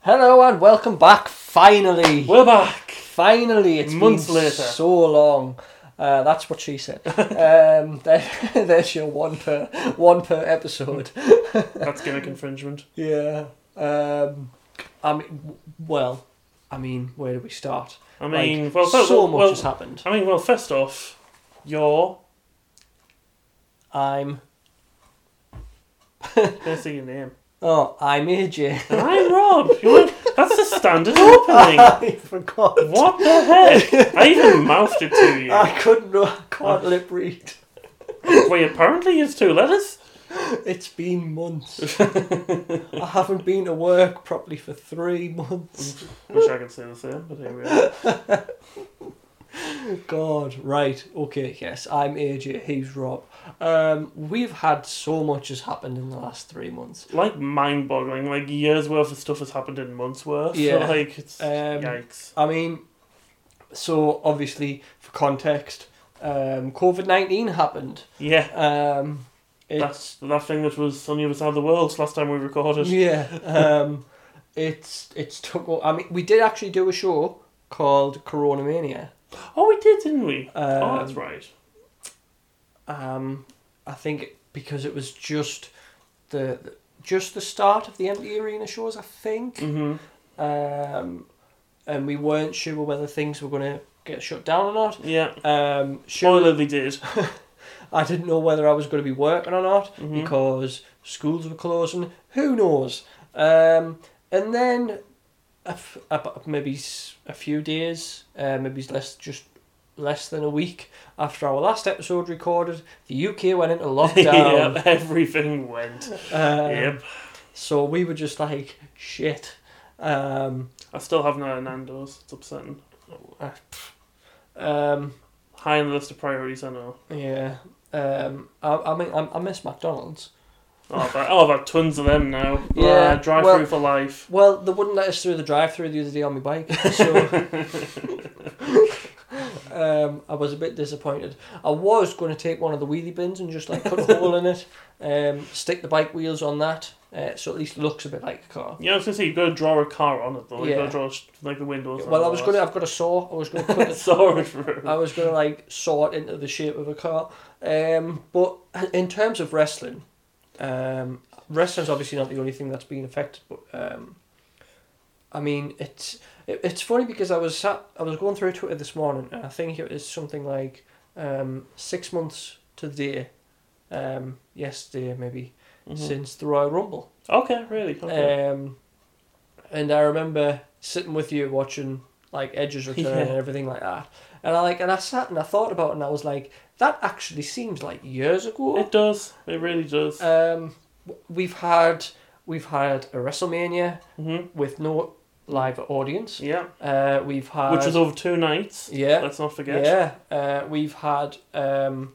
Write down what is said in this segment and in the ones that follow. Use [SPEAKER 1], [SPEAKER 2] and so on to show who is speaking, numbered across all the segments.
[SPEAKER 1] Hello and welcome back. Finally,
[SPEAKER 2] We're back.
[SPEAKER 1] finally, it's
[SPEAKER 2] Months
[SPEAKER 1] been
[SPEAKER 2] later.
[SPEAKER 1] so long. Uh, that's what she said. um, there, there's your one per one per episode.
[SPEAKER 2] That's gimmick infringement.
[SPEAKER 1] Yeah. Um, I mean, w- well, I mean, where do we start?
[SPEAKER 2] I
[SPEAKER 1] Like,
[SPEAKER 2] mean, well,
[SPEAKER 1] so
[SPEAKER 2] well, well,
[SPEAKER 1] much has happened.
[SPEAKER 2] I mean, well, first off, you're
[SPEAKER 1] I'm
[SPEAKER 2] gonna say your name.
[SPEAKER 1] oh, I'm AJ.
[SPEAKER 2] And I'm Rob. You went, that's the standard opening.
[SPEAKER 1] I forgot.
[SPEAKER 2] What the heck? I even mouthed it to you.
[SPEAKER 1] I couldn't. I can't lip read.
[SPEAKER 2] Well, apparently it's two letters.
[SPEAKER 1] It's been months. I haven't been to work properly for three months.
[SPEAKER 2] Wish I could say the same, but here we are.
[SPEAKER 1] God, right, okay, yes, I'm AJ, he's Rob. Um, we've had so much has happened in the last three months.
[SPEAKER 2] Like mind-boggling. Like years worth of stuff has happened in months worth.
[SPEAKER 1] Yeah.
[SPEAKER 2] So, like it's
[SPEAKER 1] Um,
[SPEAKER 2] yikes.
[SPEAKER 1] I mean, so obviously, for context, um, COVID 19 happened.
[SPEAKER 2] Yeah.
[SPEAKER 1] Um, it,
[SPEAKER 2] That's that thing that was on the other side of the world last time we recorded.
[SPEAKER 1] yeah, um, it's, it's took, o- I mean, we did actually do a show called Corona Mania.
[SPEAKER 2] Oh, we did, didn't we? oh,
[SPEAKER 1] Um,
[SPEAKER 2] that's right.
[SPEAKER 1] Um, I think because it was just the, the just the start of the empty arena shows, I think.
[SPEAKER 2] hmm
[SPEAKER 1] um, and we weren't sure whether things were going to get shut down or not.
[SPEAKER 2] Yeah.
[SPEAKER 1] Um, sure,
[SPEAKER 2] Spoiler, they did.
[SPEAKER 1] I didn't know whether I was going to be working or not
[SPEAKER 2] Mhm.
[SPEAKER 1] because schools were closing. Who knows? Um, and then a f- ab- maybe s- a few days, uh, maybe less just less than a week after our last episode recorded, the UK went into lockdown.
[SPEAKER 2] yep, everything went.
[SPEAKER 1] Um,
[SPEAKER 2] yep.
[SPEAKER 1] So we were just like, shit. Um,
[SPEAKER 2] I still haven't had a Nando's. It's upsetting.
[SPEAKER 1] um,
[SPEAKER 2] High on the list of priorities, I know.
[SPEAKER 1] Yeah. Um, I, I mean, I, I miss McDonald's.
[SPEAKER 2] Oh, I've had, oh, I've had tons of them now.
[SPEAKER 1] Yeah,
[SPEAKER 2] Ah, drive
[SPEAKER 1] well-
[SPEAKER 2] through for life.
[SPEAKER 1] Well, they wouldn't let us through the drive-through the other day on my bike, so um, I was a bit disappointed. I was going to take one of the wheelie bins and just like put a hole in it, um, stick the bike wheels on that, uh, so at least it looks a bit like a car.
[SPEAKER 2] Yeah, I was gonna say you've got to draw a car on it though. You've
[SPEAKER 1] Yeah.
[SPEAKER 2] got to draw sh- like the windows.
[SPEAKER 1] Well, I was gonna. I've got a saw. I was going to put
[SPEAKER 2] to.
[SPEAKER 1] it.
[SPEAKER 2] Saw it through.
[SPEAKER 1] I was going to like saw it into the shape of a car. Um, but in terms of wrestling, um, wrestling's obviously not the only thing that's been affected. But um, I mean, it's it, it's funny because I was sat, I was going through Twitter this morning, and I think it was something like um, six months to the day, um, yesterday maybe
[SPEAKER 2] Mhm.
[SPEAKER 1] since the Royal Rumble.
[SPEAKER 2] Okay, really. Okay.
[SPEAKER 1] Um, and I remember sitting with you watching like Edge's return
[SPEAKER 2] Yeah.
[SPEAKER 1] and everything like that. And I like and I sat and I thought about it and I was like, that actually seems like years ago.
[SPEAKER 2] it does. It really does.
[SPEAKER 1] Um, w- we've had we've had a WrestleMania
[SPEAKER 2] hmm
[SPEAKER 1] with no live audience.
[SPEAKER 2] Yeah,
[SPEAKER 1] Uh, we've had
[SPEAKER 2] which was over two nights.
[SPEAKER 1] yeah
[SPEAKER 2] Let's not forget.
[SPEAKER 1] yeah. Uh, we've had um,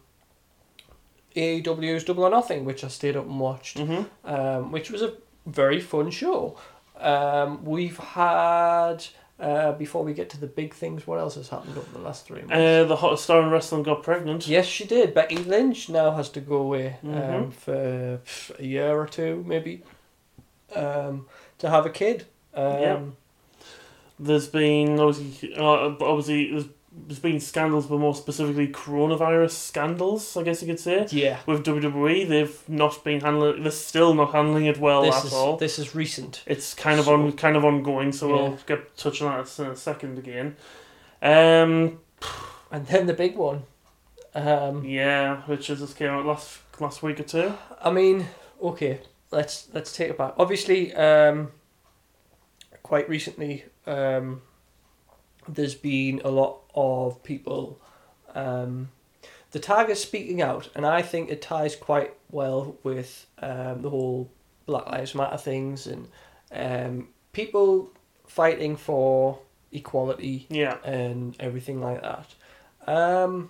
[SPEAKER 1] AEW's Double or Nothing, which I stayed up and watched
[SPEAKER 2] hmm
[SPEAKER 1] um, which was a very fun show. Um, we've had uh, before we get to the big things. What else has happened over the last three months?
[SPEAKER 2] Uh, the hottest star in wrestling got pregnant.
[SPEAKER 1] yes, she did. Becky Lynch now has to go away um,
[SPEAKER 2] Mhm.
[SPEAKER 1] for pff, a year or two, maybe, um, to have a kid. Um,
[SPEAKER 2] Yeah. There's been obviously, uh, obviously there's, there's been scandals, but more specifically coronavirus scandals. I guess you could say
[SPEAKER 1] yeah.
[SPEAKER 2] with WWE, they've not been handling. They're still not handling it well
[SPEAKER 1] this
[SPEAKER 2] at
[SPEAKER 1] is
[SPEAKER 2] all.
[SPEAKER 1] this is recent.
[SPEAKER 2] It's kind of
[SPEAKER 1] So-
[SPEAKER 2] on, kind of ongoing. So
[SPEAKER 1] Yeah.
[SPEAKER 2] we'll get touch on that in a second again. Um,
[SPEAKER 1] And then the big one. Um,
[SPEAKER 2] yeah, which is just came out last last week or two.
[SPEAKER 1] I mean, okay, let's let's take it back. Obviously, um, quite recently, um, there's been a lot of people. Um, the tag is speaking out, and I think it ties quite well with um, the whole Black Lives Matter things and um, people fighting for equality
[SPEAKER 2] Yeah,
[SPEAKER 1] and everything like that. Um,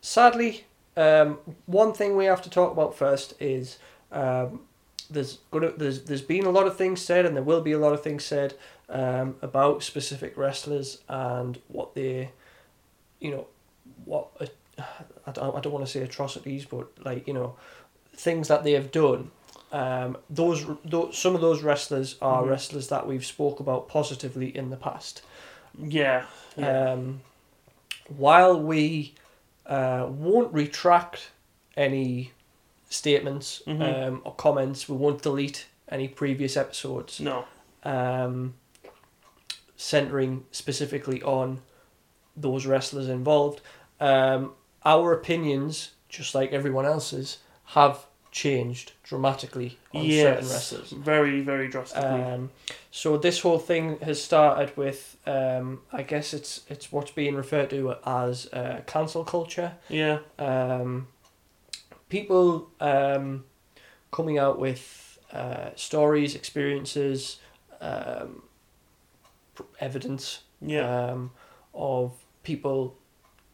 [SPEAKER 1] sadly, um, one thing we have to talk about first is um, there's gonna there's there's been a lot of things said, and there will be a lot of things said um, about specific wrestlers and what they, you know, what I don't I don't want to say atrocities, but like you know, things that they have done. Um, those, those some of those wrestlers are
[SPEAKER 2] Mhm.
[SPEAKER 1] wrestlers that we've spoke about positively in the past.
[SPEAKER 2] Yeah. Yeah.
[SPEAKER 1] Um, while we uh, won't retract any statements
[SPEAKER 2] Mhm.
[SPEAKER 1] um, or comments, we won't delete any previous episodes
[SPEAKER 2] no.
[SPEAKER 1] um, centering specifically on those wrestlers involved. Um, our opinions, just like everyone else's, have changed dramatically on certain
[SPEAKER 2] Yes.
[SPEAKER 1] wrestlers.
[SPEAKER 2] Very, very drastically.
[SPEAKER 1] Um, so this whole thing has started with, um, I guess it's it's what's being referred to as uh, cancel culture.
[SPEAKER 2] yeah.
[SPEAKER 1] Um, people um, coming out with uh, stories, experiences, um, pr- evidence
[SPEAKER 2] Yeah.
[SPEAKER 1] um, of people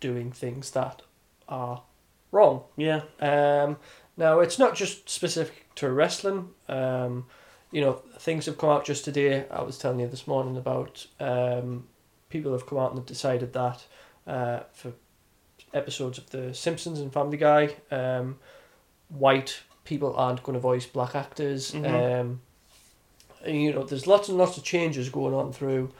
[SPEAKER 1] doing things that are wrong.
[SPEAKER 2] yeah.
[SPEAKER 1] Um, now it's not just specific to wrestling. Um, you know, things have come out just today. I was telling you this morning about um, people have come out and have decided that uh, for episodes of The Simpsons and Family Guy, um, white people aren't going to voice black actors.
[SPEAKER 2] Mhm.
[SPEAKER 1] Um, and, you know, there's lots and lots of changes going on through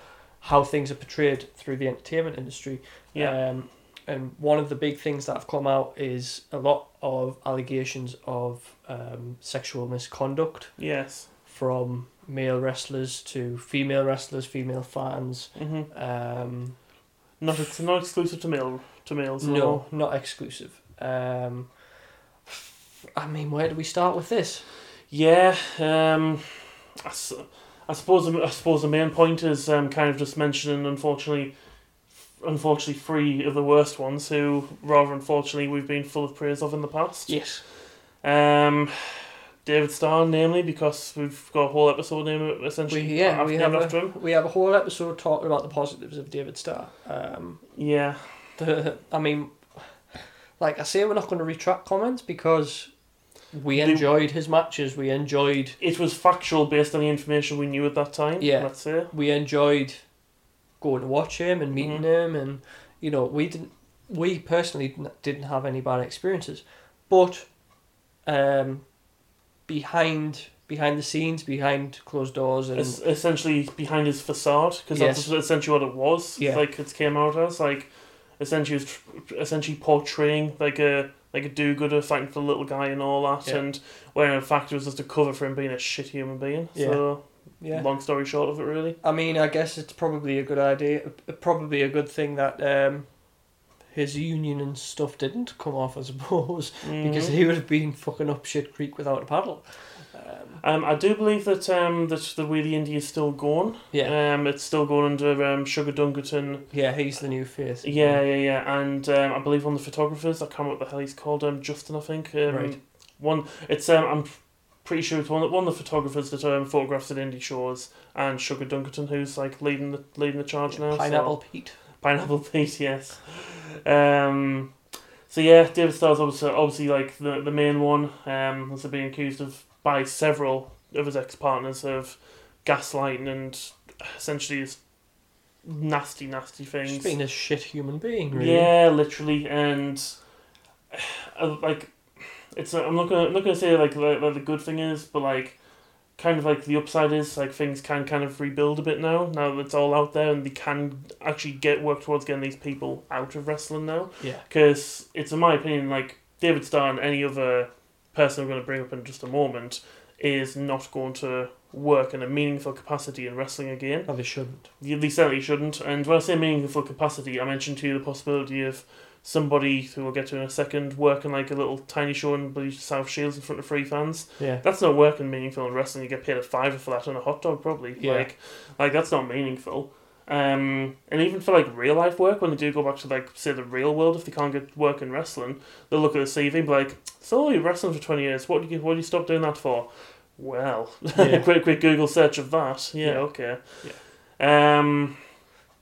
[SPEAKER 1] how things are portrayed through the entertainment industry.
[SPEAKER 2] Yeah.
[SPEAKER 1] Um, and one of the big things that have come out is a lot of allegations of um, sexual misconduct
[SPEAKER 2] yes.
[SPEAKER 1] from male wrestlers to female wrestlers, female fans.
[SPEAKER 2] hmm
[SPEAKER 1] Um,
[SPEAKER 2] Not ex- not exclusive to male to males.
[SPEAKER 1] no, not exclusive. Um, I mean, where do we start with this?
[SPEAKER 2] Yeah. Um, I, s- I suppose the- I suppose the main point is um, kind of just mentioning unfortunately, unfortunately three of the worst ones who rather unfortunately we've been full of praise of in the past.
[SPEAKER 1] Yes.
[SPEAKER 2] Um, David Starr, namely, because we've got a whole episode name essentially
[SPEAKER 1] We- yeah,
[SPEAKER 2] af-
[SPEAKER 1] we
[SPEAKER 2] named
[SPEAKER 1] have a-
[SPEAKER 2] after him.
[SPEAKER 1] We have a whole episode talking about the positives of David Starr. Um,
[SPEAKER 2] Yeah,
[SPEAKER 1] the, I mean, like I say, we're not going to retract comments because we
[SPEAKER 2] They-
[SPEAKER 1] enjoyed his matches. We enjoyed
[SPEAKER 2] it was factual based on the information we knew at that time.
[SPEAKER 1] Yeah.
[SPEAKER 2] let's say.
[SPEAKER 1] we enjoyed going to watch him and meeting
[SPEAKER 2] Mhm.
[SPEAKER 1] him and you know we didn't we personally didn't- didn't have any bad experiences but um behind behind the scenes behind closed doors and
[SPEAKER 2] Es- essentially behind his facade because that's essentially what it was.
[SPEAKER 1] Yeah.
[SPEAKER 2] like it came out as like essentially it was tr- essentially portraying like a like a do-gooder fighting for the little guy and all that,
[SPEAKER 1] Yeah.
[SPEAKER 2] and where in fact it was just a cover for him being a shit human being.
[SPEAKER 1] Yeah.
[SPEAKER 2] So
[SPEAKER 1] yeah
[SPEAKER 2] long story short of it, really.
[SPEAKER 1] i mean i guess it's probably a good idea uh, probably a good thing that um his union and stuff didn't come off i suppose because
[SPEAKER 2] Mhm.
[SPEAKER 1] he would have been fucking up shit creek without a paddle um,
[SPEAKER 2] Um, I do believe that um that the Wheelie Indie is still going.
[SPEAKER 1] yeah
[SPEAKER 2] Um, it's still going under um Sugar Dunkerton.
[SPEAKER 1] yeah he's the new face
[SPEAKER 2] Yeah, yeah, yeah, and um, I believe one of the photographers. I can't remember what the hell he's called. Um, Justin, I think. Um,
[SPEAKER 1] Right.
[SPEAKER 2] One, it's um, I'm pretty sure it's one one of the photographers that um photographs at Indie Shores and Sugar Dunkerton, who's like leading the leading the charge now. so-
[SPEAKER 1] pineapple pete
[SPEAKER 2] Pineapple Pete, yes. Um, so yeah, David Starr's obviously obviously like the the main one. Um, was being accused of by several of his ex partners of gaslighting and essentially just nasty, nasty things.
[SPEAKER 1] Just being a shit human being, really.
[SPEAKER 2] Yeah, literally, and uh, like it's. I'm not gonna. I'm not gonna say like the, the good thing is, but like kind of like the upside is like things can kind of rebuild a bit now. Now that it's all out there, and they can actually get work towards getting these people out of wrestling now.
[SPEAKER 1] Yeah.
[SPEAKER 2] Because it's in my opinion, like David Starr and any other person I'm going to bring up in just a moment is not going to work in a meaningful capacity in wrestling again.
[SPEAKER 1] No, they shouldn't.
[SPEAKER 2] You- They certainly shouldn't. And when I say meaningful capacity, I mentioned to you the possibility of somebody who we'll get to in a second working like a little tiny show in bloody South Shields in front of free fans.
[SPEAKER 1] Yeah.
[SPEAKER 2] That's not working meaningful in wrestling. You get paid a fiver for that and a hot dog probably.
[SPEAKER 1] Yeah.
[SPEAKER 2] Like, like that's not meaningful. Um, and even for like real life work, when they do go back to like say the real world, if they can't get work in wrestling, they'll look at the CV and be like, "So you're wrestling for twenty years. What do you what do you stop doing that for?" Well,
[SPEAKER 1] Yeah.
[SPEAKER 2] quick quick Google search of that. Yeah,
[SPEAKER 1] Yeah.
[SPEAKER 2] okay. Yeah. Um.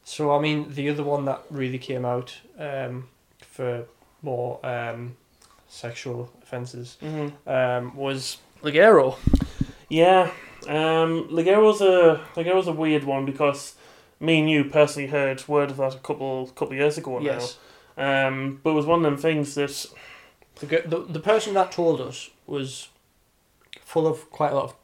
[SPEAKER 1] So, I mean, the other one that really came out um, for more um, sexual offences
[SPEAKER 2] mhm.
[SPEAKER 1] um, was Ligero.
[SPEAKER 2] Yeah, um, Ligero's a Ligero's a weird one because me and you personally heard word of that a couple couple years ago now.
[SPEAKER 1] Yes.
[SPEAKER 2] Um, but it was one of them things that
[SPEAKER 1] The, g- the, the person that told us was full of quite a lot of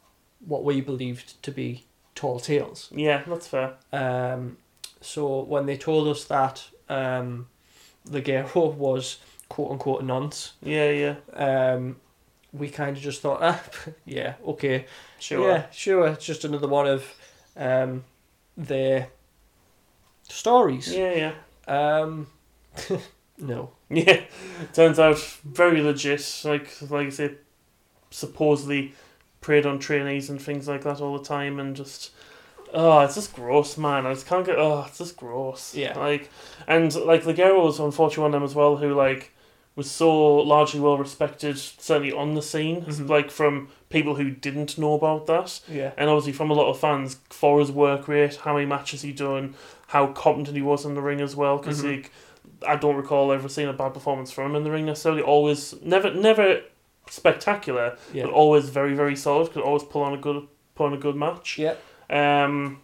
[SPEAKER 1] what we believed to be tall tales.
[SPEAKER 2] Yeah, that's fair.
[SPEAKER 1] Um, so when they told us that um, the Gero was quote unquote a nonce,
[SPEAKER 2] Yeah, yeah.
[SPEAKER 1] um, we kind of just thought, ah, yeah, okay,
[SPEAKER 2] Sure.
[SPEAKER 1] yeah, sure. It's just another one of um, their stories.
[SPEAKER 2] Yeah, yeah.
[SPEAKER 1] Um, no.
[SPEAKER 2] Yeah, turns out very legit. Like like I say, supposedly preyed on trainees and things like that all the time, and just oh, it's just gross, man. I just can't get oh, it's just gross.
[SPEAKER 1] Yeah.
[SPEAKER 2] like and like the girl was unfortunately one of them as well who like was so largely well respected, certainly on the scene,
[SPEAKER 1] Mhm.
[SPEAKER 2] like from people who didn't know about that
[SPEAKER 1] Yeah.
[SPEAKER 2] and obviously from a lot of fans for his work rate, how many matches he done, how competent he was in the ring as well. Because
[SPEAKER 1] Mhm.
[SPEAKER 2] I don't recall ever seeing a bad performance from him in the ring necessarily. Always, never, never spectacular,
[SPEAKER 1] Yeah.
[SPEAKER 2] but always very, very solid. Could always pull on a good, pull on a good match.
[SPEAKER 1] Yeah.
[SPEAKER 2] Um,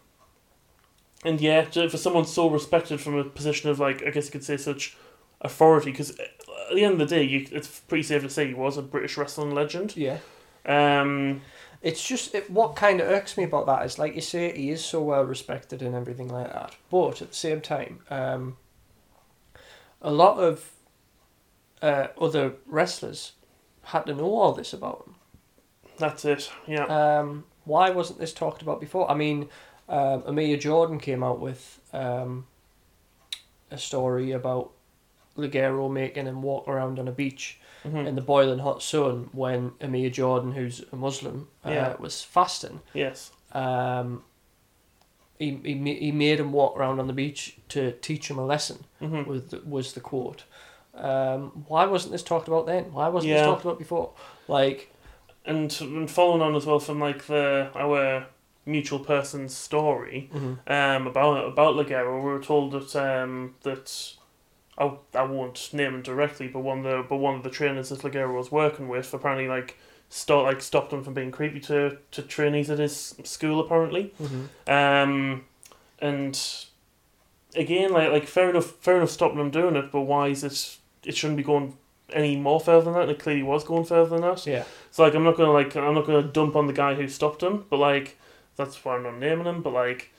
[SPEAKER 2] and yeah, to- for someone so respected from a position of like, I guess you could say such authority, because at the end of the day, you, it's pretty safe to say he was a British wrestling legend.
[SPEAKER 1] Yeah.
[SPEAKER 2] Um,
[SPEAKER 1] It's just it, what kind of irks me about that is, like you say, he is so well respected and everything like that. But at the same time, um, a lot of uh, other wrestlers had to know all this about him.
[SPEAKER 2] that's it. Yeah.
[SPEAKER 1] Um, why wasn't this talked about before? I mean, um, Amir Jordan came out with um, a story about Ligero making him walk around on a beach
[SPEAKER 2] Mhm.
[SPEAKER 1] in the boiling hot sun when Amir Jordan, who's a Muslim, uh,
[SPEAKER 2] Yeah.
[SPEAKER 1] was fasting.
[SPEAKER 2] Yes.
[SPEAKER 1] um, he, he, ma- he made him walk around on the beach to teach him a lesson
[SPEAKER 2] hmm
[SPEAKER 1] was the, was the quote um, why wasn't this talked about then why wasn't this
[SPEAKER 2] Yeah.
[SPEAKER 1] talked about before like
[SPEAKER 2] And, and following on as well from like the our mutual person's story um, about about Ligero, we were told that um, that I, I won't name him directly, but one of the but one of the trainers that Ligero was working with apparently like start like stopped him from being creepy to, to trainees at his school apparently.
[SPEAKER 1] mm-hmm.
[SPEAKER 2] Um, and again, like like fair enough, fair enough stopping him doing it, but why is it? It shouldn't be going any more further than that. And it clearly was going further than that.
[SPEAKER 1] yeah
[SPEAKER 2] So like, I'm not gonna like, I'm not gonna dump on the guy who stopped him, but like, that's why I'm not naming him. But like,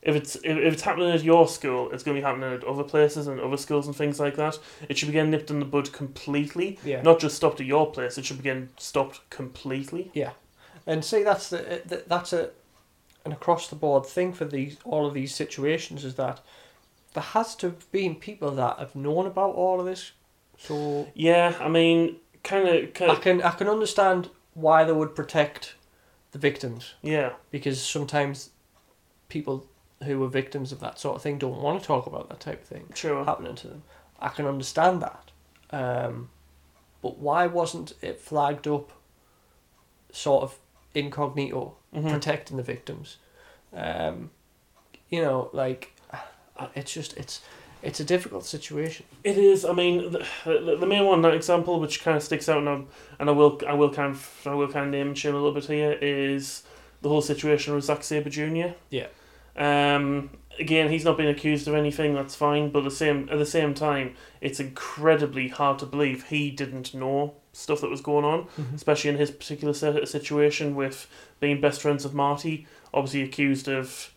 [SPEAKER 2] if it's if, if it's happening at your school, it's gonna be happening at other places and other schools and things like that. It should be getting nipped in the bud completely,
[SPEAKER 1] yeah
[SPEAKER 2] not just stopped at your place. It should be getting stopped completely.
[SPEAKER 1] and see that's the, the that's a an across the board thing for these all of these situations is that there has to have been people that have known about all of this so
[SPEAKER 2] Yeah, I mean, kind of, kind
[SPEAKER 1] I
[SPEAKER 2] of,
[SPEAKER 1] can I can understand why they would protect the victims
[SPEAKER 2] yeah.
[SPEAKER 1] because sometimes people who are victims of that sort of thing don't want to talk about that type of thing
[SPEAKER 2] Sure.
[SPEAKER 1] happening to them. I can understand that, um, but why wasn't it flagged up, sort of incognito,
[SPEAKER 2] Mhm.
[SPEAKER 1] protecting the victims? Um, you know, like uh, it's just it's it's a difficult situation.
[SPEAKER 2] It is. I mean, the, the, the main one, that example, which kind of sticks out, and I, and I will, I will kind of, I will kind of name and shame a little bit here, is the whole situation with Zack Saber Jr.
[SPEAKER 1] Yeah.
[SPEAKER 2] Um. Again, he's not been accused of anything. That's fine. But the same at the same time, it's incredibly hard to believe he didn't know stuff that was going on,
[SPEAKER 1] Mm-hmm.
[SPEAKER 2] especially in his particular si- situation with being best friends of Marty. Obviously accused of.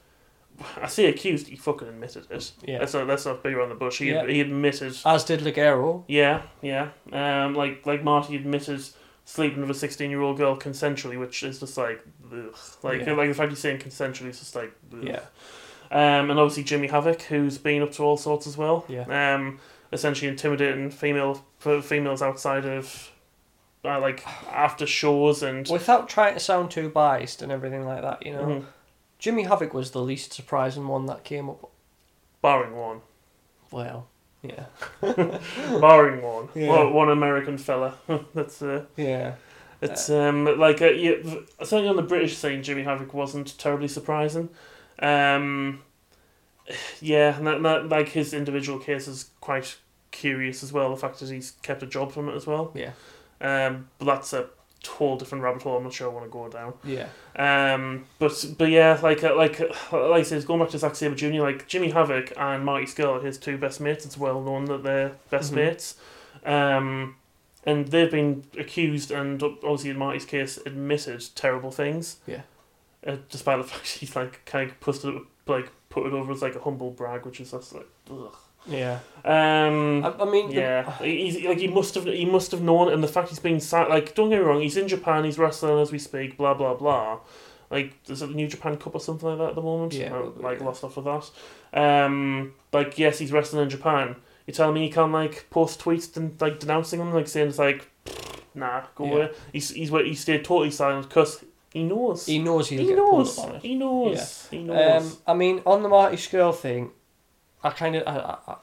[SPEAKER 2] I say accused. He fucking admitted it.
[SPEAKER 1] Yeah,
[SPEAKER 2] Let's not let's not beat around the bush. He
[SPEAKER 1] Yeah.
[SPEAKER 2] he admitted
[SPEAKER 1] as did Ligero.
[SPEAKER 2] yeah, yeah. Um, like like Marty admitted sleeping with a sixteen year old girl consensually, which is just like, ugh. like
[SPEAKER 1] Yeah.
[SPEAKER 2] like the fact he's saying consensually is just like, ugh.
[SPEAKER 1] Yeah.
[SPEAKER 2] Um, and obviously Jimmy Havoc, who's been up to all sorts as well.
[SPEAKER 1] Yeah.
[SPEAKER 2] Um, essentially intimidating female f- females outside of, uh, like after shows and.
[SPEAKER 1] Without trying to sound too biased and everything like that, you know.
[SPEAKER 2] Mhm.
[SPEAKER 1] Jimmy Havoc was the least surprising one that came up.
[SPEAKER 2] Barring one,
[SPEAKER 1] Well, yeah,
[SPEAKER 2] barring one,
[SPEAKER 1] Yeah.
[SPEAKER 2] one, one American fella. That's uh,
[SPEAKER 1] yeah,
[SPEAKER 2] It's um like uh, yeah, v- certainly on the British scene, Jimmy Havoc wasn't terribly surprising. Um, yeah, and that, that like his individual case is quite curious as well. The fact that he's kept a job from it as well.
[SPEAKER 1] yeah,
[SPEAKER 2] Um, but that's a whole different rabbit hole. I'm not sure I want to go down.
[SPEAKER 1] yeah,
[SPEAKER 2] Um, but but yeah, like uh, like uh, like I said, going back to Zack Sabre Jr. Like Jimmy Havoc and Marty Skull are his two best mates. It's well known that they're best
[SPEAKER 1] Mhm.
[SPEAKER 2] mates. Um, and they've been accused and obviously in Marty's case admitted terrible things.
[SPEAKER 1] Yeah.
[SPEAKER 2] Uh, despite the fact he's like kind of pushed it like put it over as like a humble brag, which is that's like ugh.
[SPEAKER 1] Yeah.
[SPEAKER 2] Um,
[SPEAKER 1] I, I mean, the-
[SPEAKER 2] yeah, he's like he must have he must have known, and the fact he's being sat like don't get me wrong, he's in Japan, he's wrestling as we speak, blah blah blah. Like there's a New Japan Cup or something like that at the moment.
[SPEAKER 1] Yeah,
[SPEAKER 2] I,
[SPEAKER 1] probably,
[SPEAKER 2] like
[SPEAKER 1] yeah.
[SPEAKER 2] lost off of that. Um, like yes, he's wrestling in Japan. You telling me he can't like post tweets and like denouncing him, like saying it's like, nah, go
[SPEAKER 1] Yeah.
[SPEAKER 2] away. He's he's he stayed totally silent because he knows.
[SPEAKER 1] he knows he'll
[SPEAKER 2] He
[SPEAKER 1] get
[SPEAKER 2] knows.
[SPEAKER 1] pulled up on it.
[SPEAKER 2] He knows. He knows.
[SPEAKER 1] Um, I mean, on the Marty Skrull thing, I kind of I, I,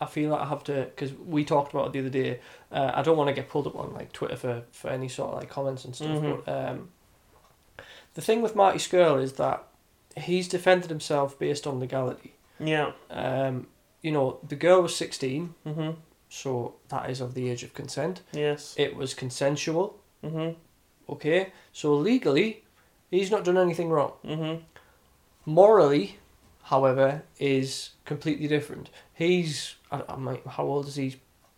[SPEAKER 1] I feel like I have to because we talked about it the other day. Uh, I don't want to get pulled up on like Twitter for, for any sort of like comments and stuff.
[SPEAKER 2] Mhm.
[SPEAKER 1] But um, the thing with Marty Skrull is that he's defended himself based on legality.
[SPEAKER 2] yeah.
[SPEAKER 1] Um, you know, the girl was sixteen,
[SPEAKER 2] Mhm.
[SPEAKER 1] so that is of the age of consent.
[SPEAKER 2] Yes.
[SPEAKER 1] It was consensual.
[SPEAKER 2] Mhm.
[SPEAKER 1] Okay, so legally, he's not done anything wrong.
[SPEAKER 2] Mhm.
[SPEAKER 1] Morally, however, is completely different. He's, I, I might, how old is he?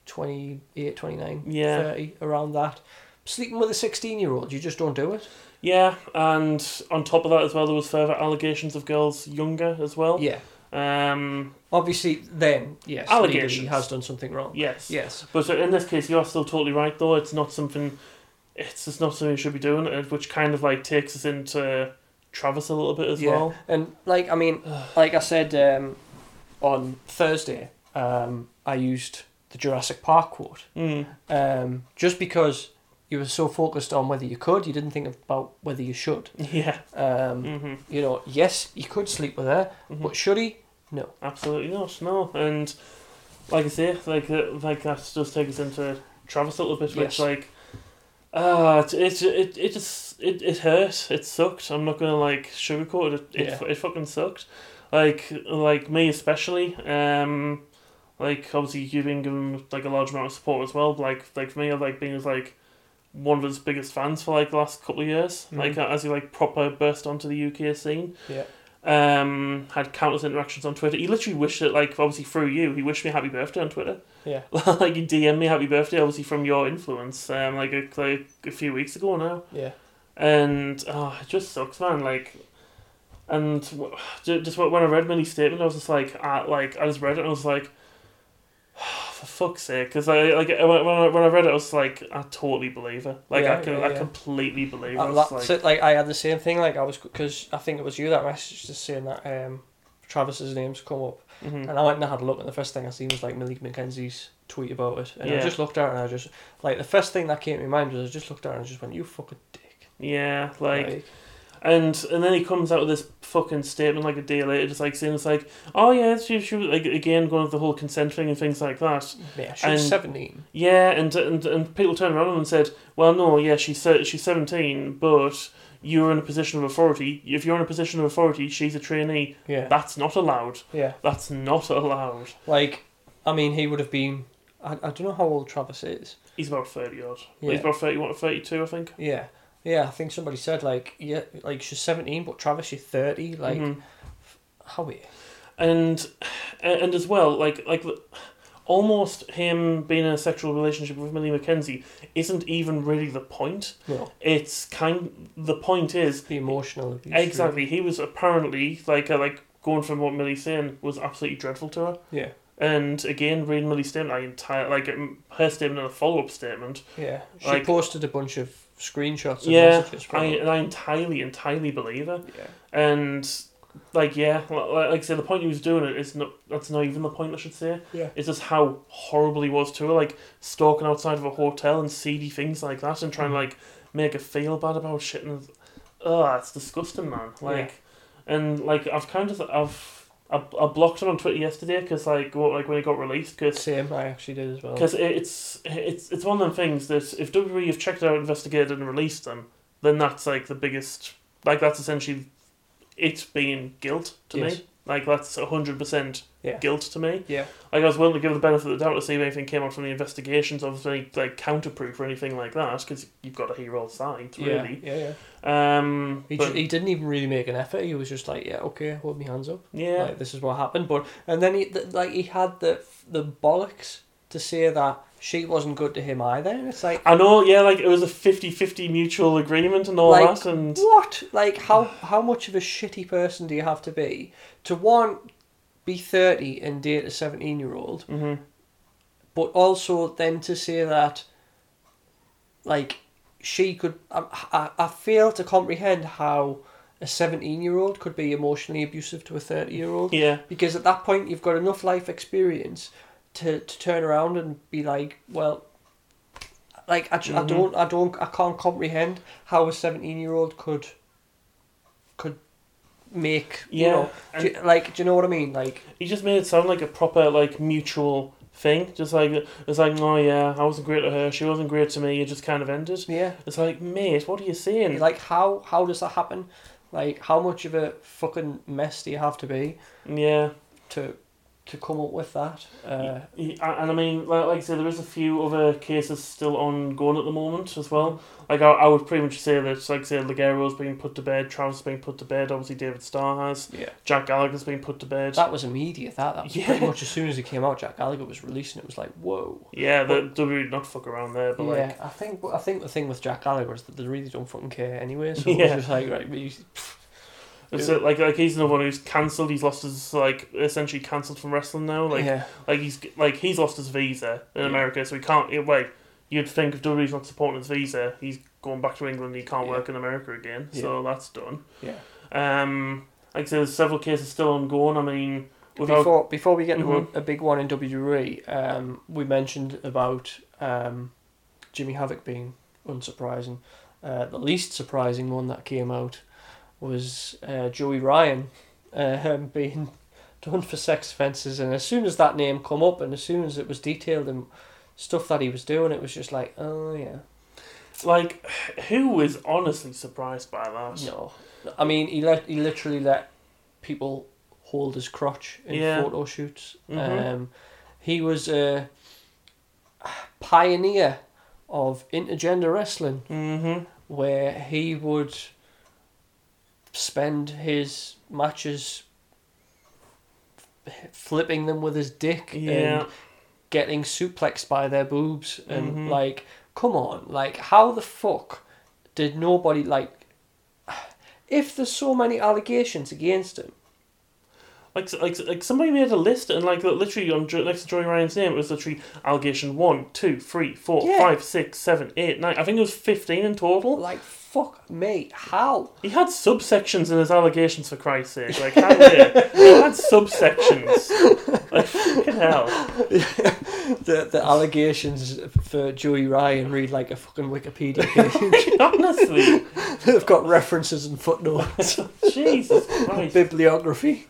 [SPEAKER 1] 28, 29,
[SPEAKER 2] Yeah.
[SPEAKER 1] 30, around that. Sleeping with a 16 year old, you just don't do it.
[SPEAKER 2] Yeah, and on top of that as well, there was further allegations of girls younger as well.
[SPEAKER 1] Yeah.
[SPEAKER 2] Um,
[SPEAKER 1] Obviously, then, yes,
[SPEAKER 2] Allegations.
[SPEAKER 1] legally he has done something wrong.
[SPEAKER 2] yes.
[SPEAKER 1] Yes.
[SPEAKER 2] But uh, in this case, you are still totally right, though. It's not something. It's just not something you should be doing, and which kind of like takes us into Travis a little bit as
[SPEAKER 1] Yeah.
[SPEAKER 2] well.
[SPEAKER 1] And, like, I mean, like I said um, on Thursday, um, I used the Jurassic Park quote.
[SPEAKER 2] Mm.
[SPEAKER 1] Um, just because you were so focused on whether you could, you didn't think about whether you should.
[SPEAKER 2] Yeah.
[SPEAKER 1] Um,
[SPEAKER 2] Mm-hmm.
[SPEAKER 1] you know, yes, you could sleep with her,
[SPEAKER 2] Mhm.
[SPEAKER 1] but should he?
[SPEAKER 2] Absolutely not. No, and like I say, like uh, like that does take us into Travis a little bit,
[SPEAKER 1] Yes.
[SPEAKER 2] which like. Ah, it, it it it just it, it hurt. It sucked. I'm not gonna like sugarcoat it. It,
[SPEAKER 1] Yeah.
[SPEAKER 2] it fucking sucked. Like like me especially. Um, like obviously you've been given like a large amount of support as well. Like like for me, I've like been as like one of his biggest fans for like the last couple of years.
[SPEAKER 1] Mhm.
[SPEAKER 2] Like as he like proper burst onto the UK scene.
[SPEAKER 1] Yeah.
[SPEAKER 2] Um, had countless interactions on Twitter. He literally wished it like obviously through you. He wished me happy birthday on Twitter.
[SPEAKER 1] Yeah.
[SPEAKER 2] like you DM me happy birthday obviously from your influence. Um, like a, like a few weeks ago now,
[SPEAKER 1] Yeah.
[SPEAKER 2] and oh, it just sucks, man. Like, and w- ju- just when I read Minnie's statement, I was just like, I, like I just read it, and I was like. For fuck's sake, because I like when when I, when I read it, I was like, I totally believe her. Like
[SPEAKER 1] Yeah,
[SPEAKER 2] I can,
[SPEAKER 1] yeah,
[SPEAKER 2] I
[SPEAKER 1] yeah.
[SPEAKER 2] completely believe her. I
[SPEAKER 1] And
[SPEAKER 2] was
[SPEAKER 1] that's
[SPEAKER 2] like,
[SPEAKER 1] it. Like I had the same thing. Like I was because I think it was you that messaged just saying that um, Travis's name's come up,
[SPEAKER 2] mhm.
[SPEAKER 1] and I went and had a look, and the first thing I seen was like Malik McKenzie's tweet about it, and I
[SPEAKER 2] Yeah.
[SPEAKER 1] just looked at it, and I just like the first thing that came to my mind was I just looked at it and I just went, "You fucking dick!"
[SPEAKER 2] yeah, like And and then he comes out with this fucking statement like a day later, just like saying it's like, oh yeah, she she was like again going with the whole consent thing and things like that.
[SPEAKER 1] yeah, she was
[SPEAKER 2] and-
[SPEAKER 1] seventeen.
[SPEAKER 2] Yeah, and and, and people turned around and said, well no, yeah, she's se- she's seventeen, but you're in a position of authority. If you're in a position of authority, she's a trainee.
[SPEAKER 1] Yeah,
[SPEAKER 2] That's not allowed.
[SPEAKER 1] yeah.
[SPEAKER 2] That's not allowed.
[SPEAKER 1] Like, I mean, he would have been. I, I don't know how old Travis is.
[SPEAKER 2] He's about thirty odd.
[SPEAKER 1] Yeah.
[SPEAKER 2] He's about thirty one or thirty two, I think.
[SPEAKER 1] Yeah, yeah. I think somebody said like, yeah, like she's seventeen, but Travis, she's thirty. Like,
[SPEAKER 2] Mhm.
[SPEAKER 1] how weird.
[SPEAKER 2] and and as well like like almost him being in a sexual relationship with Millie McKenzie isn't even really the point
[SPEAKER 1] No,
[SPEAKER 2] it's kind the point is
[SPEAKER 1] the emotional abuse. really.
[SPEAKER 2] exactly he was apparently like uh, like going from what Millie's saying was absolutely dreadful to her
[SPEAKER 1] Yeah,
[SPEAKER 2] and again reading Millie's statement I entire like um, her statement and a follow up statement
[SPEAKER 1] yeah. She
[SPEAKER 2] Like-
[SPEAKER 1] posted a bunch of screenshots and
[SPEAKER 2] Yeah,
[SPEAKER 1] messages from
[SPEAKER 2] I,
[SPEAKER 1] him.
[SPEAKER 2] and I entirely entirely believe her
[SPEAKER 1] yeah.
[SPEAKER 2] and like yeah li- like, I say the point he was doing it is not that's not even the point I should say
[SPEAKER 1] Yeah.
[SPEAKER 2] It's just how horrible he was to her, like stalking outside of a hotel and seedy things like that, and trying to like make her feel bad about shit. And ugh, it's disgusting, man. Like, and like I've kind of I've I, I blocked him on Twitter yesterday because like well, like when he got released because.
[SPEAKER 1] Same, I actually did as well.
[SPEAKER 2] Because it's it's it's one of them things that if WWE have checked out, investigated, and released them, then that's like the biggest like that's essentially it being guilt to
[SPEAKER 1] Yes.
[SPEAKER 2] me. Like that's hundred percent
[SPEAKER 1] Yeah.
[SPEAKER 2] guilt to me.
[SPEAKER 1] Yeah.
[SPEAKER 2] Like I was willing to give the benefit of the doubt to see if anything came out from the investigations of any like counterproof or anything like that, because you've got to hear all sides
[SPEAKER 1] Yeah,
[SPEAKER 2] really.
[SPEAKER 1] yeah, yeah.
[SPEAKER 2] Um,
[SPEAKER 1] He,
[SPEAKER 2] but,
[SPEAKER 1] ju- he didn't even really make an effort. He was just like, "Yeah, okay, hold my hands up.
[SPEAKER 2] yeah,
[SPEAKER 1] Like this is what happened." But and then he th- like he had the the bollocks to say that she wasn't good to him either. And it's like,
[SPEAKER 2] I know, yeah, like it was a 50-50 mutual agreement and all
[SPEAKER 1] Like-
[SPEAKER 2] that, and
[SPEAKER 1] what? Like, how how much of a shitty person do you have to be to one be thirty and date a seventeen year old,
[SPEAKER 2] Mhm.
[SPEAKER 1] but also then to say that, like, she could. I I, I fail to comprehend how a seventeen year old could be emotionally abusive to a thirty year old.
[SPEAKER 2] yeah,
[SPEAKER 1] because at that point you've got enough life experience to, to turn around and be like well like I, ju- I
[SPEAKER 2] Mhm.
[SPEAKER 1] don't i don't i can't comprehend how a 17 year old could could make you
[SPEAKER 2] Yeah,
[SPEAKER 1] know do, you- like do you know what i mean like
[SPEAKER 2] he just made it sound like a proper like mutual thing. Just like it's like, oh yeah, I wasn't great to her, she wasn't great to me. It just kind of ended.
[SPEAKER 1] yeah
[SPEAKER 2] It's like, mate, what are you saying?
[SPEAKER 1] like how how does that happen like how much of a fucking mess do you have to be
[SPEAKER 2] yeah.
[SPEAKER 1] to to come up with that uh,
[SPEAKER 2] Y- And I mean, like, like I say, there is a few other cases still ongoing at the moment as well. Like I, I would pretty much say that, like I say, Ligeiro's being put to bed, Travis has been put to bed. Obviously, David Starr has,
[SPEAKER 1] yeah
[SPEAKER 2] Jack Gallagher's been put to bed.
[SPEAKER 1] that was immediate that that was
[SPEAKER 2] Yeah.
[SPEAKER 1] pretty much as soon as it came out jack gallagher was released and it was like whoa
[SPEAKER 2] yeah, the WWE did not fuck around there, but
[SPEAKER 1] yeah,
[SPEAKER 2] like,
[SPEAKER 1] I think I think the thing with Jack Gallagher is that they really don't fucking care anyway. So it's
[SPEAKER 2] Yeah.
[SPEAKER 1] just like right, we-
[SPEAKER 2] it's uh, like like he's another one who's cancelled. He's lost his like essentially cancelled from wrestling now. Like
[SPEAKER 1] yeah,
[SPEAKER 2] Like he's like he's lost his visa in
[SPEAKER 1] Yeah.
[SPEAKER 2] America, so he can't. It, like you'd think if WWE's not supporting his visa, he's going back to England. He can't
[SPEAKER 1] Yeah.
[SPEAKER 2] work in America again, so that's done.
[SPEAKER 1] yeah.
[SPEAKER 2] Um, like I said, there's several cases still ongoing. I mean, without
[SPEAKER 1] Before before we get into
[SPEAKER 2] Mhm.
[SPEAKER 1] a, a big one in WWE, um, we mentioned about um, Jimmy Havoc being unsurprising. Uh, the least surprising one that came out was uh, Joey Ryan uh, being done for sex offences, and as soon as that name come up, and as soon as it was detailed and stuff that he was doing, it was just like, oh yeah.
[SPEAKER 2] like who is honestly surprised by that?
[SPEAKER 1] No, I mean he let he literally let people hold his crotch in
[SPEAKER 2] Yeah.
[SPEAKER 1] photo shoots.
[SPEAKER 2] Mhm.
[SPEAKER 1] Um, he was a pioneer of intergender wrestling,
[SPEAKER 2] Mm-hmm.
[SPEAKER 1] where he would spend his matches f- flipping them with his dick
[SPEAKER 2] Yeah.
[SPEAKER 1] and getting suplexed by their boobs and
[SPEAKER 2] Mhm.
[SPEAKER 1] like come on like how the fuck did nobody like if there's so many allegations against him
[SPEAKER 2] Like, like, like somebody made a list and like literally on Jo- next to Joey Ryan's name it was literally allegation one, two, three, four,
[SPEAKER 1] Yeah.
[SPEAKER 2] five, six, seven, eight, nine. I think it was fifteen in total.
[SPEAKER 1] like fuck me how
[SPEAKER 2] He had subsections in his allegations, for Christ's sake. Like, how dare he had subsections. Like, fucking hell.
[SPEAKER 1] the the allegations for Joey Ryan read like a fucking Wikipedia page
[SPEAKER 2] Honestly,
[SPEAKER 1] they've got references and footnotes
[SPEAKER 2] Jesus Christ.
[SPEAKER 1] bibliography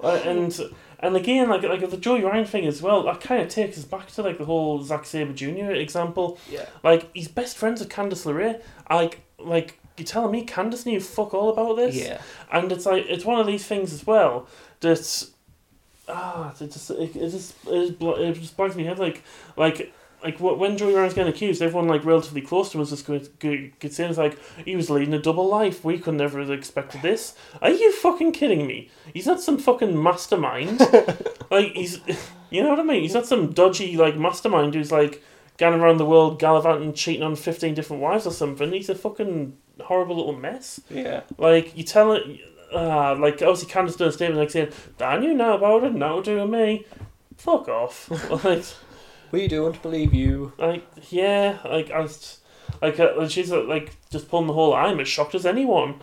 [SPEAKER 2] Uh, and and again, like like the Joey Ryan thing as well. That kind of takes us back to like the whole Zack Saber Jr. example.
[SPEAKER 1] yeah
[SPEAKER 2] Like, he's best friends with Candice LeRae. Like, like you're telling me Candice knew fuck all about this.
[SPEAKER 1] yeah
[SPEAKER 2] and it's like it's one of these things as well that ah it just it, it just it just, bl- it just blanks me head like like like wh- when Joey Ryan's getting accused, everyone like relatively close to us is going to get saying it's like he was leading a double life. We could never have expected this. Are you fucking kidding me? He's not some fucking mastermind. like he's, you know what I mean? He's not some dodgy like mastermind who's like going around the world gallivanting, cheating on fifteen different wives or something. He's a fucking horrible little mess.
[SPEAKER 1] yeah
[SPEAKER 2] Like you tell it, uh, like obviously Candace does statement like saying, "Dan, you know about it, no do with me." Fuck off. like,
[SPEAKER 1] we don't believe you
[SPEAKER 2] like yeah, like I just, like uh, like, she's uh, like just pulling the whole. I'm as shocked as anyone.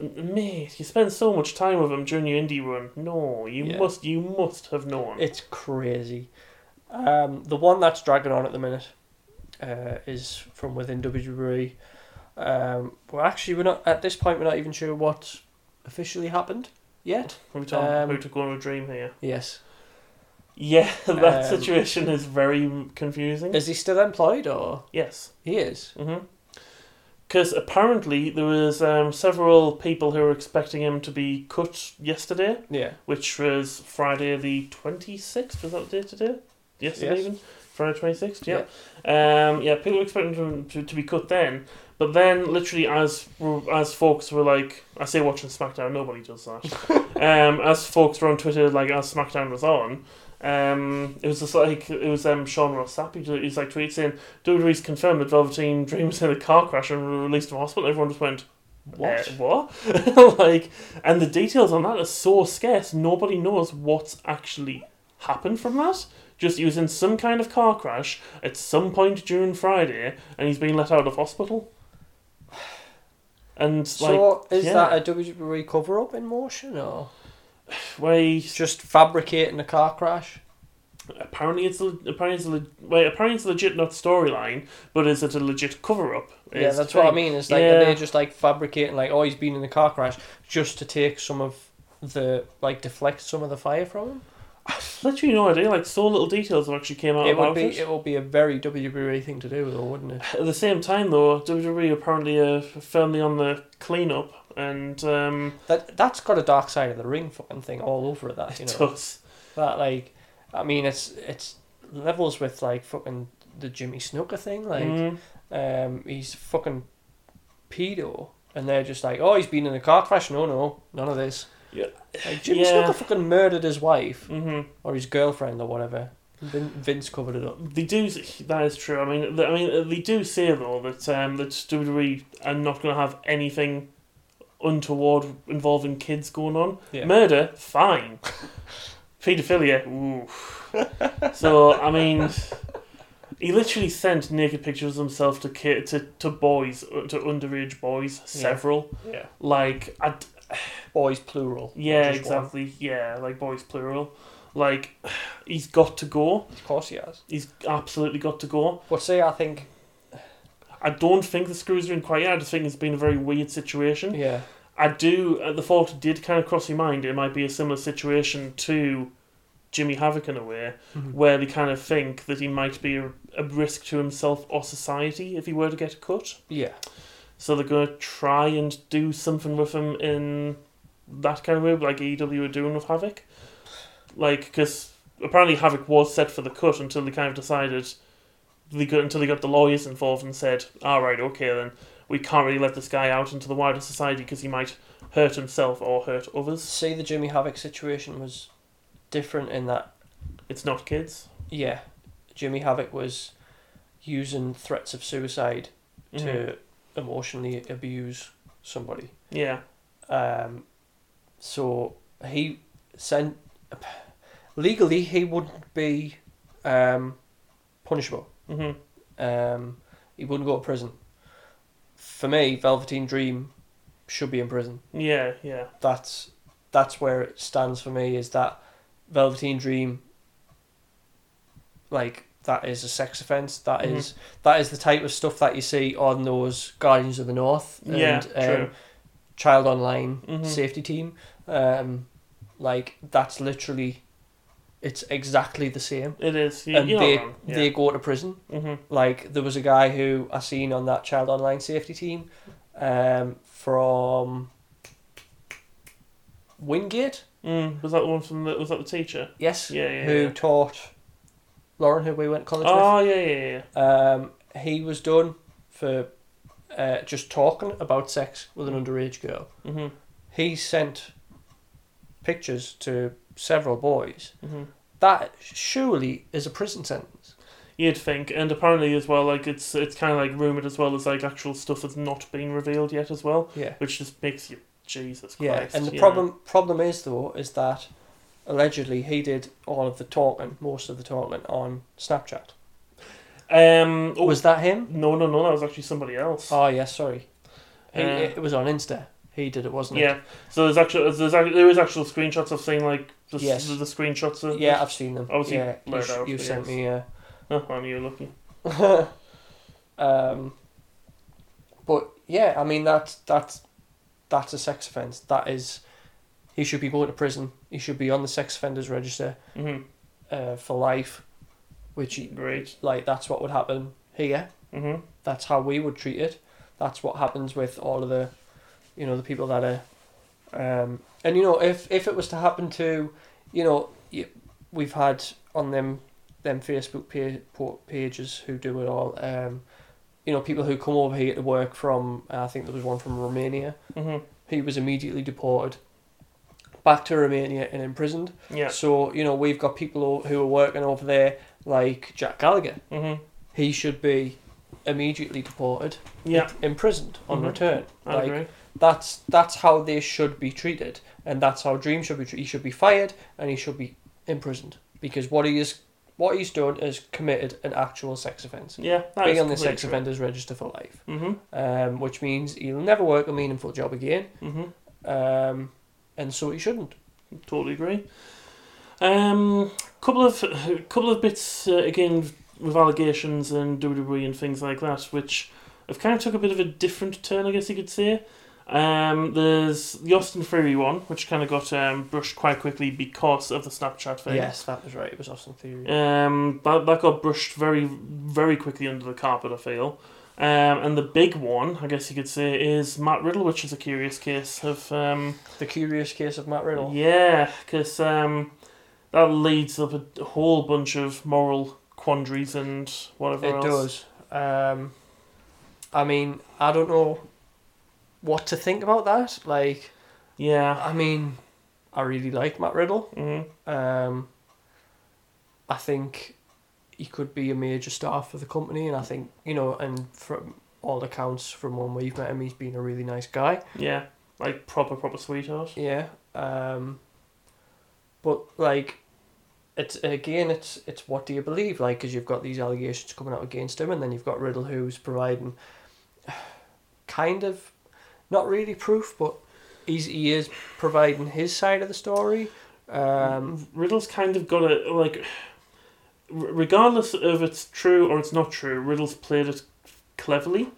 [SPEAKER 2] Mate, you spend so much time with him during your indie run. No, you
[SPEAKER 1] Yeah.
[SPEAKER 2] must, you must have known.
[SPEAKER 1] It's crazy. Um, the one that's dragging on at the minute uh, is from within WWE. Um, well, actually, we're not at this point. We're not even sure what officially happened yet.
[SPEAKER 2] We're talking
[SPEAKER 1] um,
[SPEAKER 2] who took on a dream here.
[SPEAKER 1] Yes,
[SPEAKER 2] Yeah, that
[SPEAKER 1] um,
[SPEAKER 2] situation is very confusing.
[SPEAKER 1] is he still employed or
[SPEAKER 2] yes.
[SPEAKER 1] he is?
[SPEAKER 2] Because Mm-hmm. apparently there was um, several people who were expecting him to be cut yesterday,
[SPEAKER 1] Yeah,
[SPEAKER 2] which was Friday the twenty sixth. Was that the day today? Yesterday
[SPEAKER 1] Yes.
[SPEAKER 2] even Friday twenty sixth. Yeah. Um. Yeah. People were expecting him to, to be cut then, but then literally as as folks were like, I say watching SmackDown, nobody does that. um. As folks were on Twitter, like as SmackDown was on. Um, it was just like it was um, Sean Ross Sapp. He he's like tweets saying WWE's confirmed that Velveteen Dream was in a car crash and were released from hospital. And everyone just went,
[SPEAKER 1] What?
[SPEAKER 2] "Eh, what? like, and the details on that are so scarce. Nobody knows what's actually happened from that. Just he was in some kind of car crash at some point during Friday, and he's been let out of hospital. And like,
[SPEAKER 1] so is
[SPEAKER 2] yeah.
[SPEAKER 1] that a WWE cover up in motion or
[SPEAKER 2] where he
[SPEAKER 1] just fabricating a car crash?
[SPEAKER 2] apparently it's a, apparently it's a, le- well, apparently it's a legit not storyline, but is it a legit cover up?
[SPEAKER 1] yeah, that's what I mean. It's like
[SPEAKER 2] Yeah.
[SPEAKER 1] are they just like fabricating like oh he's been in the car crash just to take some of the like deflect some of the fire from him?
[SPEAKER 2] Literally no idea. Like so little details have actually came out
[SPEAKER 1] it would
[SPEAKER 2] about
[SPEAKER 1] be
[SPEAKER 2] it.
[SPEAKER 1] it would be a very WWE thing to do though, wouldn't it?
[SPEAKER 2] At the same time, though, WWE apparently are firmly on the cleanup, and um,
[SPEAKER 1] That that's got a dark side of the ring fucking thing all over it. That you
[SPEAKER 2] it
[SPEAKER 1] know
[SPEAKER 2] does.
[SPEAKER 1] that like I mean it's it's levels with like fucking the Jimmy Snooker thing like.
[SPEAKER 2] Mm.
[SPEAKER 1] um, he's fucking pedo, and they're just like, oh, he's been in a car crash. No, no, none of this.
[SPEAKER 2] Yeah.
[SPEAKER 1] Like, Jimmy
[SPEAKER 2] Yeah.
[SPEAKER 1] Snooker fucking murdered his wife
[SPEAKER 2] Mhm.
[SPEAKER 1] or his girlfriend or whatever. Vin- Vince covered it up.
[SPEAKER 2] They do. That is true. I mean, th I mean, they do say though that um, that WWE are not going to have anything untoward involving kids going on. Murder, fine. Paedophilia, ooh. so I mean, he literally sent naked pictures of himself to kid, to to boys, uh, to underage boys, several.
[SPEAKER 1] yeah.
[SPEAKER 2] Like, I, d-
[SPEAKER 1] Boys plural. not
[SPEAKER 2] yeah,
[SPEAKER 1] just one.
[SPEAKER 2] exactly, yeah, like boys plural. Like, he's got to go.
[SPEAKER 1] Of course he has.
[SPEAKER 2] He's absolutely got to go.
[SPEAKER 1] But see, I think,
[SPEAKER 2] I don't think the screws are in quite yet. I just think it's been a very weird situation.
[SPEAKER 1] yeah,
[SPEAKER 2] I do. Uh, the thought did kind of cross my mind. It might be a similar situation to Jimmy Havoc in a way,
[SPEAKER 1] Mhm.
[SPEAKER 2] where they kind of think that he might be a, a risk to himself or society if he were to get cut.
[SPEAKER 1] yeah,
[SPEAKER 2] So they're going to try and do something with him in that kind of way, like AEW are doing with Havoc. Like, because apparently Havoc was set for the cut until they kind of decided, they got, until they got the lawyers involved and said, alright, okay then, we can't really let this guy out into the wider society because he might hurt himself or hurt others.
[SPEAKER 1] see, the Jimmy Havoc situation was different in that
[SPEAKER 2] It's not kids.
[SPEAKER 1] yeah, Jimmy Havoc was using threats of suicide
[SPEAKER 2] Mhm.
[SPEAKER 1] to emotionally abuse somebody.
[SPEAKER 2] Yeah.
[SPEAKER 1] Um, so he sent legally he wouldn't be um, punishable.
[SPEAKER 2] Mm-hmm.
[SPEAKER 1] Um, he wouldn't go to prison. For me, Velveteen Dream should be in prison.
[SPEAKER 2] Yeah, yeah.
[SPEAKER 1] That's that's where it stands for me. Is that Velveteen Dream? Like that is a sex offense. That is
[SPEAKER 2] Mhm.
[SPEAKER 1] that is the type of stuff that you see on those Guardians of the North. And,
[SPEAKER 2] yeah,
[SPEAKER 1] um,
[SPEAKER 2] true.
[SPEAKER 1] child online
[SPEAKER 2] Mhm.
[SPEAKER 1] safety team. Um, like that's literally, it's exactly the same.
[SPEAKER 2] It is. You,
[SPEAKER 1] and e-
[SPEAKER 2] you're
[SPEAKER 1] they
[SPEAKER 2] not wrong. Yeah.
[SPEAKER 1] they go to prison.
[SPEAKER 2] hmm
[SPEAKER 1] Like there was a guy who I seen on that child online safety team, um, from Wingate.
[SPEAKER 2] Mm, was that the one from the, was that the teacher?
[SPEAKER 1] Yes,
[SPEAKER 2] Yeah, yeah,
[SPEAKER 1] who
[SPEAKER 2] yeah.
[SPEAKER 1] taught Lauren, who we went to college
[SPEAKER 2] Oh, yeah, yeah, yeah.
[SPEAKER 1] with. Um, he was done for uh, just talking about sex with an underage girl.
[SPEAKER 2] Mm-hmm.
[SPEAKER 1] he sent pictures to several boys.
[SPEAKER 2] Mm-hmm.
[SPEAKER 1] That surely is a prison sentence.
[SPEAKER 2] You'd think, and apparently as well, like it's it's kind of like rumored as well as like actual stuff that's not been revealed yet as well,
[SPEAKER 1] Yeah.
[SPEAKER 2] which just makes you Jesus
[SPEAKER 1] Yeah.
[SPEAKER 2] Christ.
[SPEAKER 1] and the
[SPEAKER 2] you
[SPEAKER 1] problem problem is though is that allegedly he did all of the talking, most of the talking on Snapchat.
[SPEAKER 2] know. um, oh,
[SPEAKER 1] Was that him?
[SPEAKER 2] no, no, no, that was actually somebody else.
[SPEAKER 1] Oh yeah, sorry. He,
[SPEAKER 2] Uh,
[SPEAKER 1] it, was on Insta. He did it, wasn't
[SPEAKER 2] yeah, so there's actual there's act- there is actual screenshots of seeing like the,
[SPEAKER 1] Yes.
[SPEAKER 2] the, the screenshots
[SPEAKER 1] it?
[SPEAKER 2] of
[SPEAKER 1] Yeah, I've seen them.
[SPEAKER 2] Obviously
[SPEAKER 1] yeah, you,
[SPEAKER 2] blurred
[SPEAKER 1] sh-
[SPEAKER 2] out,
[SPEAKER 1] you
[SPEAKER 2] but
[SPEAKER 1] sent
[SPEAKER 2] yes.
[SPEAKER 1] me. Uh,
[SPEAKER 2] Oh, I knew you were lucky.
[SPEAKER 1] um, but yeah, I mean that's that's that's a sex offence. That is, he should be going to prison. He should be on the sex offenders register
[SPEAKER 2] Mm-hmm.
[SPEAKER 1] uh, for life, which
[SPEAKER 2] Great.
[SPEAKER 1] like that's what would happen here.
[SPEAKER 2] Mm-hmm.
[SPEAKER 1] That's how we would treat it. That's what happens with all of the, you know, the people that are, um, and you know if if it was to happen to, you know, y- we've had on them them Facebook pa- po- pages who do it all. Um, you know, people who come over here to work from. I think there was one from Romania.
[SPEAKER 2] Mm-hmm.
[SPEAKER 1] He was immediately deported back to Romania and imprisoned.
[SPEAKER 2] Yeah.
[SPEAKER 1] So you know we've got people who are working over there, like Jack Gallagher.
[SPEAKER 2] Mhm.
[SPEAKER 1] He should be immediately deported,
[SPEAKER 2] Yeah.
[SPEAKER 1] imprisoned on
[SPEAKER 2] Mhm.
[SPEAKER 1] return.
[SPEAKER 2] I
[SPEAKER 1] like
[SPEAKER 2] agree.
[SPEAKER 1] that's that's how they should be treated, and that's how Dream should be. Tre- he should be fired and he should be imprisoned because what he is what he's done is committed an actual sex offence.
[SPEAKER 2] Yeah. That
[SPEAKER 1] Being
[SPEAKER 2] is
[SPEAKER 1] on the sex
[SPEAKER 2] completely Mm-hmm,
[SPEAKER 1] offenders register for life,
[SPEAKER 2] true.
[SPEAKER 1] um, which means he'll never work a meaningful job again,
[SPEAKER 2] Mhm. Mhm.
[SPEAKER 1] um, and so he shouldn't.
[SPEAKER 2] Totally agree. Um, couple of couple of bits uh, again with allegations and WWE and things like that, which have kind of took a bit of a different turn, I guess you could say. Um, there's the Austin Fury one, which kind of got um, brushed quite quickly because of the Snapchat thing.
[SPEAKER 1] Yes, that was right. It was Austin Theory.
[SPEAKER 2] Um, that, that got brushed very, very quickly under the carpet, I feel. Um, and the big one, I guess you could say, is Matt Riddle, which is a curious case of. Um,
[SPEAKER 1] The curious case of Matt Riddle.
[SPEAKER 2] yeah, because um, that leads up a whole bunch of moral quandaries and whatever
[SPEAKER 1] It
[SPEAKER 2] else.
[SPEAKER 1] does. Um, I mean, I don't know what to think about that. Like,
[SPEAKER 2] Yeah.
[SPEAKER 1] I mean, I really like Matt Riddle.
[SPEAKER 2] Mm-hmm.
[SPEAKER 1] Um, I think he could be a major star for the company, and I think you know, and from all accounts, from when we've met him, he's been a really nice guy.
[SPEAKER 2] Yeah. Like proper, proper sweetheart.
[SPEAKER 1] Yeah. Um, but like, it's again, it's it's what do you believe? Like, because you've got these allegations coming out against him, and then you've got Riddle who's providing kind of not really proof, but he's he is providing his side of the story. Um,
[SPEAKER 2] Riddle's kind of got a like, r- regardless of it's true or it's not true, Riddle's played it cleverly.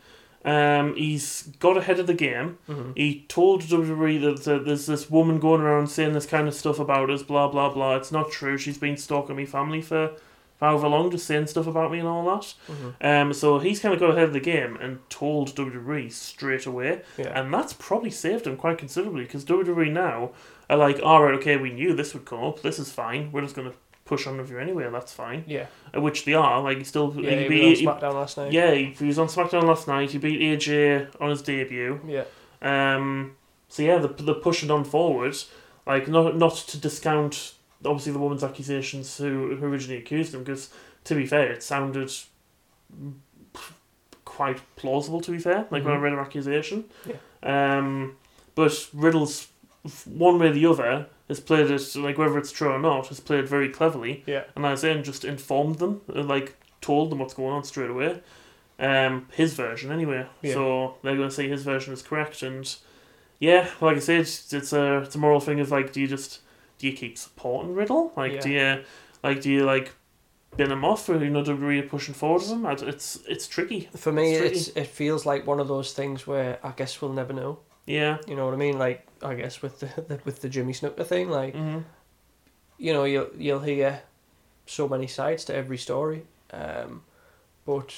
[SPEAKER 2] Um, he's got ahead of the game.
[SPEAKER 1] mhm.
[SPEAKER 2] He told WWE that uh, there's this woman going around saying this kind of stuff about us, blah blah blah. It's not true. She's been stalking me family for however long, just saying stuff about me and all that.
[SPEAKER 1] Mhm.
[SPEAKER 2] Um, so he's kind of got ahead of the game and told WWE straight away.
[SPEAKER 1] Yeah.
[SPEAKER 2] And that's probably saved him quite considerably because WWE E now are like, all right, okay, we knew this would come up. This is fine. We're just going to push on with you anyway. That's fine.
[SPEAKER 1] Yeah.
[SPEAKER 2] Uh, Which they are. Like, he still.
[SPEAKER 1] Yeah,
[SPEAKER 2] he
[SPEAKER 1] he
[SPEAKER 2] beat,
[SPEAKER 1] was on SmackDown last night.
[SPEAKER 2] yeah, he he was on SmackDown last night. He beat AJ on his debut.
[SPEAKER 1] Yeah.
[SPEAKER 2] Um, so yeah, the the pushing on forward, like not not to discount obviously the woman's accusations who who originally accused him because to be fair, it sounded quite plausible. To be fair, like when I
[SPEAKER 1] Mhm.
[SPEAKER 2] read her accusation, um, but Riddle's f- one way or the other has played it like whether it's true or not has played very cleverly
[SPEAKER 1] Yeah.
[SPEAKER 2] and as in just informed them, uh, like told them what's going on straight away. Um, his version anyway.
[SPEAKER 1] Yeah.
[SPEAKER 2] So they're going to say his version is correct, and yeah, like I said, it's, it's a it's a moral thing of like, do you just do you keep supporting Riddle? Like, do you like do you like bin him off, or you know, do you pushing forward with him? I d- It's it's tricky.
[SPEAKER 1] For me,
[SPEAKER 2] It's tricky.
[SPEAKER 1] it's it feels like one of those things where I guess we'll never know.
[SPEAKER 2] Yeah.
[SPEAKER 1] You know what I mean? Like I guess with the, the with the Jimmy Snooker thing, like
[SPEAKER 2] hmm
[SPEAKER 1] you know you'll you'll hear so many sides to every story, um, but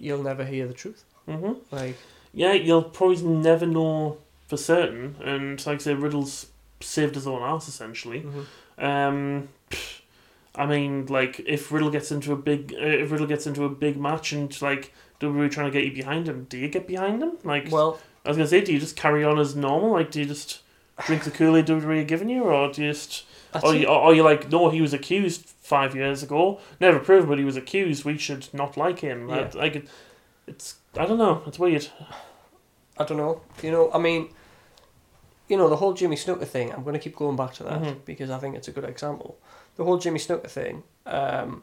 [SPEAKER 1] you'll never hear the truth.
[SPEAKER 2] hmm
[SPEAKER 1] Like
[SPEAKER 2] Yeah, you'll probably never know for certain, and like I say, Riddle's saved his own ass essentially.
[SPEAKER 1] mm-hmm.
[SPEAKER 2] Um, pff, I mean, like if Riddle gets into a big, uh, if Riddle gets into a big match and like WWE trying to get you behind him, do you get behind him? Like,
[SPEAKER 1] well,
[SPEAKER 2] I was gonna say, do you just carry on as normal? Like, do you just drink the Kool Aid WWE E are giving you, or do you just,
[SPEAKER 1] that's
[SPEAKER 2] or
[SPEAKER 1] it.
[SPEAKER 2] Oh, you, or or you like, no, he was accused five years ago, never proven, but he was accused. We should not like him.
[SPEAKER 1] Yeah.
[SPEAKER 2] That- Like, it- it's, I don't know, it's weird.
[SPEAKER 1] I don't know. You know, I mean, you know, the whole Jimmy Snooker thing, I'm going to keep going back to that
[SPEAKER 2] Mhm.
[SPEAKER 1] because I think it's a good example. The whole Jimmy Snooker thing, um,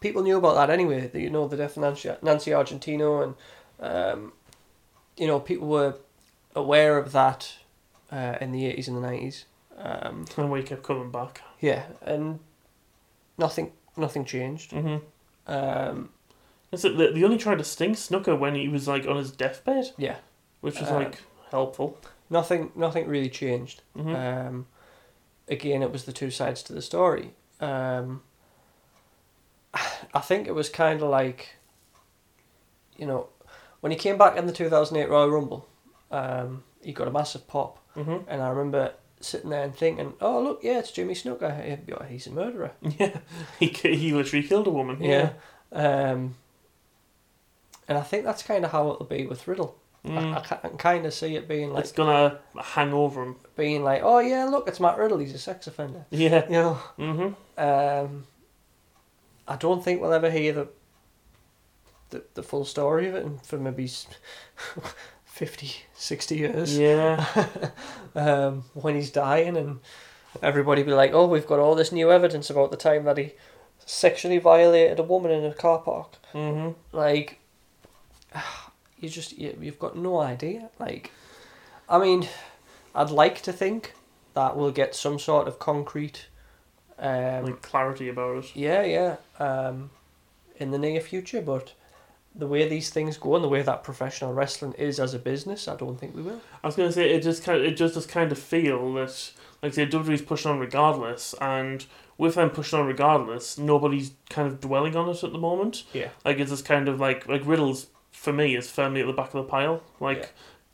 [SPEAKER 1] people knew about that anyway. The, you know, the death of Nancy, Nancy Argentino, and, um, you know, people were aware of that uh, in the 80s and the 90s. Um,
[SPEAKER 2] And we kept coming back.
[SPEAKER 1] yeah, and nothing nothing changed.
[SPEAKER 2] Mm-hmm.
[SPEAKER 1] Um,
[SPEAKER 2] So they, they only tried to sting Snooker when he was like on his deathbed,
[SPEAKER 1] yeah,
[SPEAKER 2] which was
[SPEAKER 1] Uh,
[SPEAKER 2] like helpful.
[SPEAKER 1] nothing nothing really changed.
[SPEAKER 2] Mm-hmm.
[SPEAKER 1] Um, again, it was the two sides to the story. Um, I think it was kind of like, you know, when he came back in the 2008 Royal Rumble, um, he got a massive pop.
[SPEAKER 2] Mm-hmm.
[SPEAKER 1] And I remember sitting there and thinking, oh, look, yeah, it's Jimmy Snooker. He- oh, He's a murderer.
[SPEAKER 2] Yeah, he ki- he literally killed a woman.
[SPEAKER 1] Yeah. Um, and I think that's kind of how it'll be with Riddle.
[SPEAKER 2] Mm.
[SPEAKER 1] I, I ca- I can kind of see it being like
[SPEAKER 2] it's gonna hang over him.
[SPEAKER 1] being like, oh yeah, look, it's Matt Riddle. He's a sex offender.
[SPEAKER 2] Yeah.
[SPEAKER 1] You know.
[SPEAKER 2] Mm-hmm.
[SPEAKER 1] Um, I don't think we'll ever hear the the, the full story of it and for maybe s- 50, 60 years.
[SPEAKER 2] Yeah.
[SPEAKER 1] um, when he's dying and everybody be like, oh, we've got all this new evidence about the time that he sexually violated a woman in a car park.
[SPEAKER 2] Mm-hmm.
[SPEAKER 1] Like, you just you, you've got no idea. Like, I mean, I'd like to think that we'll get some sort of concrete. Um,
[SPEAKER 2] like clarity about it.
[SPEAKER 1] yeah, yeah. Um, in the near future, but the way these things go and the way that professional wrestling is as a business, I don't think we will.
[SPEAKER 2] I was gonna say it just kind of, it just does kind of feel that like say WWE's pushing on regardless, and with them pushing on regardless, nobody's kind of dwelling on it at the moment.
[SPEAKER 1] Yeah.
[SPEAKER 2] Like it's just kind of like like riddles for me is firmly at the back of the pile. Like.
[SPEAKER 1] Yeah.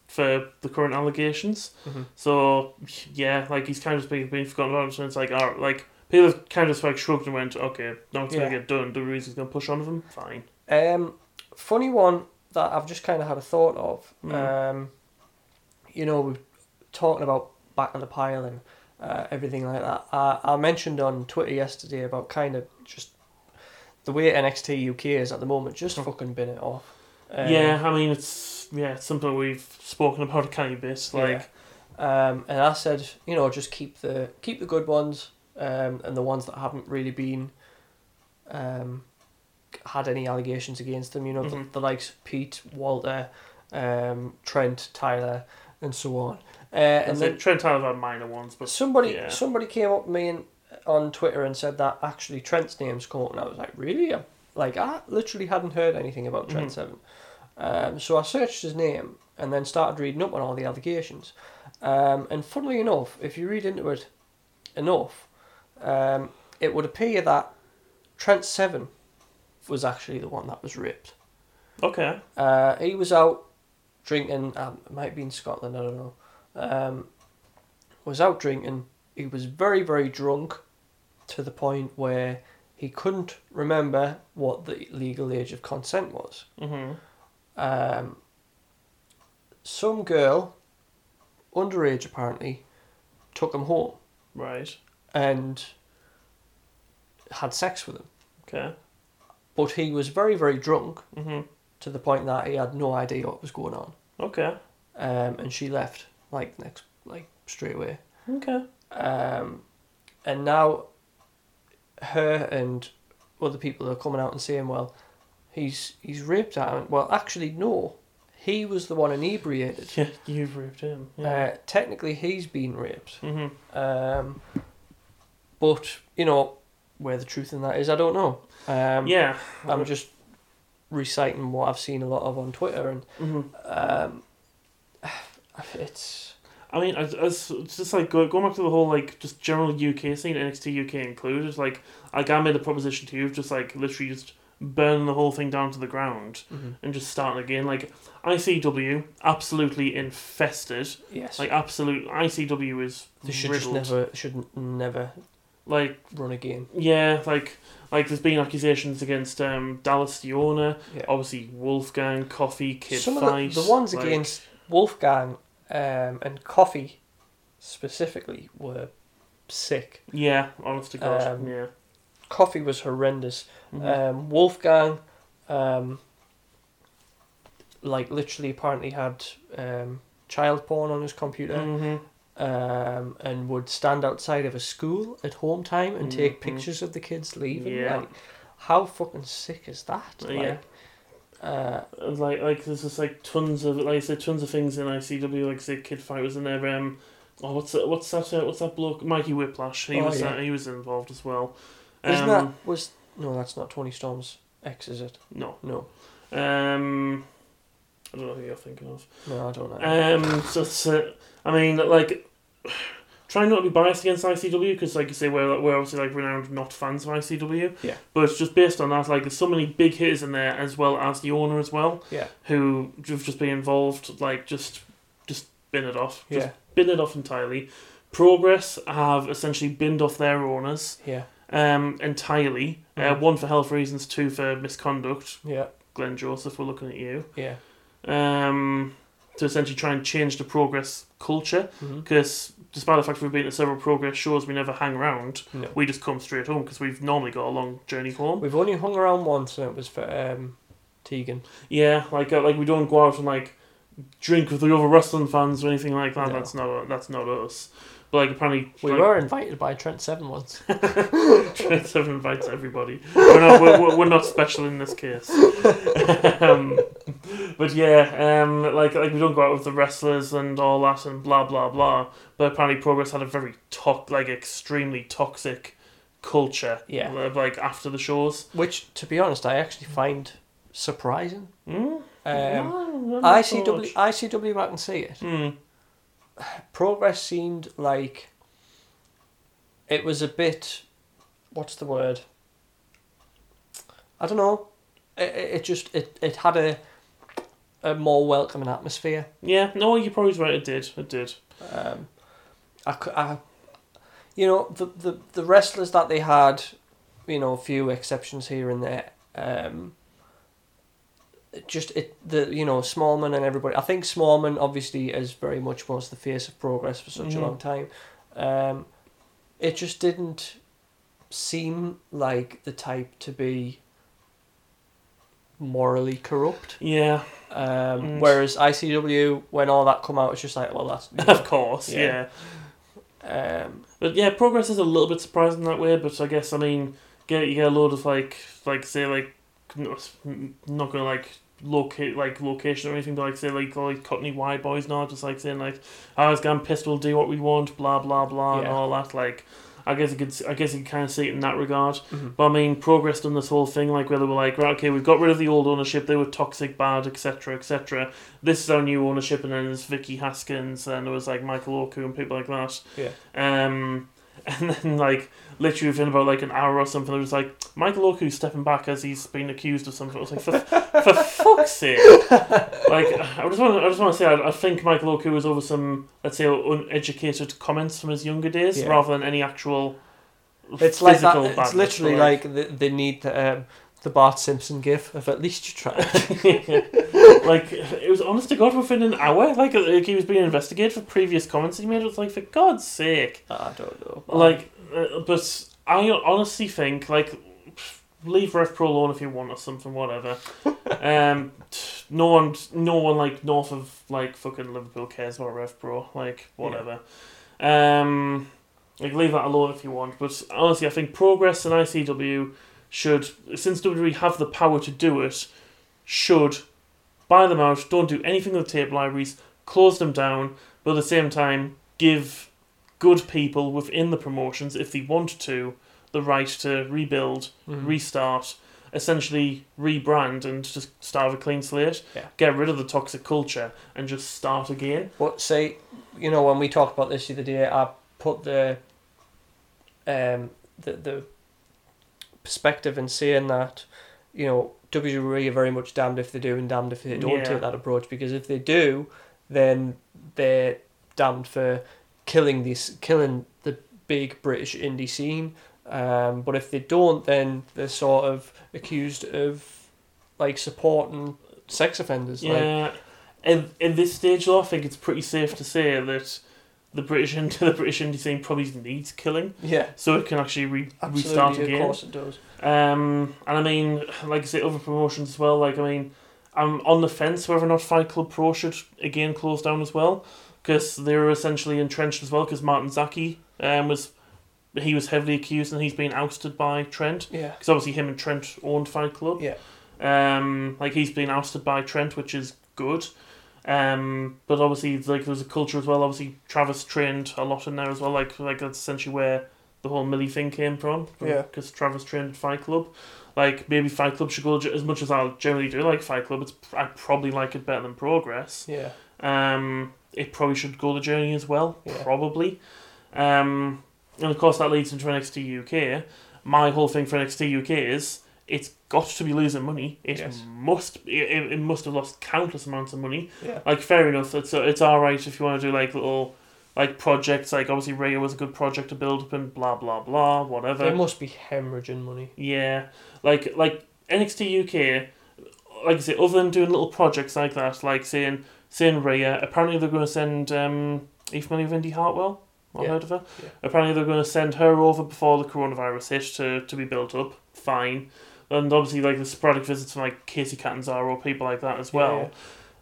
[SPEAKER 2] For the current allegations,
[SPEAKER 1] Mhm.
[SPEAKER 2] so yeah, like he's kind of just being, being forgotten about, so it's like, all right, like people have kind of just like shrugged and went, okay, no, it's
[SPEAKER 1] Yeah.
[SPEAKER 2] gonna get done. The reason's gonna push on with him, fine.
[SPEAKER 1] Um, funny one that I've just kind of had a thought of.
[SPEAKER 2] Mm.
[SPEAKER 1] Um, you know, we're talking about back of the pile and uh, everything like that. I, I mentioned on Twitter yesterday about kind of just the way NXT UK is at the moment, just fucking bin it off. Um,
[SPEAKER 2] yeah, I mean it's yeah it's something we've spoken about a kind of bit. Like
[SPEAKER 1] Um, and I said, you know, just keep the keep the good ones, um, and the ones that haven't really been, um, had any allegations against them. You know,
[SPEAKER 2] Mhm.
[SPEAKER 1] the, the likes of Pete, Walter, um, Trent, Tyler, and so on. Uh, and
[SPEAKER 2] and
[SPEAKER 1] then
[SPEAKER 2] then Trent Tyler had minor ones, but
[SPEAKER 1] somebody
[SPEAKER 2] yeah.
[SPEAKER 1] somebody came up to me and, on Twitter and said that actually Trent's name's come up, and I was like, really? I'm, like I literally hadn't heard anything about Trent
[SPEAKER 2] Mhm.
[SPEAKER 1] Seven. Um, so I searched his name and then started reading up on all the allegations. Um, and funnily enough, if you read into it enough, um, it would appear that Trent Seven was actually the one that was ripped.
[SPEAKER 2] okay,
[SPEAKER 1] Uh, he was out drinking. Um, it might be in Scotland. I don't know. Um, was out drinking. He was very very drunk, to the point where he couldn't remember what the legal age of consent was.
[SPEAKER 2] hmm
[SPEAKER 1] Um, some girl, underage apparently, took him home
[SPEAKER 2] right,
[SPEAKER 1] and had sex with him.
[SPEAKER 2] okay,
[SPEAKER 1] But he was very very drunk
[SPEAKER 2] hmm
[SPEAKER 1] to the point that he had no idea what was going on.
[SPEAKER 2] okay,
[SPEAKER 1] um, and she left like next like straight away
[SPEAKER 2] okay,
[SPEAKER 1] um, and now her and other people are coming out and saying well he's he's raped her I went, well actually no he was the one inebriated
[SPEAKER 2] yeah, you've raped him, yeah,
[SPEAKER 1] uh, technically he's been raped
[SPEAKER 2] hmm
[SPEAKER 1] um, but you know where the truth in that is I don't know um,
[SPEAKER 2] yeah,
[SPEAKER 1] I'm just reciting what I've seen a lot of on Twitter and
[SPEAKER 2] hmm
[SPEAKER 1] um, it's
[SPEAKER 2] I mean, as, as it's just like go- going back to the whole like just general UK scene, NXT UK included. Like, like I made a proposition to you of just like literally just burning the whole thing down to the ground
[SPEAKER 1] Mhm.
[SPEAKER 2] and just starting again. Like ICW absolutely infested.
[SPEAKER 1] yes
[SPEAKER 2] Like absolute ICW is
[SPEAKER 1] They should
[SPEAKER 2] riddled.
[SPEAKER 1] just never should n- never
[SPEAKER 2] Like
[SPEAKER 1] run again.
[SPEAKER 2] yeah, like like there's been accusations against um Dallas Diona,
[SPEAKER 1] Yeah.
[SPEAKER 2] obviously Wolfgang, Coffee, Kid
[SPEAKER 1] Some
[SPEAKER 2] Fight.
[SPEAKER 1] of the, the ones
[SPEAKER 2] Oh, like,
[SPEAKER 1] against Wolfgang um, and Coffee specifically were sick.
[SPEAKER 2] Yeah, honest to God.
[SPEAKER 1] Um,
[SPEAKER 2] yeah.
[SPEAKER 1] Coffee was horrendous.
[SPEAKER 2] Mhm.
[SPEAKER 1] Um, Wolfgang, um, like literally, apparently had um, child porn on his computer,
[SPEAKER 2] Mhm.
[SPEAKER 1] um, and would stand outside of a school at home time and take
[SPEAKER 2] Mhm.
[SPEAKER 1] pictures of the kids leaving.
[SPEAKER 2] Yeah.
[SPEAKER 1] Like, how fucking sick is that?
[SPEAKER 2] Uh,
[SPEAKER 1] Like,
[SPEAKER 2] yeah.
[SPEAKER 1] Uh,
[SPEAKER 2] And, like like there's just like tons of like I said tons of things in ICW like I said Kid Fight was in there um oh what's that what's that uh, what's that bloke Mikey Whiplash he
[SPEAKER 1] Oh,
[SPEAKER 2] was
[SPEAKER 1] yeah.
[SPEAKER 2] uh, he was involved as well.
[SPEAKER 1] Isn't
[SPEAKER 2] um,
[SPEAKER 1] that was no? That's not Tony Storm's ex, is it?
[SPEAKER 2] no
[SPEAKER 1] No,
[SPEAKER 2] um I don't know who you're thinking of.
[SPEAKER 1] no, I don't know.
[SPEAKER 2] Um, so, so I mean, like, try not to be biased against ICW because, like you say, we're we're obviously like renowned not fans of ICW.
[SPEAKER 1] Yeah.
[SPEAKER 2] But it's just based on that, like, there's so many big hitters in there as well as the owner as well.
[SPEAKER 1] Yeah.
[SPEAKER 2] Who have just been involved, like, just just bin it off. Just
[SPEAKER 1] yeah,
[SPEAKER 2] bin it off entirely. Progress have essentially binned off their owners
[SPEAKER 1] yeah,
[SPEAKER 2] um, entirely. Uh,
[SPEAKER 1] Mhm.
[SPEAKER 2] one for health reasons, two for misconduct.
[SPEAKER 1] yeah,
[SPEAKER 2] Glenn Joseph, we're looking at you.
[SPEAKER 1] yeah.
[SPEAKER 2] Um, to essentially try and change the progress culture.
[SPEAKER 1] Mhm.
[SPEAKER 2] Because despite the fact we've been to several progress shows, we never hang around.
[SPEAKER 1] No.
[SPEAKER 2] We just come straight home because we've normally got a long journey home.
[SPEAKER 1] We've only hung around once, and it was for um, Tegan.
[SPEAKER 2] Yeah, like uh, like we don't go out and like drink with the other wrestling fans or anything like that.
[SPEAKER 1] No.
[SPEAKER 2] That's not that's not us. But like apparently
[SPEAKER 1] We
[SPEAKER 2] like,
[SPEAKER 1] were invited by Trent Seven once.
[SPEAKER 2] Trent invites everybody. We're not, we're, we're- we're not special in this case. um, but yeah, um, like like we don't go out with the wrestlers and all that and blah blah blah. But apparently, Progress had a very toc like extremely toxic culture.
[SPEAKER 1] Yeah.
[SPEAKER 2] of, Like after the shows.
[SPEAKER 1] Which, to be honest, I actually find surprising.
[SPEAKER 2] Mm?
[SPEAKER 1] Um,
[SPEAKER 2] No, not so
[SPEAKER 1] ICW,
[SPEAKER 2] much.
[SPEAKER 1] ICW, I can see it.
[SPEAKER 2] Mm.
[SPEAKER 1] Progress seemed like it was a bit. What's the word? I don't know. It, it it just it, it had a a more welcoming atmosphere.
[SPEAKER 2] Yeah. No, you're probably right. It did. It did.
[SPEAKER 1] Um, I, cou- I, you know, the, the, the wrestlers that they had, you know, a few exceptions here and there. Um, it just it the you know Smallman and everybody. I think Smallman obviously is very much was the face of progress for such
[SPEAKER 2] Mhm.
[SPEAKER 1] a long time. Um, it just didn't seem like the type to be morally corrupt.
[SPEAKER 2] Yeah.
[SPEAKER 1] Um,
[SPEAKER 2] Mm.
[SPEAKER 1] Whereas ICW, when all that come out, it's just like, well, that's you know,
[SPEAKER 2] Of course.
[SPEAKER 1] Yeah.
[SPEAKER 2] yeah.
[SPEAKER 1] um,
[SPEAKER 2] But yeah, progress is a little bit surprising that way. But I guess I mean, get you get a load of like like say like n- n- not gonna like locate like location or anything, but like say like all like Cockney white boys now just like saying like, "Oh, "I was going pissed, we'll do what we want," blah blah blah, and
[SPEAKER 1] Yeah.
[SPEAKER 2] all that. Like, I guess you could s- I guess you can kind of see it in that regard.
[SPEAKER 1] Mhm.
[SPEAKER 2] But I mean, progress done this whole thing like where they were like, "Right, okay, we've got rid of the old ownership. They were toxic, bad, etc., etc. This is our new ownership," and then there's Vicky Haskins, and there was like Michael Orku and people like that. Um, and then like literally within about like an hour or something, it was like Michael Oku's stepping back as he's been accused of something. I was like, for, for fuck's sake! Like, I just want, to, I just want to say, I, I think Michael Oku was over some, let's say, uneducated comments from his younger days,
[SPEAKER 1] Yeah.
[SPEAKER 2] rather than any actual.
[SPEAKER 1] it's like that.
[SPEAKER 2] physical
[SPEAKER 1] It's
[SPEAKER 2] badness,
[SPEAKER 1] literally
[SPEAKER 2] but,
[SPEAKER 1] like the, they need the, um, the Bart Simpson gif of at least you tried.
[SPEAKER 2] like it was honest to god within an hour. Like, like he was being investigated for previous comments he made. It was like for God's sake.
[SPEAKER 1] I don't know.
[SPEAKER 2] Like, uh, but I honestly think like pff, leave Rev Pro alone if you want or something, whatever. um, t- no one, no one like north of like fucking Liverpool cares about Rev Pro, like whatever. Um, like leave that alone if you want. But honestly, I think Progress and ICW should, since WWE have the power to do it, should buy them out. Don't do anything with the tape libraries. Close them down, but at the same time, give good people within the promotions, if they want to, the right to rebuild,
[SPEAKER 1] Mhm.
[SPEAKER 2] restart, essentially rebrand and just start with a clean slate.
[SPEAKER 1] Yeah.
[SPEAKER 2] Get rid of the toxic culture and just start again.
[SPEAKER 1] but say, you know, when we talked about this the other day, I put the um the the perspective in saying that, you know, WWE are very much damned if they do and damned if they don't
[SPEAKER 2] Yeah.
[SPEAKER 1] take that approach because if they do, then they're damned for killing this killing the big British indie scene. Um, but if they don't, then they're sort of accused of like supporting sex offenders. Like,
[SPEAKER 2] yeah. in, in this stage, though, I think it's pretty safe to say that the British ind- the British indie scene probably needs killing,
[SPEAKER 1] yeah,
[SPEAKER 2] so it can actually re-
[SPEAKER 1] absolutely.
[SPEAKER 2] restart
[SPEAKER 1] of
[SPEAKER 2] again.
[SPEAKER 1] course it does.
[SPEAKER 2] Um, and I mean, like I say, other promotions as well. Like I mean, I'm on the fence whether or not Fight Club Pro should again close down as well, because they're essentially entrenched as well. Because Martin Zaki um was, he was heavily accused and he's been ousted by Trent.
[SPEAKER 1] Yeah.
[SPEAKER 2] Because obviously him and Trent owned Fight Club.
[SPEAKER 1] Yeah.
[SPEAKER 2] Um, like he's been ousted by Trent, which is good. Um, but obviously, like there's a culture as well. Obviously, Travis trained a lot in there as well. Like, like that's essentially where the whole Millie thing came from.
[SPEAKER 1] Yeah.
[SPEAKER 2] Because Travis trained at Fight Club. Like maybe Fight Club should go as much as I generally do like Fight Club. It's I probably like it better than Progress.
[SPEAKER 1] Yeah.
[SPEAKER 2] Um, it probably should go the journey as well,
[SPEAKER 1] Yeah.
[SPEAKER 2] probably. Um, and of course, that leads into NXT UK. My whole thing for NXT UK is it's got to be losing money. It
[SPEAKER 1] Yes.
[SPEAKER 2] must. It, it it must have lost countless amounts of money.
[SPEAKER 1] Yeah.
[SPEAKER 2] Like fair enough. It's it's all right if you want to do like little like projects. Like obviously, Rio was a good project to build up and blah blah blah. Whatever.
[SPEAKER 1] They must be hemorrhaging money.
[SPEAKER 2] Yeah, like like NXT UK, like I say, other than doing little projects like that, like saying saying Rhea. Apparently they're going to send um, are you familiar with Indy Hartwell? Well,
[SPEAKER 1] Yeah.
[SPEAKER 2] heard of her.
[SPEAKER 1] Yeah.
[SPEAKER 2] Apparently they're going to send her over before the coronavirus hit to, to be built up. Fine. And obviously like the sporadic visits from like Casey Catanzaro or people like that as well.
[SPEAKER 1] Yeah.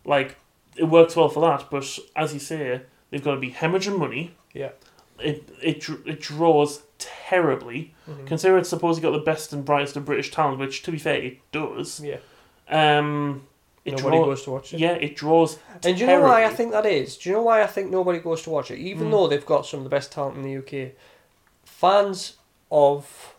[SPEAKER 2] Like it works well for that, but as you say, they've got to be hemorrhaging money.
[SPEAKER 1] Yeah.
[SPEAKER 2] It it dr- it draws terribly.
[SPEAKER 1] Mhm.
[SPEAKER 2] Consider it's supposed to got the best and brightest of British talent, which to be fair it does.
[SPEAKER 1] Yeah.
[SPEAKER 2] Um, it
[SPEAKER 1] Nobody
[SPEAKER 2] draws.
[SPEAKER 1] goes to watch it.
[SPEAKER 2] Yeah, it draws.
[SPEAKER 1] And do you know why I
[SPEAKER 2] terribly.
[SPEAKER 1] think that is? Do you know why I think nobody goes to watch it? Even
[SPEAKER 2] Mm.
[SPEAKER 1] though they've got some of the best talent in the UK, fans of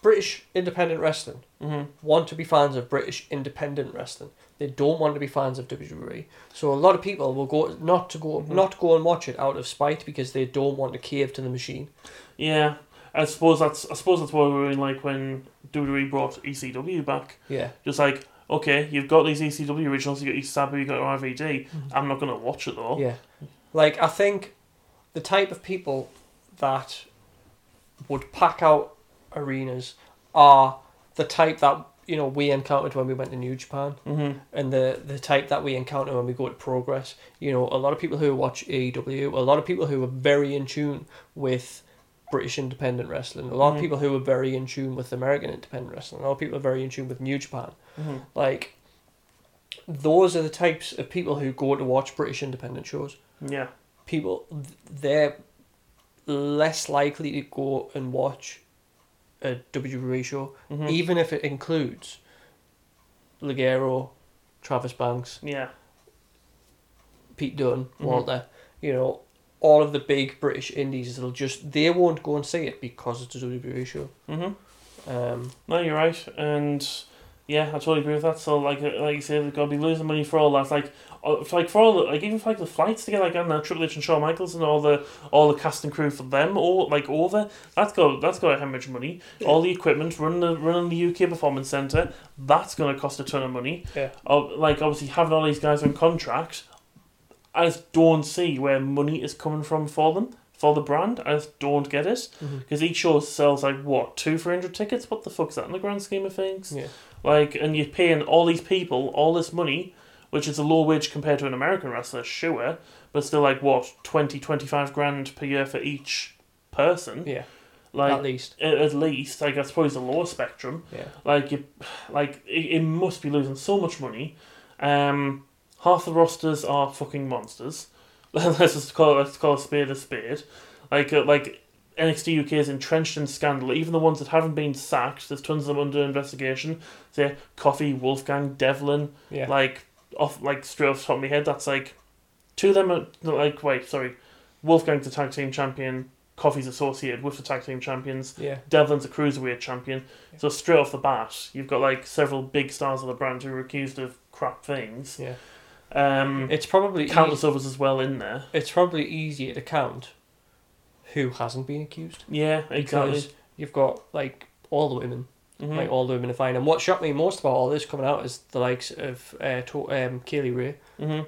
[SPEAKER 1] British independent wrestling
[SPEAKER 2] Mhm.
[SPEAKER 1] want to be fans of British independent wrestling. They don't want to be fans of WWE. So a lot of people will go not to go
[SPEAKER 2] Mhm.
[SPEAKER 1] not go and watch it out of spite because they don't want to cave to the machine.
[SPEAKER 2] Yeah, I suppose that's I suppose that's why we were in like when WWE brought ECW back.
[SPEAKER 1] Yeah.
[SPEAKER 2] Just like okay, you've got these ECW originals, you got East Sabu, you got RVD.
[SPEAKER 1] Mm-hmm.
[SPEAKER 2] I'm not gonna watch it though.
[SPEAKER 1] Yeah. Like, I think the type of people that would pack out arenas are the type that, you know, we encountered when we went to New Japan
[SPEAKER 2] Mm-hmm.
[SPEAKER 1] and the, the type that we encounter when we go to Progress. You know, a lot of people who watch AEW, a lot of people who are very in tune with British independent wrestling, a lot
[SPEAKER 2] Mhm.
[SPEAKER 1] of people who are very in tune with American independent wrestling, a lot of people who are very in tune with New Japan
[SPEAKER 2] Mm-hmm.
[SPEAKER 1] like those are the types of people who go to watch British independent shows.
[SPEAKER 2] Yeah.
[SPEAKER 1] People they're less likely to go and watch a WWE show,
[SPEAKER 2] hmm
[SPEAKER 1] even if it includes Ligero, Travis Banks,
[SPEAKER 2] yeah.
[SPEAKER 1] Pete Dunne,
[SPEAKER 2] Mhm.
[SPEAKER 1] Walter. You know, all of the big British indies. They'll just they won't go and see it because it's a WWE show.
[SPEAKER 2] Mm-hmm.
[SPEAKER 1] Um,
[SPEAKER 2] No, you're right, and yeah, I totally agree with that. So like uh, like you say, they've got to be losing money for all that. Like uh, for, like for all the, like even for like the flights to get like I don't know Triple H and Shawn Michaels and all the all the cast and crew for them all like over that's got that's got to hemorrhage money. All the equipment running the running the UK Performance Centre that's going to cost a ton of money.
[SPEAKER 1] Yeah.
[SPEAKER 2] Uh, like obviously having all these guys on contract, I just don't see where money is coming from for them for the brand. I just don't get it.
[SPEAKER 1] Mm-hmm.
[SPEAKER 2] Because each show sells like what two three hundred tickets. What the fuck's that in the grand scheme of things?
[SPEAKER 1] Yeah.
[SPEAKER 2] Like, and you're paying all these people all this money, which is a low wage compared to an American wrestler, sure, but still like what 20, 25 grand per year for each person.
[SPEAKER 1] Yeah. at
[SPEAKER 2] Mm-hmm. Like
[SPEAKER 1] least.
[SPEAKER 2] a- at least like that's probably the lower spectrum.
[SPEAKER 1] Yeah.
[SPEAKER 2] Like you, like it, it must be losing so much money. Um, half the rosters are fucking monsters. let's just call let's call a spade a spade. Like uh, like NXT UK is entrenched in scandal. Even the ones that haven't been sacked, there's tons of them under investigation. Say Coffee, Wolfgang, Devlin,
[SPEAKER 1] Yeah.
[SPEAKER 2] like off like straight off the top of my head, that's like two of them are no, like wait sorry, Wolfgang's the tag team champion. Coffee's associated with the tag team champions.
[SPEAKER 1] yeah.
[SPEAKER 2] Devlin's a cruiserweight champion. So straight off the bat, you've got like several big stars of the brand who are accused of crap things.
[SPEAKER 1] Yeah.
[SPEAKER 2] Um,
[SPEAKER 1] It's probably
[SPEAKER 2] countless others as well in there.
[SPEAKER 1] it's probably easier to count who hasn't been accused.
[SPEAKER 2] Yeah, exactly.
[SPEAKER 1] Because you've got like all the women,
[SPEAKER 2] Mhm.
[SPEAKER 1] like all the women are fine. And what shocked me most about all this coming out is the likes of uh, to- um, Kaylee Ray
[SPEAKER 2] Mhm.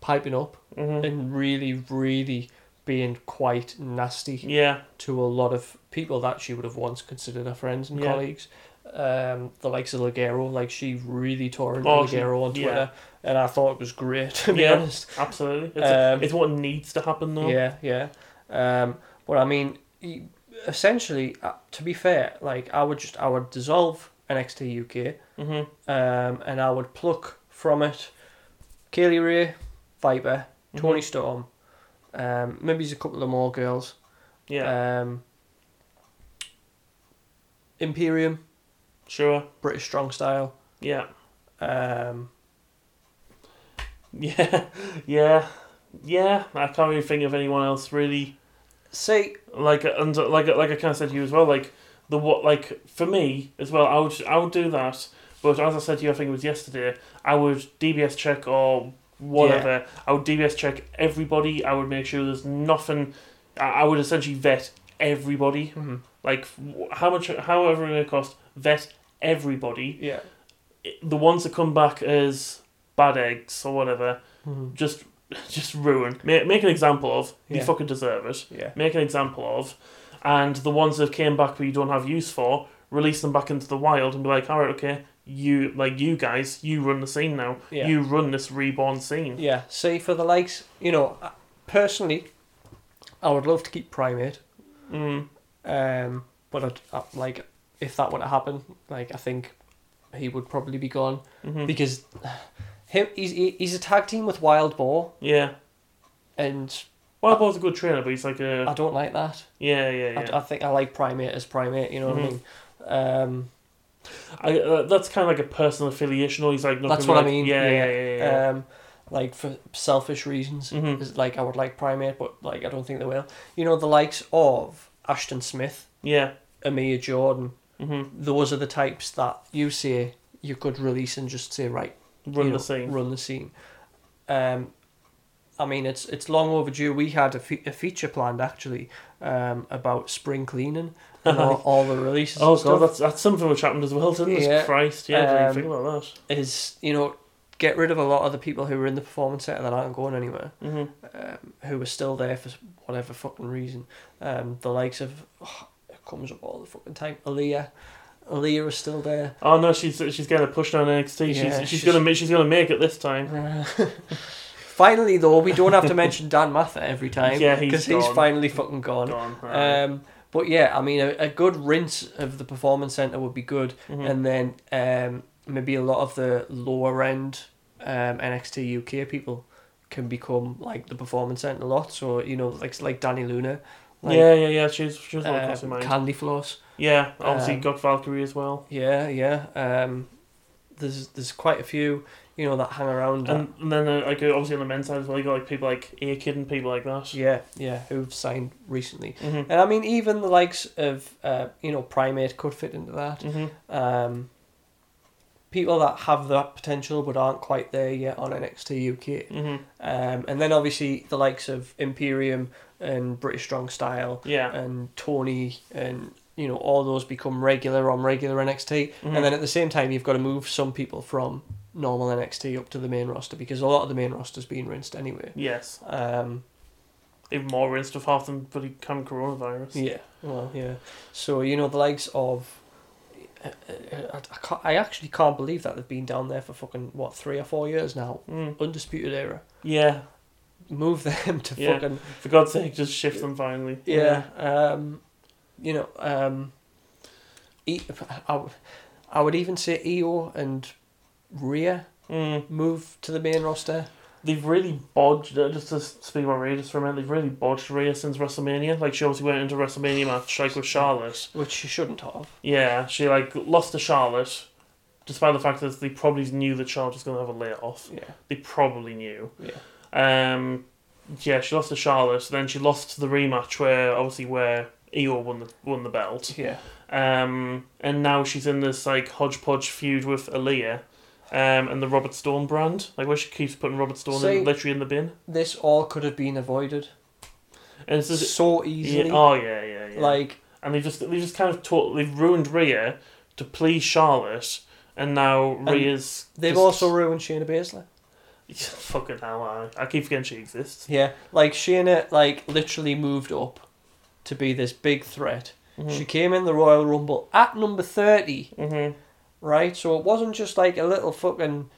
[SPEAKER 1] piping up
[SPEAKER 2] Mhm.
[SPEAKER 1] and really, really being quite nasty
[SPEAKER 2] Yeah.
[SPEAKER 1] to a lot of people that she would have once considered her friends and
[SPEAKER 2] Yeah.
[SPEAKER 1] colleagues. Um, the likes of Ligero, like she really tore into
[SPEAKER 2] Oh, she-
[SPEAKER 1] Ligero on
[SPEAKER 2] yeah.
[SPEAKER 1] Twitter, and I thought it was great to be
[SPEAKER 2] Yeah.
[SPEAKER 1] honest.
[SPEAKER 2] Absolutely. It's,
[SPEAKER 1] Um,
[SPEAKER 2] it's what needs to happen though.
[SPEAKER 1] Yeah, yeah. Um, but I mean, e- essentially, uh, to be fair, like I would just I would dissolve NXT UK,
[SPEAKER 2] Mhm.
[SPEAKER 1] um, and I would pluck from it Kaylee Ray, Viper,
[SPEAKER 2] Mhm.
[SPEAKER 1] Tony Storm, um, maybe there's a couple of more girls.
[SPEAKER 2] Yeah.
[SPEAKER 1] Um, Imperium,
[SPEAKER 2] sure.
[SPEAKER 1] British Strong Style.
[SPEAKER 2] Yeah.
[SPEAKER 1] Um,
[SPEAKER 2] Yeah. Yeah. Yeah. I can't really think of anyone else really.
[SPEAKER 1] see,
[SPEAKER 2] like and uh, like like I kind of said to you as well, like the what like for me as well, I would I would do that. But as I said to you, I think it was yesterday. I would DBS check or whatever. I would DBS check everybody. I would make sure there's nothing. I, I would essentially vet everybody.
[SPEAKER 1] mhm,
[SPEAKER 2] Like wh- how much, however it may cost, vet everybody.
[SPEAKER 1] yeah,
[SPEAKER 2] I- The ones that come back as bad eggs or whatever,
[SPEAKER 1] mhm,
[SPEAKER 2] just just ruin. Make, make an example of. You
[SPEAKER 1] Yeah.
[SPEAKER 2] fucking deserve it
[SPEAKER 1] yeah,
[SPEAKER 2] make an example of, and the ones that came back who you don't have use for, release them back into the wild and be like, all right, okay, you like you guys you run the scene now.
[SPEAKER 1] Yeah.
[SPEAKER 2] You run this reborn scene.
[SPEAKER 1] Yeah, see, for the likes, you know, I- personally, I would love to keep Primate,
[SPEAKER 2] Mm.
[SPEAKER 1] um, but I'd, I, like, if that were to happen, like, I think he would probably be gone
[SPEAKER 2] hmm
[SPEAKER 1] because him he's he- he's a tag team with Wild Boar,
[SPEAKER 2] Yeah.
[SPEAKER 1] and
[SPEAKER 2] Wild Boar's a good trainer, but he's like
[SPEAKER 1] I
[SPEAKER 2] a
[SPEAKER 1] don't like that.
[SPEAKER 2] yeah, yeah, yeah.
[SPEAKER 1] I, I think I like Primate as Primate. You know
[SPEAKER 2] Mhm.
[SPEAKER 1] what I mean? Um,
[SPEAKER 2] I, uh, that's kind of like a personal affiliation. Or he's like, not
[SPEAKER 1] That's
[SPEAKER 2] gonna
[SPEAKER 1] what I
[SPEAKER 2] be like-
[SPEAKER 1] mean,
[SPEAKER 2] Yeah, yeah,
[SPEAKER 1] yeah,
[SPEAKER 2] yeah. yeah,
[SPEAKER 1] um, like for selfish reasons,
[SPEAKER 2] Mhm.
[SPEAKER 1] is like I would like Primate, but like I don't think they will. You know, the likes of Ashton Smith,
[SPEAKER 2] yeah.
[SPEAKER 1] Amir Jordan.
[SPEAKER 2] Mm-hmm.
[SPEAKER 1] those are the types that you say you could release and just say right
[SPEAKER 2] Run
[SPEAKER 1] you know,
[SPEAKER 2] the scene.
[SPEAKER 1] run the scene um i mean it's it's long overdue we had a, fe- a feature planned actually um about spring cleaning and all, all the releases
[SPEAKER 2] Oh
[SPEAKER 1] and
[SPEAKER 2] god,
[SPEAKER 1] stuff
[SPEAKER 2] that's that's something which happened as well, didn't it?
[SPEAKER 1] Yeah.
[SPEAKER 2] Christ, yeah. I didn't
[SPEAKER 1] Um,
[SPEAKER 2] think about
[SPEAKER 1] is you know get rid of a lot of the people who were in the performance center that aren't going anywhere
[SPEAKER 2] that. Mm-hmm.
[SPEAKER 1] um, who were still there for whatever fucking reason um the likes of it comes up all the fucking time Aaliyah Aaliyah is still there
[SPEAKER 2] Oh no, she's she's getting a push on NXT. she's,
[SPEAKER 1] Yeah,
[SPEAKER 2] she's
[SPEAKER 1] she's-
[SPEAKER 2] gonna make she's gonna make it this time.
[SPEAKER 1] finally, though, we don't have to mention Dan Mather every time.
[SPEAKER 2] Yeah, he's
[SPEAKER 1] because he's
[SPEAKER 2] gone.
[SPEAKER 1] finally fucking gone.
[SPEAKER 2] Gone. right.
[SPEAKER 1] Um, but yeah, I mean, a, a good rinse of the performance center would be good,
[SPEAKER 2] Mhm.
[SPEAKER 1] and then um, maybe a lot of the lower end um, NXT UK people can become like the performance center a lot. So you know, like like Danny Luna, like,
[SPEAKER 2] yeah, yeah, yeah. She's she's one
[SPEAKER 1] uh,
[SPEAKER 2] across your mind.
[SPEAKER 1] Candy Floss.
[SPEAKER 2] yeah, obviously
[SPEAKER 1] um,
[SPEAKER 2] got Valkyrie as well.
[SPEAKER 1] Yeah, yeah. Um, there's there's quite a few you know that hang around. that-
[SPEAKER 2] And, and then uh, like obviously on the men's side as well, you got like people like Ear Kid and people like that.
[SPEAKER 1] Yeah, yeah, who've signed recently.
[SPEAKER 2] Mm-hmm.
[SPEAKER 1] And I mean, even the likes of, uh, you know, Primate could fit into that.
[SPEAKER 2] Mm-hmm.
[SPEAKER 1] Um, people that have that potential but aren't quite there yet on NXT UK.
[SPEAKER 2] Mm-hmm.
[SPEAKER 1] Um, and then obviously the likes of Imperium and British Strong Style
[SPEAKER 2] Yeah.
[SPEAKER 1] and Tony and, you know, all those become regular on regular NXT.
[SPEAKER 2] Mhm.
[SPEAKER 1] And then at the same time, you've got to move some people from normal NXT up to the main roster because a lot of the main roster's been rinsed anyway.
[SPEAKER 2] Yes.
[SPEAKER 1] Um,
[SPEAKER 2] Even more rinsed of half them bloody come coronavirus.
[SPEAKER 1] Yeah, well, yeah. So you know the likes of, I, I, I can't- I actually can't believe that they've been down there for fucking what three or four years now.
[SPEAKER 2] Mm.
[SPEAKER 1] Undisputed era.
[SPEAKER 2] Yeah.
[SPEAKER 1] Move them to
[SPEAKER 2] Yeah.
[SPEAKER 1] fucking
[SPEAKER 2] For God's sake, just shift them finally.
[SPEAKER 1] yeah. Um, you know, um, e- I, w- I would even say Io and Rhea
[SPEAKER 2] Mm.
[SPEAKER 1] move to the main roster.
[SPEAKER 2] They've really bodged. uh, Just to speak about Rhea just for a minute, they've really bodged Rhea since WrestleMania. Like she obviously went into WrestleMania match like with Charlotte.
[SPEAKER 1] Which you shouldn't have.
[SPEAKER 2] Yeah, she like lost to Charlotte, despite the fact that they probably knew that Charlotte was gonna have a layoff.
[SPEAKER 1] Yeah,
[SPEAKER 2] They probably knew.
[SPEAKER 1] yeah,
[SPEAKER 2] Um, yeah, she lost to Charlotte. Then she lost to the rematch where obviously where Io won the won the belt.
[SPEAKER 1] yeah.
[SPEAKER 2] Um, and now she's in this like hodgepodge feud with Aaliyah. Um, and the Robert Storm brand, like where she keeps putting Robert Storm
[SPEAKER 1] See-
[SPEAKER 2] in, literally in the bin,
[SPEAKER 1] This all could have been avoided
[SPEAKER 2] and it's just
[SPEAKER 1] so
[SPEAKER 2] yeah,
[SPEAKER 1] easily.
[SPEAKER 2] oh yeah, yeah, yeah.
[SPEAKER 1] Like
[SPEAKER 2] and they just they just kind of taught they've ruined Rhea to please Charlotte, and now Rhea's
[SPEAKER 1] They've
[SPEAKER 2] just-
[SPEAKER 1] also ruined Shayna Baszler.
[SPEAKER 2] fucking hell. I, I keep forgetting she exists.
[SPEAKER 1] Yeah, like Shayna, like literally moved up to be this big threat.
[SPEAKER 2] Hmm.
[SPEAKER 1] She came in the Royal Rumble at number thirty,
[SPEAKER 2] Mm-hmm.
[SPEAKER 1] right? So it wasn't just like a little fucking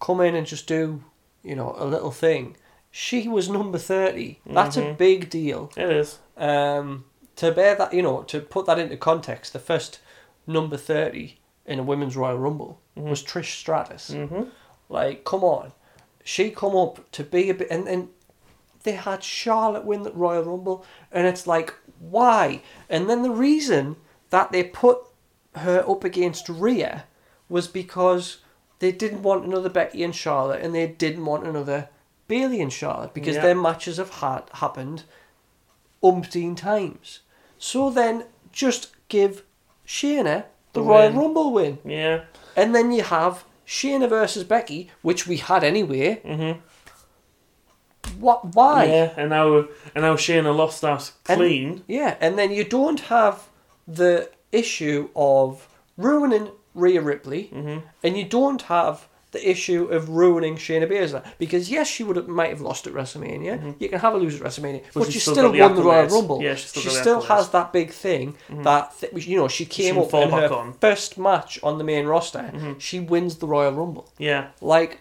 [SPEAKER 1] come in and just do, you know, a little thing. She was number thirty. That's a
[SPEAKER 2] Mhm.
[SPEAKER 1] big deal.
[SPEAKER 2] It is.
[SPEAKER 1] Um, to bear that, you know, to put that into context, the first number thirty in a women's Royal Rumble was Trish Stratus.
[SPEAKER 2] Mm-hmm.
[SPEAKER 1] Like, come on. She come up to be a bit and then they had Charlotte win the Royal Rumble and it's like, why? And then the reason that they put her up against Rhea was because they didn't want another Becky and Charlotte and they didn't want another Bailey and Charlotte because
[SPEAKER 2] Yeah.
[SPEAKER 1] their matches have had happened umpteen times. So then just give Shayna the,
[SPEAKER 2] The
[SPEAKER 1] Royal
[SPEAKER 2] win.
[SPEAKER 1] Rumble win.
[SPEAKER 2] Yeah.
[SPEAKER 1] And then you have Shayna versus Becky, which we had anyway.
[SPEAKER 2] Mm-hmm.
[SPEAKER 1] What? Why? Yeah.
[SPEAKER 2] Yeah. And now and now Shayna lost that
[SPEAKER 1] And-
[SPEAKER 2] clean.
[SPEAKER 1] And then you don't have
[SPEAKER 2] Mm-hmm.
[SPEAKER 1] the issue of ruining Rhea Ripley, and you don't have the issue of ruining Shayna Baszler because yes, she would have, might have lost at WrestleMania.
[SPEAKER 2] Mhm.
[SPEAKER 1] You can have a lose at WrestMania,
[SPEAKER 2] But
[SPEAKER 1] but
[SPEAKER 2] she's
[SPEAKER 1] she
[SPEAKER 2] still
[SPEAKER 1] still,
[SPEAKER 2] got the
[SPEAKER 1] won the Royal
[SPEAKER 2] accolades.
[SPEAKER 1] Rumble.
[SPEAKER 2] Yeah, she's still
[SPEAKER 1] she
[SPEAKER 2] got the
[SPEAKER 1] still
[SPEAKER 2] accolades.
[SPEAKER 1] has that big thing
[SPEAKER 2] Mhm.
[SPEAKER 1] that th- which, you know she came
[SPEAKER 2] can
[SPEAKER 1] up
[SPEAKER 2] fall
[SPEAKER 1] in
[SPEAKER 2] back
[SPEAKER 1] her
[SPEAKER 2] on.
[SPEAKER 1] first match on the main roster.
[SPEAKER 2] Mhm.
[SPEAKER 1] She wins the Royal Rumble.
[SPEAKER 2] Yeah.
[SPEAKER 1] Like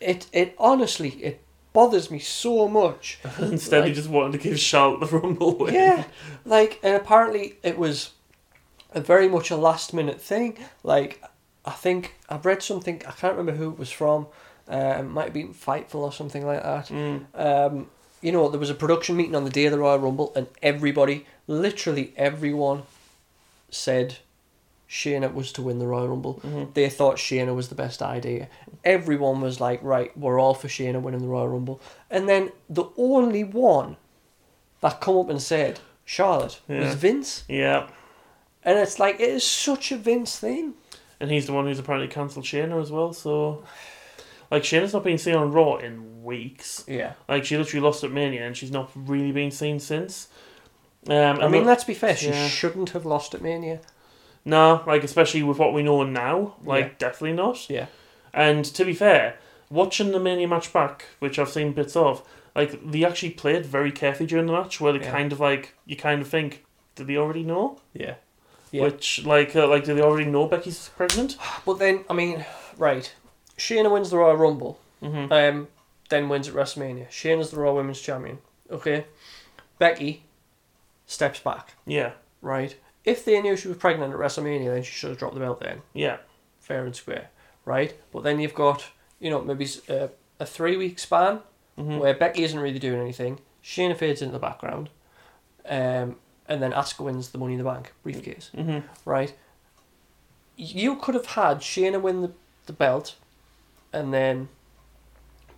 [SPEAKER 1] it, it honestly it bothers me so much
[SPEAKER 2] Instead, they
[SPEAKER 1] Like-
[SPEAKER 2] just wanted to give Charlotte the Rumble win.
[SPEAKER 1] yeah, like and apparently it was a very much a last minute thing. Like I think I've read something I can't remember who it was from. Um, might have been Fightful or something like that.
[SPEAKER 2] Mm.
[SPEAKER 1] Um, you know, there was a production meeting on the day of the Royal Rumble, and everybody, literally everyone, said Shayna was to win the Royal Rumble.
[SPEAKER 2] Mhm.
[SPEAKER 1] They thought Shayna was the best idea. Everyone was like, right, we're all for Shayna winning the Royal Rumble. And then the only one that come up and said Charlotte
[SPEAKER 2] Yeah.
[SPEAKER 1] was Vince.
[SPEAKER 2] Yeah.
[SPEAKER 1] And it's like, it is such a Vince thing.
[SPEAKER 2] And he's the one who's apparently cancelled Shayna as well, so. Like, Shayna's not been seen on Raw in weeks.
[SPEAKER 1] Yeah.
[SPEAKER 2] Like, she literally lost at Mania and she's not really been seen since. Um,
[SPEAKER 1] I mean, let's be fair, she
[SPEAKER 2] Yeah.
[SPEAKER 1] shouldn't have lost at Mania.
[SPEAKER 2] No, like, especially with what we know now, like,
[SPEAKER 1] Yeah.
[SPEAKER 2] definitely not.
[SPEAKER 1] Yeah.
[SPEAKER 2] And to be fair, watching the Mania match back, which I've seen bits of, like, they actually played very carefully during the match where they
[SPEAKER 1] Yeah.
[SPEAKER 2] kind of, like, you kind of think, did they already know?
[SPEAKER 1] Yeah. Yeah.
[SPEAKER 2] Which, like, uh, like, do they already know Becky's pregnant?
[SPEAKER 1] But then, I mean, right. Shayna wins the Royal Rumble,
[SPEAKER 2] Mm-hmm.
[SPEAKER 1] um, then wins at WrestleMania. Shayna's the Raw Women's Champion. Okay. Becky steps back,
[SPEAKER 2] Yeah,
[SPEAKER 1] right? If they knew she was pregnant at WrestleMania, then she should have dropped the belt then.
[SPEAKER 2] yeah,
[SPEAKER 1] fair and square, right? But then you've got, you know, maybe s- a, a three week span
[SPEAKER 2] Mhm.
[SPEAKER 1] where Becky isn't really doing anything. Shayna fades into the background, um, and then Asuka wins the Money in the Bank briefcase,
[SPEAKER 2] hmm
[SPEAKER 1] right? You could have had Shayna win the, the belt, and then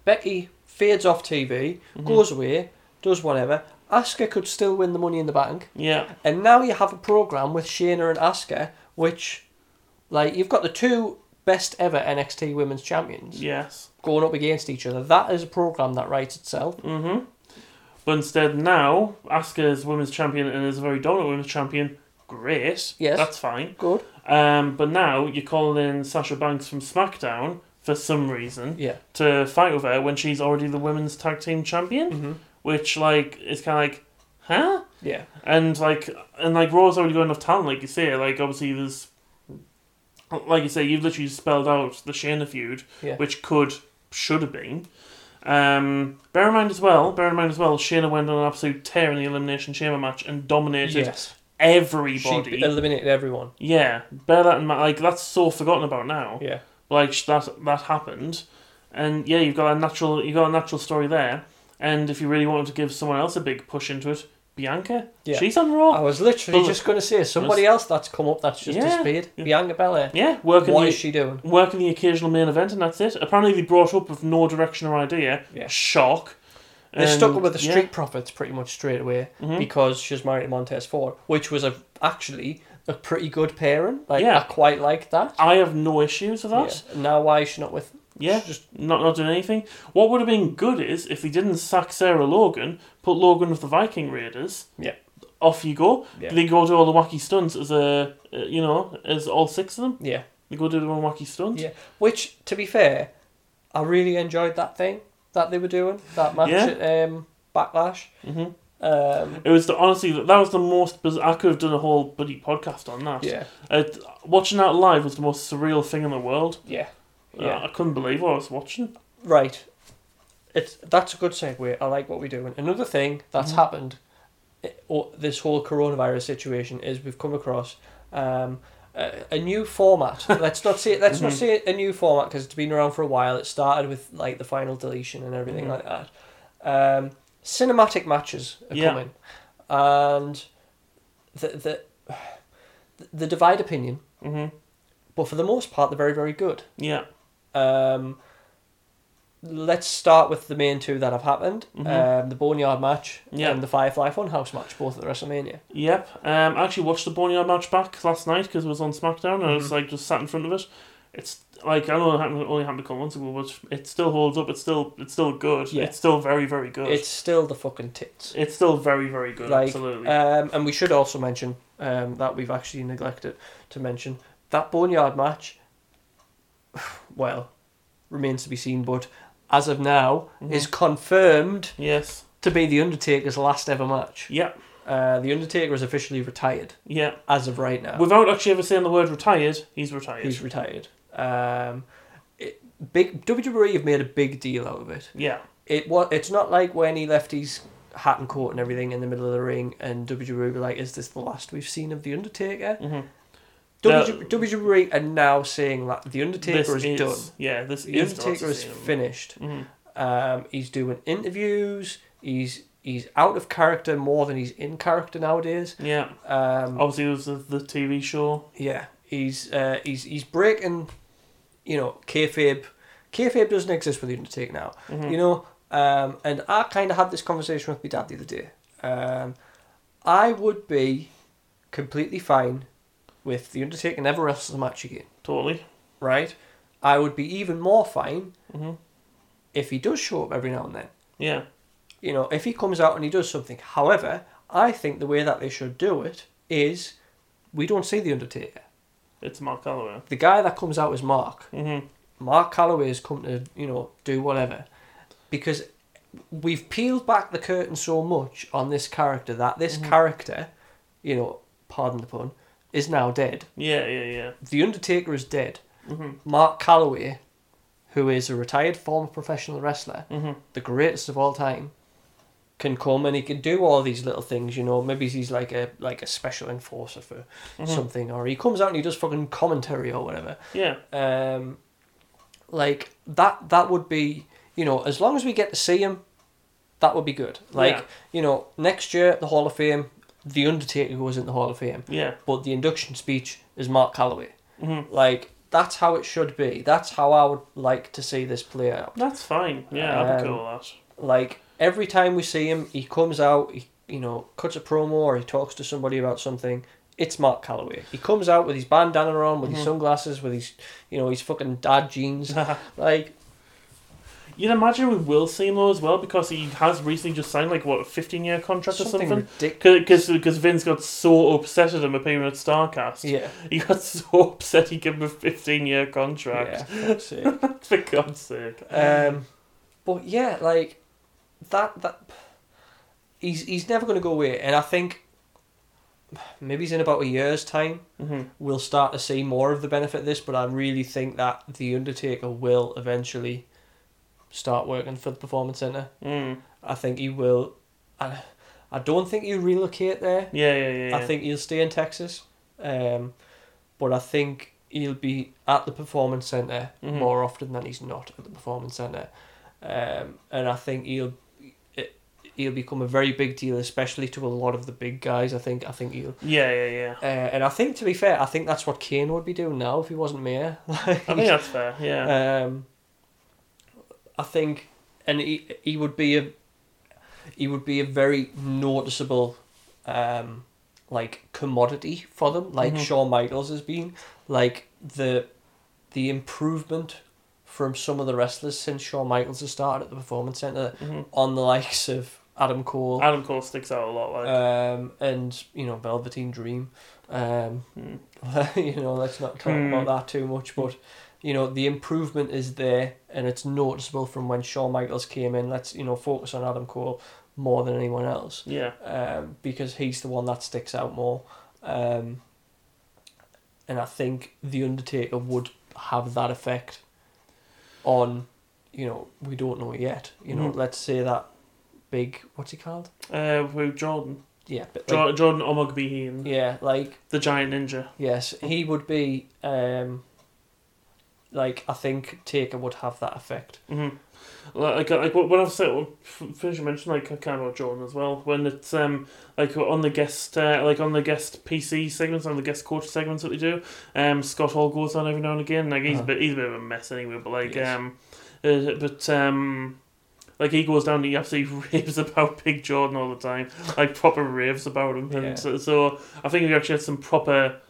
[SPEAKER 1] Becky fades off TV, goes away, does whatever. Asuka could still win the Money in the Bank.
[SPEAKER 2] yeah,
[SPEAKER 1] And now you have a program with Shayna and Asuka, which, like, you've got the two best ever NXT Women's Champions
[SPEAKER 2] yes.
[SPEAKER 1] going up against each other. That is a program that writes itself.
[SPEAKER 2] Mm-hmm. But instead, now Asuka is women's champion and is a very dominant women's champion. Great,
[SPEAKER 1] Yes.
[SPEAKER 2] that's fine.
[SPEAKER 1] Good.
[SPEAKER 2] Um, but now you're calling in Sasha Banks from SmackDown for some reason
[SPEAKER 1] Yeah.
[SPEAKER 2] to fight with her when she's already the women's tag team champion,
[SPEAKER 1] Mm-hmm.
[SPEAKER 2] which like is kind of like, huh?
[SPEAKER 1] Yeah.
[SPEAKER 2] And like and like Raw's already got enough talent, like you say. Like obviously there's, like you say, you've literally spelled out the Shayna feud,
[SPEAKER 1] Yeah.
[SPEAKER 2] which could should have been. Um, bear in mind as well. Bear in mind as well. Shayna went on an absolute tear in the elimination chamber match and dominated
[SPEAKER 1] Yes.
[SPEAKER 2] everybody.
[SPEAKER 1] She eliminated everyone.
[SPEAKER 2] yeah, bear that in mind. Like that's so forgotten about now.
[SPEAKER 1] Yeah.
[SPEAKER 2] Like sh- that that happened, and yeah, you've got a natural you've got a natural story there. And if you really wanted to give someone else a big push into it, Bianca,
[SPEAKER 1] Yeah. Oh,
[SPEAKER 2] she's on Raw.
[SPEAKER 1] I was literally
[SPEAKER 2] Well,
[SPEAKER 1] just going to say somebody else that's come up that's just
[SPEAKER 2] Yeah.
[SPEAKER 1] disappeared.
[SPEAKER 2] Yeah.
[SPEAKER 1] Bianca Belair.
[SPEAKER 2] Yeah, working
[SPEAKER 1] What
[SPEAKER 2] the
[SPEAKER 1] is she doing?
[SPEAKER 2] working the occasional main event, and that's it. Apparently, they brought up with no direction or idea.
[SPEAKER 1] Yeah.
[SPEAKER 2] Shock.
[SPEAKER 1] They stuck her with the
[SPEAKER 2] yeah. mm-hmm.
[SPEAKER 1] Street Profits pretty much straight away Hmm? because she was married to Montez Ford, which was a, actually a pretty good pairing. Like,
[SPEAKER 2] Yeah.
[SPEAKER 1] I quite liked that.
[SPEAKER 2] I have no issues with that.
[SPEAKER 1] Yeah. Now, why is she not with
[SPEAKER 2] Yeah,
[SPEAKER 1] She's
[SPEAKER 2] just not not doing anything. What would have been good is if he didn't sack Sarah Logan, put Logan with the Viking Raiders.
[SPEAKER 1] Yeah.
[SPEAKER 2] Off you go.
[SPEAKER 1] Yeah.
[SPEAKER 2] They go do all the wacky stunts as a uh, you know as all six of them.
[SPEAKER 1] Yeah,
[SPEAKER 2] They go do their own wacky stunt.
[SPEAKER 1] yeah. Which, to be fair, I really enjoyed that thing that they were doing that match
[SPEAKER 2] Yeah.
[SPEAKER 1] at um, Backlash.
[SPEAKER 2] hmm
[SPEAKER 1] Um,
[SPEAKER 2] It was the honestly that was the most. Biz- I could have done a whole bloody podcast on that.
[SPEAKER 1] yeah,
[SPEAKER 2] Uh, watching that live was the most surreal thing in the world.
[SPEAKER 1] yeah,
[SPEAKER 2] Uh,
[SPEAKER 1] yeah.
[SPEAKER 2] I couldn't believe what I was watching.
[SPEAKER 1] Right. It's that's a good segue. I like what we're doing. Another thing that's
[SPEAKER 2] Mhm.
[SPEAKER 1] happened, i- o- this whole coronavirus situation is we've come across um, a, a new format. let's not say let's not
[SPEAKER 2] Mhm.
[SPEAKER 1] say a new format because it's been around for a while. It started with like the final deletion and everything
[SPEAKER 2] Mhm.
[SPEAKER 1] like that. Um, cinematic matches are
[SPEAKER 2] Yeah.
[SPEAKER 1] coming, and the the the divide opinion,
[SPEAKER 2] hmm
[SPEAKER 1] but for the most part, they're very very good.
[SPEAKER 2] Yeah.
[SPEAKER 1] Um, let's start with the main two that have happened:
[SPEAKER 2] Mhm.
[SPEAKER 1] um, the Boneyard match
[SPEAKER 2] Yeah.
[SPEAKER 1] and the Firefly Funhouse match, both at the WrestleMania.
[SPEAKER 2] Yep. Um, I actually watched the Boneyard match back last night because it was on SmackDown and I was
[SPEAKER 1] Mhm.
[SPEAKER 2] like just sat in front of it. It's like I know it happened, only happened a couple months ago, but it still holds up. It's still it's still good.
[SPEAKER 1] Yeah.
[SPEAKER 2] It's still very very good.
[SPEAKER 1] It's still the fucking tits.
[SPEAKER 2] it's still very very good.
[SPEAKER 1] Like,
[SPEAKER 2] absolutely.
[SPEAKER 1] Um, and we should also mention um, that we've actually neglected to mention that Boneyard match. Well, remains to be seen, but as of now,
[SPEAKER 2] Mhm.
[SPEAKER 1] is confirmed
[SPEAKER 2] Yes.
[SPEAKER 1] to be The Undertaker's last ever match.
[SPEAKER 2] Yeah.
[SPEAKER 1] Uh, the Undertaker is officially retired
[SPEAKER 2] Yeah.
[SPEAKER 1] as of right now.
[SPEAKER 2] Without actually ever saying the word retired, he's retired.
[SPEAKER 1] He's retired. Um, it, big WWE have made a big deal out of it.
[SPEAKER 2] yeah.
[SPEAKER 1] It was. It's not like when he left his hat and coat and everything in the middle of the ring, and WWE were like, "Is this the last we've seen of the Undertaker?"
[SPEAKER 2] hmm
[SPEAKER 1] WW- WWE E are now saying that the Undertaker is, done.
[SPEAKER 2] Yeah, this
[SPEAKER 1] The
[SPEAKER 2] is
[SPEAKER 1] Undertaker is finished.
[SPEAKER 2] hmm
[SPEAKER 1] Um, he's doing interviews. He's he's out of character more than he's in character nowadays.
[SPEAKER 2] Yeah.
[SPEAKER 1] Um,
[SPEAKER 2] Obviously, it was the, the TV show.
[SPEAKER 1] Yeah, he's uh, he's he's breaking, you know, kayfabe. Kayfabe doesn't exist with the Undertaker now,
[SPEAKER 2] Mhm.
[SPEAKER 1] you know. Um, and I kind of had this conversation with my dad the other day. Um, I would be completely fine with the Undertaker never wrestles a match again,
[SPEAKER 2] Totally.
[SPEAKER 1] right? I would be even more fine
[SPEAKER 2] hmm
[SPEAKER 1] if he does show up every now and then.
[SPEAKER 2] Yeah.
[SPEAKER 1] You know, if he comes out and he does something. However, I think the way that they should do it is we don't see the Undertaker.
[SPEAKER 2] It's Mark Calloway.
[SPEAKER 1] The guy that comes out is Mark.
[SPEAKER 2] Mm-hmm.
[SPEAKER 1] Mark Calloway has come to, you know, do whatever. Because we've peeled back the curtain so much on this character that this character, you know, pardon the pun, is now dead.
[SPEAKER 2] Yeah, yeah, yeah.
[SPEAKER 1] The Undertaker is dead.
[SPEAKER 2] Mm-hmm.
[SPEAKER 1] Mark Calloway, who is a retired former professional wrestler,
[SPEAKER 2] Mm-hmm.
[SPEAKER 1] the greatest of all time, can come and he can do all these little things, you know. Maybe he's like a like a special enforcer for something, or he comes out and he does fucking commentary or whatever
[SPEAKER 2] Yeah.
[SPEAKER 1] um, like that that would be you know as long as we get to see him that would be good like
[SPEAKER 2] Yeah.
[SPEAKER 1] you know next year at the hall of fame the undertaker goes in the hall of fame
[SPEAKER 2] Yeah.
[SPEAKER 1] but the induction speech is mark calloway
[SPEAKER 2] Mm-hmm.
[SPEAKER 1] like that's how it should be that's how i would like to see this play out
[SPEAKER 2] That's fine. Yeah, I'd be
[SPEAKER 1] Um,
[SPEAKER 2] cool with
[SPEAKER 1] like every time we see him he comes out he you know cuts a promo or he talks to somebody about something it's mark calloway he comes out with his bandana on with his
[SPEAKER 2] Mhm.
[SPEAKER 1] sunglasses with his you know his fucking dad jeans
[SPEAKER 2] that.
[SPEAKER 1] like
[SPEAKER 2] You'd imagine we will see him though as well because he has recently just signed like what a fifteen year contract or something.
[SPEAKER 1] ridiculous.
[SPEAKER 2] Because Vince got so upset at him appearing at Starcast.
[SPEAKER 1] Yeah.
[SPEAKER 2] He got so upset he gave him a 15 year contract.
[SPEAKER 1] Yeah. fuck's sake.
[SPEAKER 2] For God's sake.
[SPEAKER 1] um, but yeah, like that that he's he's never going to go away, and I think maybe he's in about a year's time
[SPEAKER 2] hmm
[SPEAKER 1] we'll start to see more of the benefit of this. But I really think that the Undertaker will eventually start working for the Performance Center.
[SPEAKER 2] Mm.
[SPEAKER 1] I think he will. I, I don't think he'll relocate there.
[SPEAKER 2] Yeah, yeah, yeah. yeah.
[SPEAKER 1] I think he'll stay in Texas, um, but I think he'll be at the performance center
[SPEAKER 2] Mhm.
[SPEAKER 1] more often than he's not at the performance center, um, and I think he'll it- he'll become a very big deal, especially to a lot of the big guys. I think I think he'll,
[SPEAKER 2] Yeah, yeah, yeah.
[SPEAKER 1] uh, and I think to be fair, I think that's what Kane would be doing now if he wasn't mayor. Like,
[SPEAKER 2] I think that's fair. Yeah.
[SPEAKER 1] um, I think, and he he would be a he would be a very noticeable um, like commodity for them, like
[SPEAKER 2] Mhm.
[SPEAKER 1] Shawn Michaels has been, like the the improvement from some of the wrestlers since Shawn Michaels has started at the Performance Center
[SPEAKER 2] hmm
[SPEAKER 1] on the likes of Adam Cole.
[SPEAKER 2] Adam Cole sticks out a lot. Like,
[SPEAKER 1] um and you know Velveteen Dream, um
[SPEAKER 2] mm.
[SPEAKER 1] you know, let's not talk
[SPEAKER 2] Hmm.
[SPEAKER 1] about that too much, but you know, the improvement is there and it's noticeable from when Shawn Michaels came in. Let's, you know, focus on Adam Cole more than anyone else.
[SPEAKER 2] yeah.
[SPEAKER 1] Um, because he's the one that sticks out more. Um, and I think The Undertaker would have that effect on, you know, we don't know yet. You know,
[SPEAKER 2] Mhm.
[SPEAKER 1] let's say that big what's he called?
[SPEAKER 2] Uh, with Jordan.
[SPEAKER 1] Yeah, but like,
[SPEAKER 2] Jo- Jordan Omogbehin,
[SPEAKER 1] yeah, like
[SPEAKER 2] the giant ninja.
[SPEAKER 1] Yes, he would be. Um, like I think Taker would have that effect.
[SPEAKER 2] Mm-hmm. Like, like when I've said, well, f- finish mentioned like I kind of about Jordan as well. When it's um like on the guest uh, like on the guest PC segments on the guest coach segments that they do, um Scott Hall goes on every now and again. Like he's a
[SPEAKER 1] Uh-huh.
[SPEAKER 2] bit he's a bit of a mess anyway, but like
[SPEAKER 1] Yes.
[SPEAKER 2] um, uh, but um. Like he goes down and he absolutely raves about Big Jordan all the time, like proper raves about him,
[SPEAKER 1] Yeah.
[SPEAKER 2] and so, so I think we actually had some proper,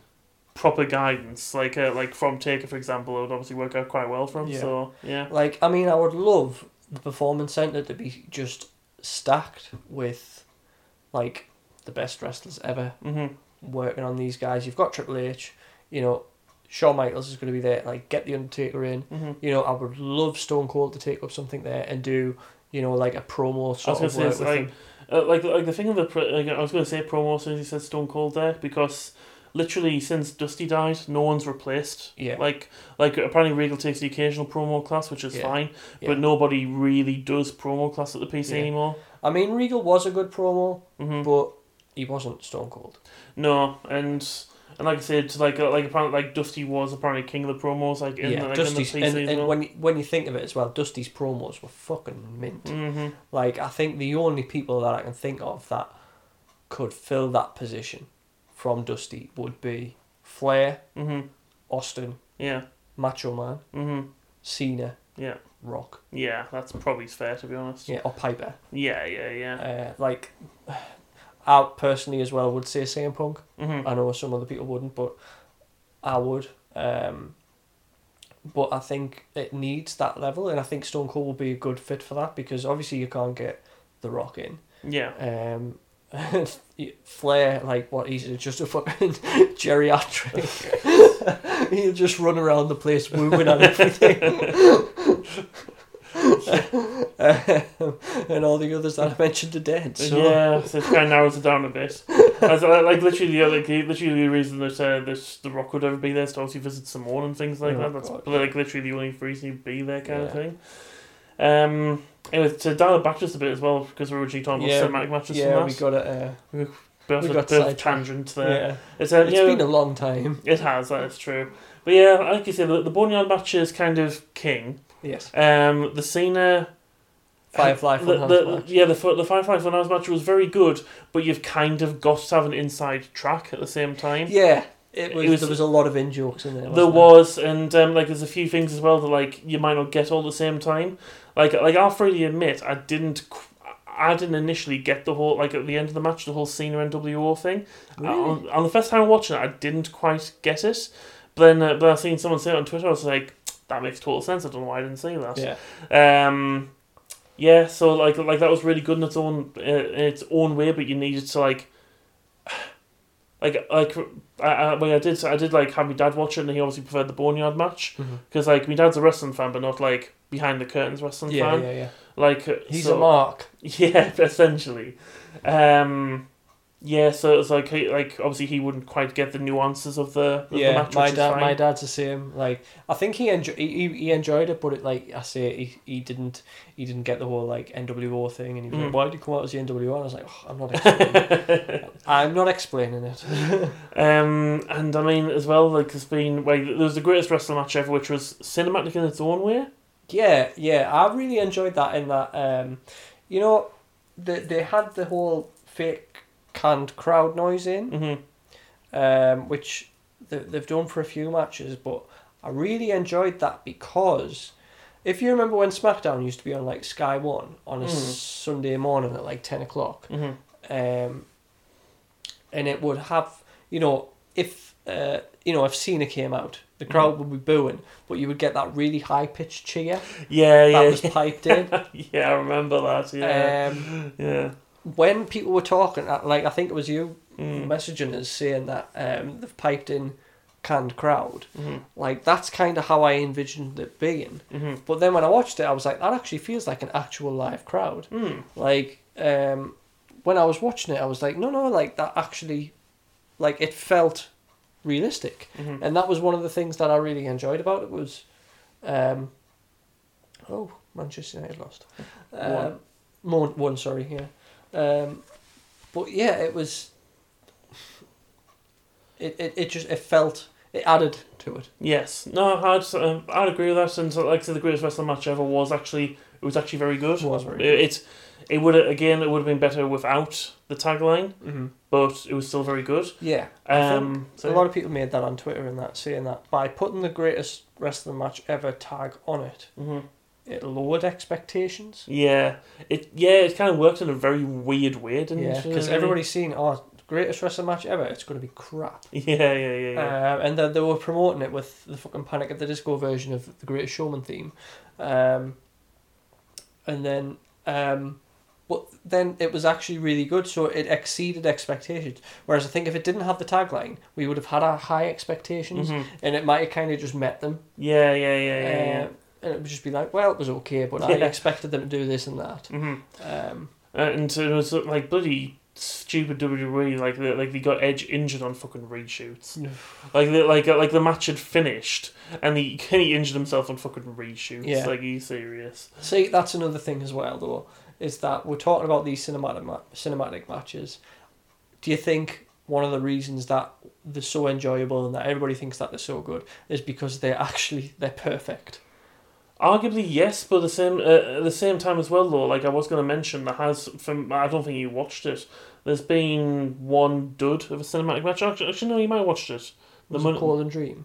[SPEAKER 2] proper guidance, like uh, like from Taker for example, it would obviously work out quite well for him.
[SPEAKER 1] Yeah.
[SPEAKER 2] So yeah,
[SPEAKER 1] Like I mean, I would love the performance center to be just stacked with, like, the best wrestlers ever
[SPEAKER 2] mm-hmm.
[SPEAKER 1] working on these guys. You've got Triple H, you know, Shawn Michaels is going to be there. Like, get the Undertaker in.
[SPEAKER 2] hmm
[SPEAKER 1] You know, I would love Stone Cold to take up something there and do, you know, like a promo
[SPEAKER 2] I was
[SPEAKER 1] sort
[SPEAKER 2] gonna
[SPEAKER 1] of
[SPEAKER 2] say
[SPEAKER 1] work
[SPEAKER 2] it's
[SPEAKER 1] with
[SPEAKER 2] like,
[SPEAKER 1] him.
[SPEAKER 2] uh, like like the thing of the pro- like, I was gonna say promo as soon as you said Stone Cold there because literally since Dusty died, no one's replaced.
[SPEAKER 1] Yeah.
[SPEAKER 2] Like like apparently Regal takes the occasional promo class, which is
[SPEAKER 1] Yeah.
[SPEAKER 2] fine,
[SPEAKER 1] Yeah.
[SPEAKER 2] but nobody really does promo class at the PC
[SPEAKER 1] Yeah.
[SPEAKER 2] anymore.
[SPEAKER 1] I mean, Regal was a good promo,
[SPEAKER 2] hmm
[SPEAKER 1] but he wasn't Stone Cold.
[SPEAKER 2] No, and. And like I said, like uh, like apparently like Dusty was apparently king of the promos, like in the,
[SPEAKER 1] yeah,
[SPEAKER 2] like
[SPEAKER 1] Dusty's
[SPEAKER 2] in the PC
[SPEAKER 1] and,
[SPEAKER 2] as
[SPEAKER 1] and
[SPEAKER 2] well.
[SPEAKER 1] when you- when you think of it as well, Dusty's promos were fucking mint.
[SPEAKER 2] hmm
[SPEAKER 1] Like I think the only people that I can think of that could fill that position from Dusty would be Flair,
[SPEAKER 2] hmm
[SPEAKER 1] Austin,
[SPEAKER 2] Yeah.
[SPEAKER 1] Macho Man,
[SPEAKER 2] hmm
[SPEAKER 1] Cena,
[SPEAKER 2] Yeah.
[SPEAKER 1] Rock,
[SPEAKER 2] Yeah, that's probably fair to be honest.
[SPEAKER 1] yeah, or Piper.
[SPEAKER 2] Yeah, yeah, yeah.
[SPEAKER 1] Uh, like I personally as well would say CM Punk.
[SPEAKER 2] Mm-hmm.
[SPEAKER 1] I know some other people wouldn't, but I would. Um, but I think it needs that level, and I think Stone Cold will be a good fit for that because obviously you can't get The Rock in.
[SPEAKER 2] Yeah.
[SPEAKER 1] Um, Flair, like what he's just a fucking geriatric. He'll just run around the place wooing at everything. um, and all the others that I mentioned are dead. So
[SPEAKER 2] Yeah, so it kind of narrows it down a bit. As, uh, like literally, the other, like, literally the reason that uh, this, the Rock would ever be there is to obviously visit Simone and things like
[SPEAKER 1] Oh,
[SPEAKER 2] that. That's
[SPEAKER 1] God.
[SPEAKER 2] like literally the only reason he'd be there, kind
[SPEAKER 1] Yeah.
[SPEAKER 2] of thing. Um, anyway, to dial it back just a bit as well because we were originally talking
[SPEAKER 1] Yeah,
[SPEAKER 2] about cinematic matches.
[SPEAKER 1] yeah,
[SPEAKER 2] and
[SPEAKER 1] we
[SPEAKER 2] that.
[SPEAKER 1] got it. Uh,
[SPEAKER 2] bit of
[SPEAKER 1] we
[SPEAKER 2] a
[SPEAKER 1] got
[SPEAKER 2] bit of a
[SPEAKER 1] sidetracked.
[SPEAKER 2] tangent there.
[SPEAKER 1] yeah.
[SPEAKER 2] It's, uh,
[SPEAKER 1] It's
[SPEAKER 2] yeah,
[SPEAKER 1] been a long time.
[SPEAKER 2] it has. That is true. But yeah, like you said, the, the Boneyard match is kind of king.
[SPEAKER 1] Yes.
[SPEAKER 2] Um, the Cena
[SPEAKER 1] Firefly
[SPEAKER 2] the,
[SPEAKER 1] Funhouse
[SPEAKER 2] the,
[SPEAKER 1] match.
[SPEAKER 2] yeah, the fi- the Firefly Funhouse match was very good, but you've kind of got to have an inside track at the same time.
[SPEAKER 1] Yeah, it was,
[SPEAKER 2] It was-
[SPEAKER 1] there was a lot of in jokes in there.
[SPEAKER 2] there
[SPEAKER 1] wasn't
[SPEAKER 2] was, and um, like there's a few things as well that like you might not get all at the same time. Like like I'll freely admit, I didn't. qu- I didn't initially get the whole like at the end of the match the whole Cena NWO thing.
[SPEAKER 1] Really?
[SPEAKER 2] Uh, on, on the first time watching it, I didn't quite get it. But then, uh, but I seen someone say it on Twitter. I was like, that makes total sense. I don't know why I didn't see that.
[SPEAKER 1] there? Yeah.
[SPEAKER 2] Um, yeah, so like like that was really good in its own uh, in its own way, but you needed to like, like like I, I well, I did I did like have my dad watch it, and he obviously preferred the Boneyard match
[SPEAKER 1] Mhm.
[SPEAKER 2] because like my dad's a wrestling fan, but not like behind the curtains wrestling
[SPEAKER 1] Mm-hmm. Yeah,
[SPEAKER 2] fan.
[SPEAKER 1] yeah, yeah.
[SPEAKER 2] Like uh,
[SPEAKER 1] He's
[SPEAKER 2] so-
[SPEAKER 1] a mark.
[SPEAKER 2] yeah, essentially. Um, yeah, so it's like he, like obviously he wouldn't quite get the nuances of the of the
[SPEAKER 1] Yeah,
[SPEAKER 2] match,
[SPEAKER 1] my
[SPEAKER 2] which is
[SPEAKER 1] dad,
[SPEAKER 2] fine.
[SPEAKER 1] my dad's the same. Like, I think he, enjo- he he- he enjoyed it, but it like I say, he, he didn't he didn't get the whole like NWO thing, and he was
[SPEAKER 2] Mhm.
[SPEAKER 1] like, "Why did you come out as the NWO?" And I was like, oh, "I'm not, explaining. I'm not explaining it."
[SPEAKER 2] Um, and I mean, as well, like there's been like there was the greatest wrestling match ever, which was cinematic in its own way.
[SPEAKER 1] Yeah, yeah, I really enjoyed that. In that, um, you know, they they had the whole fake canned crowd noise in,
[SPEAKER 2] Mm-hmm.
[SPEAKER 1] um, which th- they've done for a few matches, but I really enjoyed that because if you remember when SmackDown used to be on like Sky One on a s-
[SPEAKER 2] Mm.
[SPEAKER 1] Sunday morning at like 10 o'clock,
[SPEAKER 2] Mm-hmm.
[SPEAKER 1] um, and it would have, you know, if. Uh, you know, if Cena came out, the crowd would be booing, but you would get that really high pitched cheer
[SPEAKER 2] Yeah,
[SPEAKER 1] that
[SPEAKER 2] yeah,
[SPEAKER 1] was piped in.
[SPEAKER 2] yeah. I remember that. Yeah,
[SPEAKER 1] Um,
[SPEAKER 2] yeah.
[SPEAKER 1] when people were talking, uh, like I think it was you
[SPEAKER 2] Mm.
[SPEAKER 1] messaging us saying that um, they've piped in canned crowd,
[SPEAKER 2] hmm
[SPEAKER 1] like that's kind of how I envisioned it being.
[SPEAKER 2] hmm
[SPEAKER 1] But then when I watched it, I was like, that actually feels like an actual live crowd.
[SPEAKER 2] Mm.
[SPEAKER 1] Like um, when I was watching it, I was like, no, no, like that actually, like it felt realistic,
[SPEAKER 2] Mhm.
[SPEAKER 1] and that was one of the things that I really enjoyed about it was, um, oh, Manchester United lost, um,
[SPEAKER 2] One.
[SPEAKER 1] one, one, sorry, yeah, um, but yeah, it was. It, it, it just it felt it added to it.
[SPEAKER 2] Yes. No, I'd um, I'd agree with that. And so, like I said, the greatest wrestling match ever was actually it was actually very good.
[SPEAKER 1] It was very
[SPEAKER 2] It it, it would again it would have been better without the tagline,
[SPEAKER 1] Mm-hmm.
[SPEAKER 2] but it was still very good.
[SPEAKER 1] Yeah, I think-
[SPEAKER 2] Um,
[SPEAKER 1] So a lot of people made that on Twitter and that saying that by putting the greatest wrestling match ever tag on it,
[SPEAKER 2] hmm
[SPEAKER 1] it lowered expectations.
[SPEAKER 2] Yeah, it yeah it kind of worked in a very weird way, didn't
[SPEAKER 1] Yeah,
[SPEAKER 2] it?
[SPEAKER 1] because everybody's seen oh greatest wrestling match ever. It's going to be crap.
[SPEAKER 2] Yeah, yeah, yeah, yeah.
[SPEAKER 1] Um, and then they were promoting it with the fucking Panic at the Disco version of the Greatest Showman theme, um, and then um, but then it was actually really good. So it exceeded expectations. Whereas I think if it didn't have the tagline, we would have had our high expectations,
[SPEAKER 2] Mhm.
[SPEAKER 1] and it might have kind of just met them.
[SPEAKER 2] Yeah, yeah, yeah, yeah, yeah.
[SPEAKER 1] Uh, and it would just be like, well, it was okay, but I
[SPEAKER 2] Yeah.
[SPEAKER 1] expected them to do this and that.
[SPEAKER 2] hmm
[SPEAKER 1] Um,
[SPEAKER 2] Uh, and so it was uh, like bloody stupid WWE. Like they, like they got Edge injured on fucking reshoots. Like the, like uh, like the match had finished, and he he injured himself on fucking reshoots.
[SPEAKER 1] Yeah.
[SPEAKER 2] Like are you serious?
[SPEAKER 1] See, that's another thing as well, though, is that we're talking about these cinematic ma- cinematic matches. Do you think one of the reasons that they're so enjoyable and that everybody thinks that they're so good is because they're actually they're perfect?
[SPEAKER 2] Arguably yes, but the same uh, at the same time as well though. Like I was going to mention, there has from I don't think you watched it. There's been one dud of a cinematic match. Actually, actually no, you might have watched it. The
[SPEAKER 1] The
[SPEAKER 2] Mon-
[SPEAKER 1] Poland Dream.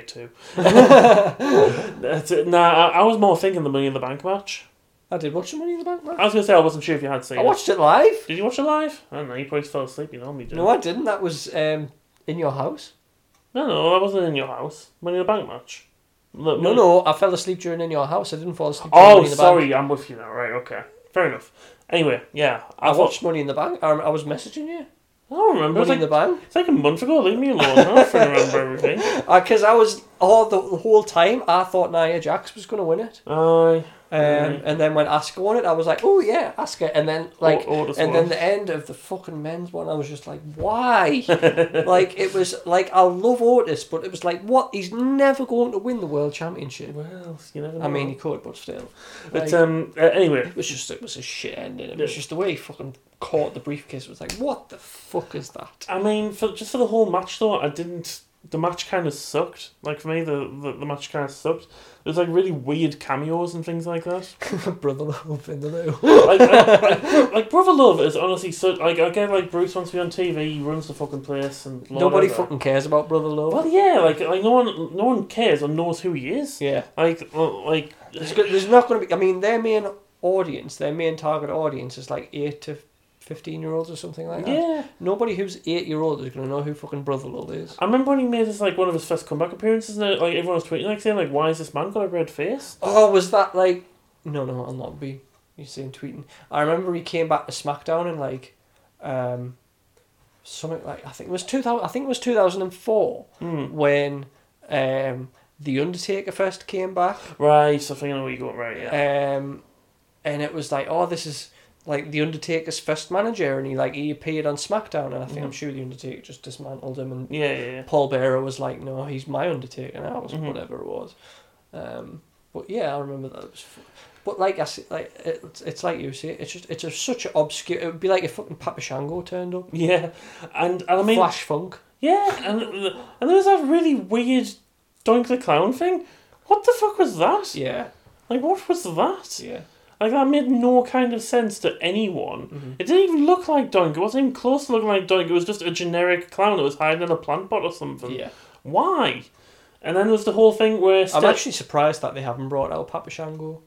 [SPEAKER 2] two. That's it. Nah, I, I was more thinking the Money in the Bank match.
[SPEAKER 1] I did watch the Money in the Bank match.
[SPEAKER 2] I was going to say I wasn't sure if you had seen
[SPEAKER 1] I
[SPEAKER 2] it.
[SPEAKER 1] watched it live.
[SPEAKER 2] Did you watch it live? I don't know. You probably fell asleep. You normally do.
[SPEAKER 1] No, I didn't. That was um, in your house.
[SPEAKER 2] no, no, that wasn't in your house. Money in the Bank match. No,
[SPEAKER 1] No, no, I fell asleep during in your house. I didn't fall asleep. during
[SPEAKER 2] Oh,
[SPEAKER 1] Money in the Bank.
[SPEAKER 2] sorry. I'm with you now. Right. Okay. Fair enough. Anyway, yeah,
[SPEAKER 1] I
[SPEAKER 2] I
[SPEAKER 1] watched Money in the Bank. I, rem- I was messaging you.
[SPEAKER 2] I don't
[SPEAKER 1] Money
[SPEAKER 2] remember. It's like,
[SPEAKER 1] in the Bank.
[SPEAKER 2] it's like a month ago. Leave me alone. I don't freaking remember everything.
[SPEAKER 1] Because Uh, I was all the, the whole time I thought Nia Jax was going to win it,
[SPEAKER 2] Aye.
[SPEAKER 1] um,
[SPEAKER 2] Right.
[SPEAKER 1] and then when Asuka won it, I was like, oh yeah, Asuka. And then like,
[SPEAKER 2] Or- or this
[SPEAKER 1] and
[SPEAKER 2] one.
[SPEAKER 1] then the end of the fucking men's one, I was just like, why? like it was like I love Otis, but it was like, what? He's never going to win the world championship.
[SPEAKER 2] well, you never know.
[SPEAKER 1] I mean, he could, but still.
[SPEAKER 2] but
[SPEAKER 1] like-
[SPEAKER 2] um, uh, anyway,
[SPEAKER 1] It was just it was a shit ending. It was just the way he fucking caught the briefcase was like, what the fuck is that?
[SPEAKER 2] I mean, for just for the whole match though, I didn't. The match kind of sucked. Like for me, the, the, the match kind of sucked. There's like really weird cameos and things like that.
[SPEAKER 1] Brother love in the loo.
[SPEAKER 2] like, like, like, like, Brother Love is honestly so. Like, I get like Bruce wants to be on TV. He runs the fucking place, and blah,
[SPEAKER 1] Nobody
[SPEAKER 2] blah, blah.
[SPEAKER 1] fucking cares about Brother Love.
[SPEAKER 2] Well, yeah, like, like no one, no one cares or knows who he is.
[SPEAKER 1] Yeah.
[SPEAKER 2] Like, uh, like,
[SPEAKER 1] There's, go- there's not going to be. I mean, their main audience, their main target audience is like eight to fifteen year olds or something like that.
[SPEAKER 2] yeah.
[SPEAKER 1] Nobody who's eight year old is going to know who fucking Brother Love is.
[SPEAKER 2] I remember when he made this like one of his first comeback appearances, and uh, like everyone was tweeting like saying like, "Why is this man got a red face?"
[SPEAKER 1] Oh, was that like? No, no, I'll not be. You saying tweeting? I remember he came back to SmackDown and like, um, something like I think it was two thousand. I think it was two thousand and four
[SPEAKER 2] Hmm.
[SPEAKER 1] when um the Undertaker first came back.
[SPEAKER 2] Right. So I think I know where you got right. Yeah.
[SPEAKER 1] Um, and it was like, oh, this is like the Undertaker's first manager, and he like he appeared on SmackDown, and I think I'm
[SPEAKER 2] Mhm.
[SPEAKER 1] sure the Undertaker just dismantled him, and
[SPEAKER 2] yeah. Yeah. Yeah.
[SPEAKER 1] Paul Bearer was like, no, he's my Undertaker now, or
[SPEAKER 2] Mhm.
[SPEAKER 1] whatever it was. Um, but yeah, I remember that. It was fu- but like I say, like it's, it's like you say, it's just it's just such an obscure. It would be like if fucking Papa Shango turned up.
[SPEAKER 2] Yeah. And, and I mean,
[SPEAKER 1] Flash funk.
[SPEAKER 2] yeah, and and there was that really weird Doink the Clown thing. What the fuck was that?
[SPEAKER 1] Yeah,
[SPEAKER 2] Like, what was that?
[SPEAKER 1] yeah.
[SPEAKER 2] Like, that made no kind of sense to anyone. It didn't even look like Doink. It wasn't even close to looking like Doink. It was just a generic clown that was hiding in a plant pot or something.
[SPEAKER 1] Yeah,
[SPEAKER 2] Why? And then there's the whole thing where.
[SPEAKER 1] I'm
[SPEAKER 2] Ste-
[SPEAKER 1] actually surprised that they haven't brought out Papa Shango.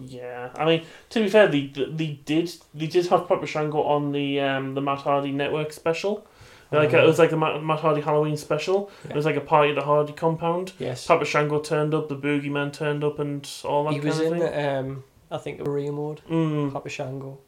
[SPEAKER 2] yeah, I mean, to be fair, they they did they did have Papa Shango on the um the Matt Hardy Network special. Like
[SPEAKER 1] Oh.
[SPEAKER 2] it was like the Matt, Matt Hardy Halloween special. It was like a party at the Hardy compound.
[SPEAKER 1] Yes,
[SPEAKER 2] Papa Shango turned up, the Boogeyman turned up, and all that
[SPEAKER 1] he
[SPEAKER 2] kind
[SPEAKER 1] was
[SPEAKER 2] of
[SPEAKER 1] in
[SPEAKER 2] thing.
[SPEAKER 1] um, I think Maria mode.
[SPEAKER 2] Mm.
[SPEAKER 1] Papa Shango.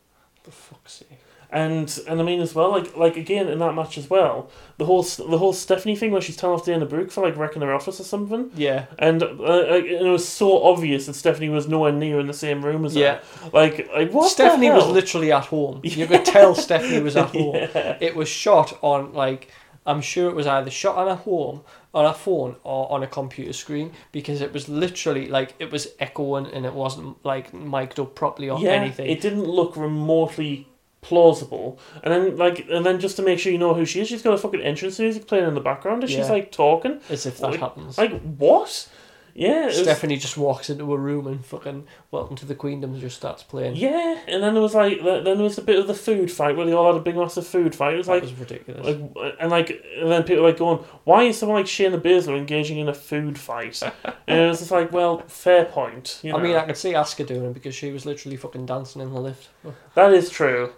[SPEAKER 1] For fuck's sake.
[SPEAKER 2] And and I mean as well, like like again in that match as well, the whole s- the whole Stephanie thing where she's telling off Dana Brooke for like wrecking her office or something.
[SPEAKER 1] Yeah.
[SPEAKER 2] And, uh, uh, and it was so obvious that Stephanie was nowhere near in the same room as her. Like, like what? the
[SPEAKER 1] Stephanie was
[SPEAKER 2] hell?
[SPEAKER 1] literally at home. You could tell Stephanie was at home.
[SPEAKER 2] Yeah.
[SPEAKER 1] It was shot on like I'm sure it was either shot on a home on a phone or on a computer screen because it was literally like it was echoing and it wasn't like mic'd up properly or
[SPEAKER 2] Yeah,
[SPEAKER 1] anything.
[SPEAKER 2] It didn't look remotely plausible. And then like and then just to make sure you know who she is, she's got a fucking entrance music playing in the background and she's
[SPEAKER 1] Yeah.
[SPEAKER 2] like talking.
[SPEAKER 1] as if that
[SPEAKER 2] Like-
[SPEAKER 1] happens.
[SPEAKER 2] Like what? Yeah, it was,
[SPEAKER 1] Stephanie just walks into a room and fucking Welcome to the Queendom and just starts playing.
[SPEAKER 2] yeah. And then there was like th- then there was a bit of the food fight where they all had a big massive food fight. It was
[SPEAKER 1] that
[SPEAKER 2] like
[SPEAKER 1] was ridiculous.
[SPEAKER 2] like and like and then people like going, why is someone like Shayna Baszler engaging in a food fight? and it was just like, well, fair point. You know?
[SPEAKER 1] I mean, I could see Asuka doing it because she was literally fucking dancing in the lift.
[SPEAKER 2] that is true.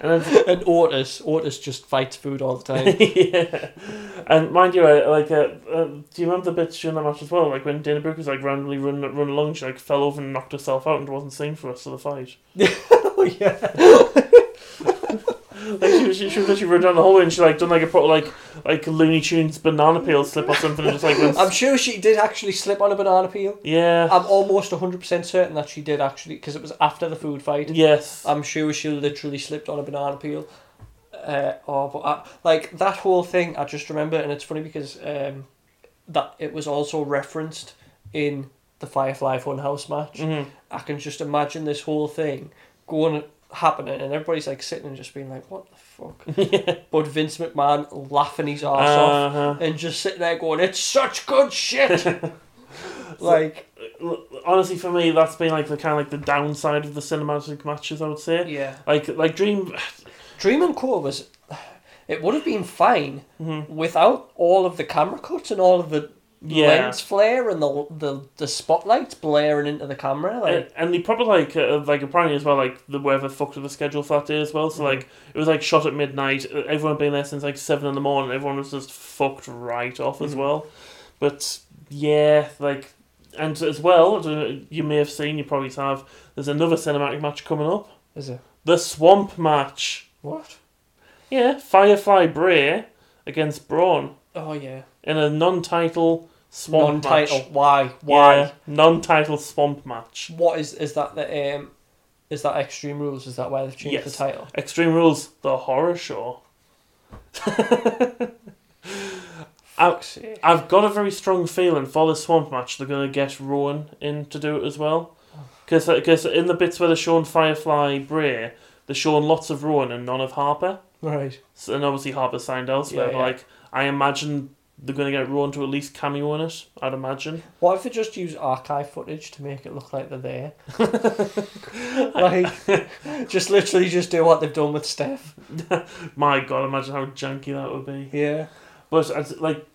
[SPEAKER 2] And it's,
[SPEAKER 1] and Otis, Otis just fights food all the time.
[SPEAKER 2] yeah. And mind you, I, like, uh, uh, do you remember the bits during that match as well? Like when Dana Brooke was like randomly run run along, she like fell over and knocked herself out and wasn't seen for the rest of the fight.
[SPEAKER 1] oh yeah,
[SPEAKER 2] Like she was, she, she was literally running down the hallway and she like done like a pro like like Looney Tunes banana peel slip or something and just like went.
[SPEAKER 1] I'm sure she did actually slip on a banana peel.
[SPEAKER 2] yeah.
[SPEAKER 1] I'm almost 100% certain that she did actually, because it was after the food fight.
[SPEAKER 2] yes.
[SPEAKER 1] I'm sure she literally slipped on a banana peel. Uh, oh, but I, like that whole thing, I just remember, and it's funny because um, that it was also referenced in the Firefly Funhouse match.
[SPEAKER 2] Mhm.
[SPEAKER 1] I can just imagine this whole thing going happening, and everybody's like sitting and just being like, "What the fuck?" But Vince McMahon laughing his ass off
[SPEAKER 2] Uh-huh.
[SPEAKER 1] and just sitting there going, "It's such good shit." like,
[SPEAKER 2] L- Honestly, for me, that's been like the kind of like the downside of the cinematic matches. I would say,
[SPEAKER 1] yeah,
[SPEAKER 2] like like Dream.
[SPEAKER 1] Dream and Core was. It would have been fine
[SPEAKER 2] Mhm.
[SPEAKER 1] without all of the camera cuts and all of the
[SPEAKER 2] Yeah.
[SPEAKER 1] lens flare and the, the the spotlights blaring into the camera, like
[SPEAKER 2] and, and they probably like uh, like apparently as well like the weather fucked with the schedule for that day as well. So
[SPEAKER 1] Mm-hmm.
[SPEAKER 2] like it was like shot at midnight. uh, Everyone had been there since like seven in the morning. Everyone was just fucked right off as
[SPEAKER 1] Mhm.
[SPEAKER 2] well. But yeah, like and as well, I dunno, you may have seen, you probably have. There's another cinematic match coming up.
[SPEAKER 1] is it
[SPEAKER 2] The Swamp Match.
[SPEAKER 1] what?
[SPEAKER 2] Yeah, Firefly Bray against Braun
[SPEAKER 1] Oh yeah,
[SPEAKER 2] in a non-title
[SPEAKER 1] one
[SPEAKER 2] swamp
[SPEAKER 1] title.
[SPEAKER 2] match.
[SPEAKER 1] Why? Why?
[SPEAKER 2] Yeah, non-title swamp match.
[SPEAKER 1] What is is that the um? Is that Extreme Rules? Is that why they've changed
[SPEAKER 2] Yes.
[SPEAKER 1] the title?
[SPEAKER 2] Extreme Rules, the horror show. I,
[SPEAKER 1] Fuck's sake.
[SPEAKER 2] I've got a very strong feeling for the Swamp match, they're going to get Rowan in to do it as well. Because in the bits where they're showing Firefly Bray, they're showing lots of Rowan and none of Harper.
[SPEAKER 1] Right.
[SPEAKER 2] So, and obviously Harper signed elsewhere.
[SPEAKER 1] Yeah,
[SPEAKER 2] but
[SPEAKER 1] yeah.
[SPEAKER 2] like, I imagine they're going to get Rowan to at least cameo in it, I'd imagine.
[SPEAKER 1] What if they just use archive footage to make it look like they're there? like, just literally just do what they've done with Steph.
[SPEAKER 2] My god, imagine how janky that would be.
[SPEAKER 1] Yeah.
[SPEAKER 2] But, I'd- like,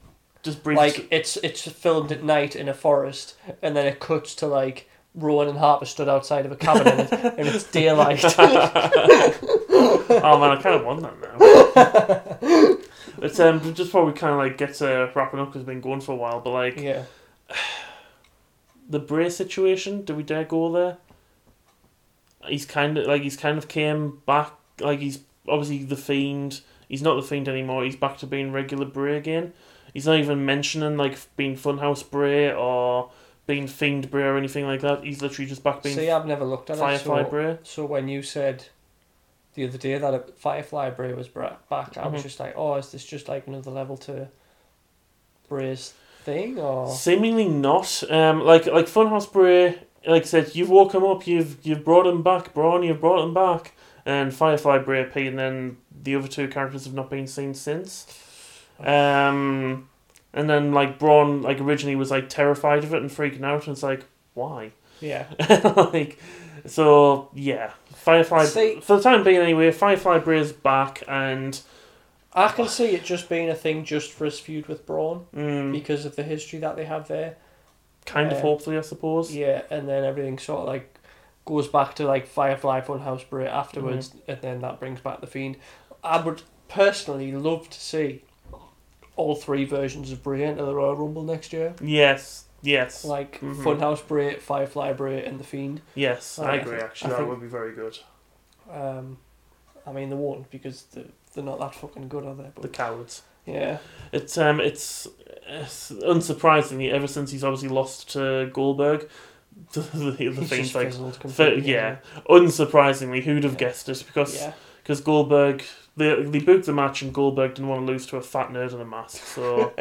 [SPEAKER 2] just briefly.
[SPEAKER 1] like it's it's filmed at night in a forest and then it cuts to like Rowan and Harper stood outside of a cabin and, it, and it's daylight.
[SPEAKER 2] oh man, I kind of want that now. but um, just before we kind of like get to wrapping up, because we've been going for a while, but like
[SPEAKER 1] yeah.
[SPEAKER 2] the Bray situation, do we dare go there? He's kind of like he's kind of came back, like he's obviously the fiend. He's not the fiend anymore. He's back to being regular Bray again. He's not even mentioning like being Funhouse Bray or being Fiend Bray or anything like that. He's literally just back being
[SPEAKER 1] See, I've never looked at it.
[SPEAKER 2] Firefly
[SPEAKER 1] So,
[SPEAKER 2] Bray.
[SPEAKER 1] so when you said the other day that a Firefly Bray was bra- back, I was
[SPEAKER 2] Mhm.
[SPEAKER 1] just like, oh, is this just like another level to Bray's thing or?
[SPEAKER 2] Seemingly not. Um, like like Funhouse Bray, like I said, you've woke him up. You've you've brought him back, Braun. You've brought him back, and Firefly Bray appeared, and then the other two characters have not been seen since. Um, and then like Braun, like originally was like terrified of it and freaking out, and it's like why?
[SPEAKER 1] Yeah.
[SPEAKER 2] like, so yeah, Firefly.
[SPEAKER 1] See-
[SPEAKER 2] for the time being, anyway, Firefly Bray's back, and
[SPEAKER 1] I can see it just being a thing just for his feud with Braun
[SPEAKER 2] mm,
[SPEAKER 1] because of the history that they have there.
[SPEAKER 2] kind of
[SPEAKER 1] Uh,
[SPEAKER 2] hopefully, I suppose.
[SPEAKER 1] Yeah, and then everything sort of like goes back to like Firefly Funhouse Bray afterwards, and then that brings back the Fiend. I would personally love to see all three versions of Bray into the Royal Rumble next year,
[SPEAKER 2] Yes. Yes.
[SPEAKER 1] like
[SPEAKER 2] Mhm.
[SPEAKER 1] Funhouse Bray, Firefly Bray, and the Fiend.
[SPEAKER 2] Yes,
[SPEAKER 1] Uh,
[SPEAKER 2] I
[SPEAKER 1] I
[SPEAKER 2] agree.
[SPEAKER 1] think-
[SPEAKER 2] Actually,
[SPEAKER 1] I
[SPEAKER 2] that
[SPEAKER 1] think-
[SPEAKER 2] would be very good.
[SPEAKER 1] Um, I mean, they won't because they're, they're not that fucking good, are they?
[SPEAKER 2] The
[SPEAKER 1] But
[SPEAKER 2] cowards.
[SPEAKER 1] yeah,
[SPEAKER 2] It's um, it's, it's unsurprisingly ever since he's obviously lost to Goldberg, the the, the
[SPEAKER 1] he's
[SPEAKER 2] thing's
[SPEAKER 1] just
[SPEAKER 2] like.
[SPEAKER 1] fizzled
[SPEAKER 2] fi-
[SPEAKER 1] completely.
[SPEAKER 2] yeah, unsurprisingly, who'd have
[SPEAKER 1] Yeah.
[SPEAKER 2] guessed it? Because
[SPEAKER 1] yeah.
[SPEAKER 2] cause Goldberg, they, they booked the match and Goldberg didn't want to lose to a fat nerd in a mask, so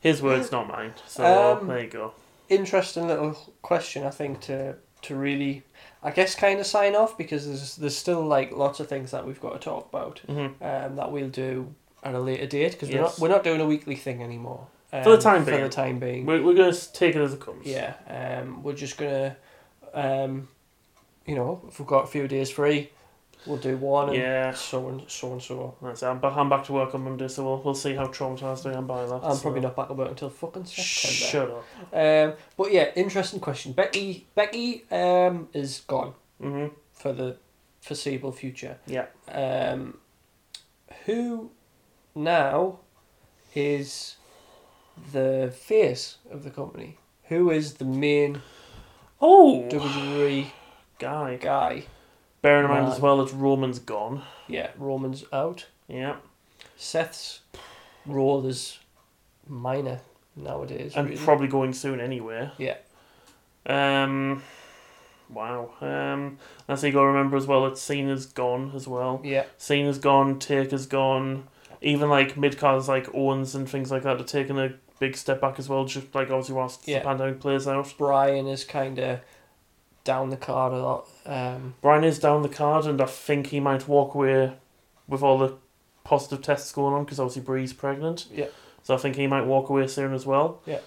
[SPEAKER 2] his words, not mine. So
[SPEAKER 1] Um,
[SPEAKER 2] there you go.
[SPEAKER 1] interesting little question I think to to really I guess kind of sign off because there's there's still like lots of things that we've got to talk about
[SPEAKER 2] hmm
[SPEAKER 1] um, that we'll do at a later date because we're not
[SPEAKER 2] Yes.
[SPEAKER 1] we're not doing a weekly thing anymore um,
[SPEAKER 2] the time
[SPEAKER 1] for
[SPEAKER 2] being.
[SPEAKER 1] the time being
[SPEAKER 2] We're, we're going to take it as it comes.
[SPEAKER 1] yeah um, we're just gonna um, you know if we've got a few days free we'll do one and
[SPEAKER 2] Yeah.
[SPEAKER 1] so and so and so
[SPEAKER 2] That's it. I'm, ba- I'm back to work on Monday, so we'll, we'll see how traumatised I am by that.
[SPEAKER 1] I'm
[SPEAKER 2] so-
[SPEAKER 1] probably not back at work until fucking September
[SPEAKER 2] Shut up.
[SPEAKER 1] um, but yeah interesting question Becky Becky um, is gone
[SPEAKER 2] hmm
[SPEAKER 1] for the foreseeable future.
[SPEAKER 2] Yeah.
[SPEAKER 1] Um, who now is the face of the company? Who is the main
[SPEAKER 2] Oh,
[SPEAKER 1] WWE
[SPEAKER 2] guy.
[SPEAKER 1] guy?
[SPEAKER 2] Bearing in mind
[SPEAKER 1] Man.
[SPEAKER 2] as well that Roman's gone.
[SPEAKER 1] Yeah, Roman's out.
[SPEAKER 2] Yeah,
[SPEAKER 1] Seth's role is minor nowadays.
[SPEAKER 2] and
[SPEAKER 1] really.
[SPEAKER 2] probably going soon anyway.
[SPEAKER 1] Yeah.
[SPEAKER 2] Um. Wow. Um. That's you got to remember as well that Cena's gone as well.
[SPEAKER 1] yeah,
[SPEAKER 2] Cena's gone. Taker's gone. Even like mid cards like Owens and things like that are taking a big step back as well. Just like obviously whilst
[SPEAKER 1] Yeah.
[SPEAKER 2] the pandemic plays out.
[SPEAKER 1] Brian is kind of down the card a lot. Um,
[SPEAKER 2] Brian is down the card, and I think he might walk away with all the positive tests going on because obviously Bree's pregnant.
[SPEAKER 1] Yeah.
[SPEAKER 2] So I think he might walk away soon as well.
[SPEAKER 1] Yeah.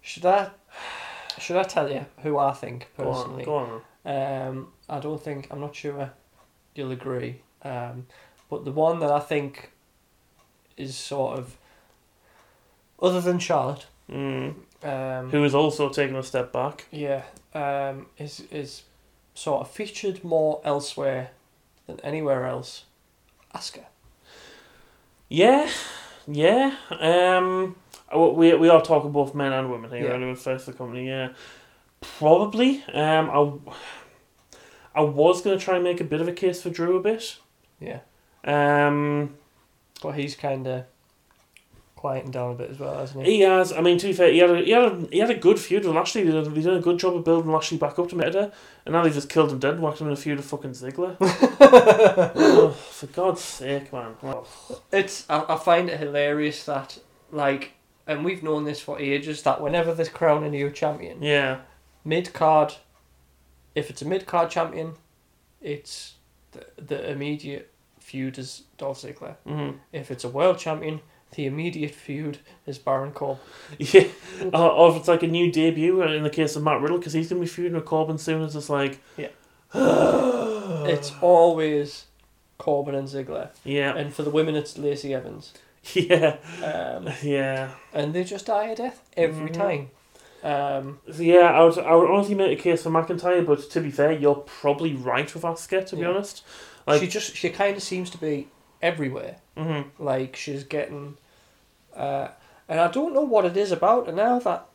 [SPEAKER 1] should I? Should I tell you who I think
[SPEAKER 2] Go on,
[SPEAKER 1] personally?
[SPEAKER 2] go on.
[SPEAKER 1] Um, I don't think I'm not sure you'll agree. Um, but the one that I think is sort of other than Charlotte.
[SPEAKER 2] Mm.
[SPEAKER 1] Um,
[SPEAKER 2] Who is also taking a step back?
[SPEAKER 1] Yeah, um, is is sort of featured more elsewhere than anywhere else. Asuka.
[SPEAKER 2] Yeah, yeah. Um, oh, we we are talking both men and women here.
[SPEAKER 1] Yeah.
[SPEAKER 2] Anyway, first the company. Yeah, probably. Um, I I was gonna try and make a bit of a case for Drew a bit.
[SPEAKER 1] Yeah,
[SPEAKER 2] Um.
[SPEAKER 1] but he's kind of quieting down a bit as well, hasn't he?
[SPEAKER 2] He has. I mean, to be fair, he had a, he had a, he had a good feud with Lashley. They did, they did a good job of building Lashley back up to Meta, and now they just killed him dead, whacked him in a feud with fucking Ziggler. oh, for God's sake, man! Oh,
[SPEAKER 1] It's I, I find it hilarious that like, and we've known this for ages that whenever there's crown a new champion,
[SPEAKER 2] yeah,
[SPEAKER 1] mid card, if it's a mid card champion, it's the the immediate feud is Dolph Ziggler.
[SPEAKER 2] mm
[SPEAKER 1] If it's a world champion, the immediate feud is Baron Corbin.
[SPEAKER 2] yeah. Or, or if it's like a new debut uh, in the case of Matt Riddle, because he's gonna be feuding with Corbin soon. It's just like
[SPEAKER 1] Yeah.
[SPEAKER 2] it's
[SPEAKER 1] It's always Corbin and Ziggler,
[SPEAKER 2] yeah,
[SPEAKER 1] and for the women, it's Lacey Evans,
[SPEAKER 2] yeah,
[SPEAKER 1] um,
[SPEAKER 2] yeah.
[SPEAKER 1] and they just die a death every
[SPEAKER 2] Mhm.
[SPEAKER 1] time. Um,
[SPEAKER 2] So yeah, I would, I would honestly make a case for McIntyre, but to be fair, you're probably right with Asuka, to be
[SPEAKER 1] Yeah.
[SPEAKER 2] honest. Like-
[SPEAKER 1] she just she kind of seems to be everywhere.
[SPEAKER 2] hmm
[SPEAKER 1] Like she's getting, uh, and I don't know what it is about her now that.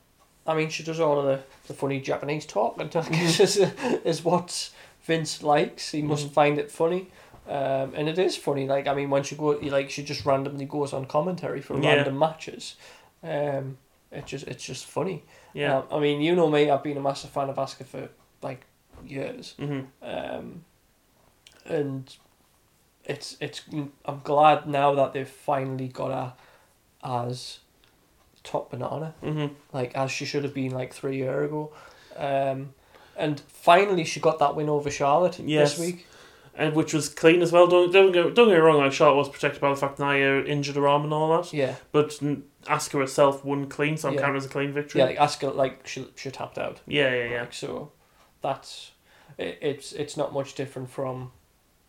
[SPEAKER 1] I mean, she does all of the, the funny Japanese talk, and I guess is,
[SPEAKER 2] Mm-hmm.
[SPEAKER 1] is what Vince likes. He must
[SPEAKER 2] Mhm.
[SPEAKER 1] find it funny, um, and it is funny. Like I mean, when she go, like she just randomly goes on commentary for
[SPEAKER 2] Yeah.
[SPEAKER 1] random matches. Um, it just it's just funny.
[SPEAKER 2] Yeah.
[SPEAKER 1] Um, I mean, you know me. I've been a massive fan of Asuka for like years
[SPEAKER 2] hmm
[SPEAKER 1] um, and it's it's I'm glad now that they've finally got her as top banana,
[SPEAKER 2] hmm
[SPEAKER 1] like as she should have been like three year ago, um, and finally she got that win over Charlotte
[SPEAKER 2] Yes.
[SPEAKER 1] this week.
[SPEAKER 2] and which was clean as well. Don't don't get don't get me wrong. Like Charlotte was protected by the fact that Nia injured her arm and all that,
[SPEAKER 1] Yeah,
[SPEAKER 2] but n- Asuka herself won clean, so I'm
[SPEAKER 1] Yeah.
[SPEAKER 2] counting as a clean victory.
[SPEAKER 1] yeah, like Asuka, like she she tapped out.
[SPEAKER 2] yeah, yeah, yeah.
[SPEAKER 1] Like, so that's it, it's it's not much different from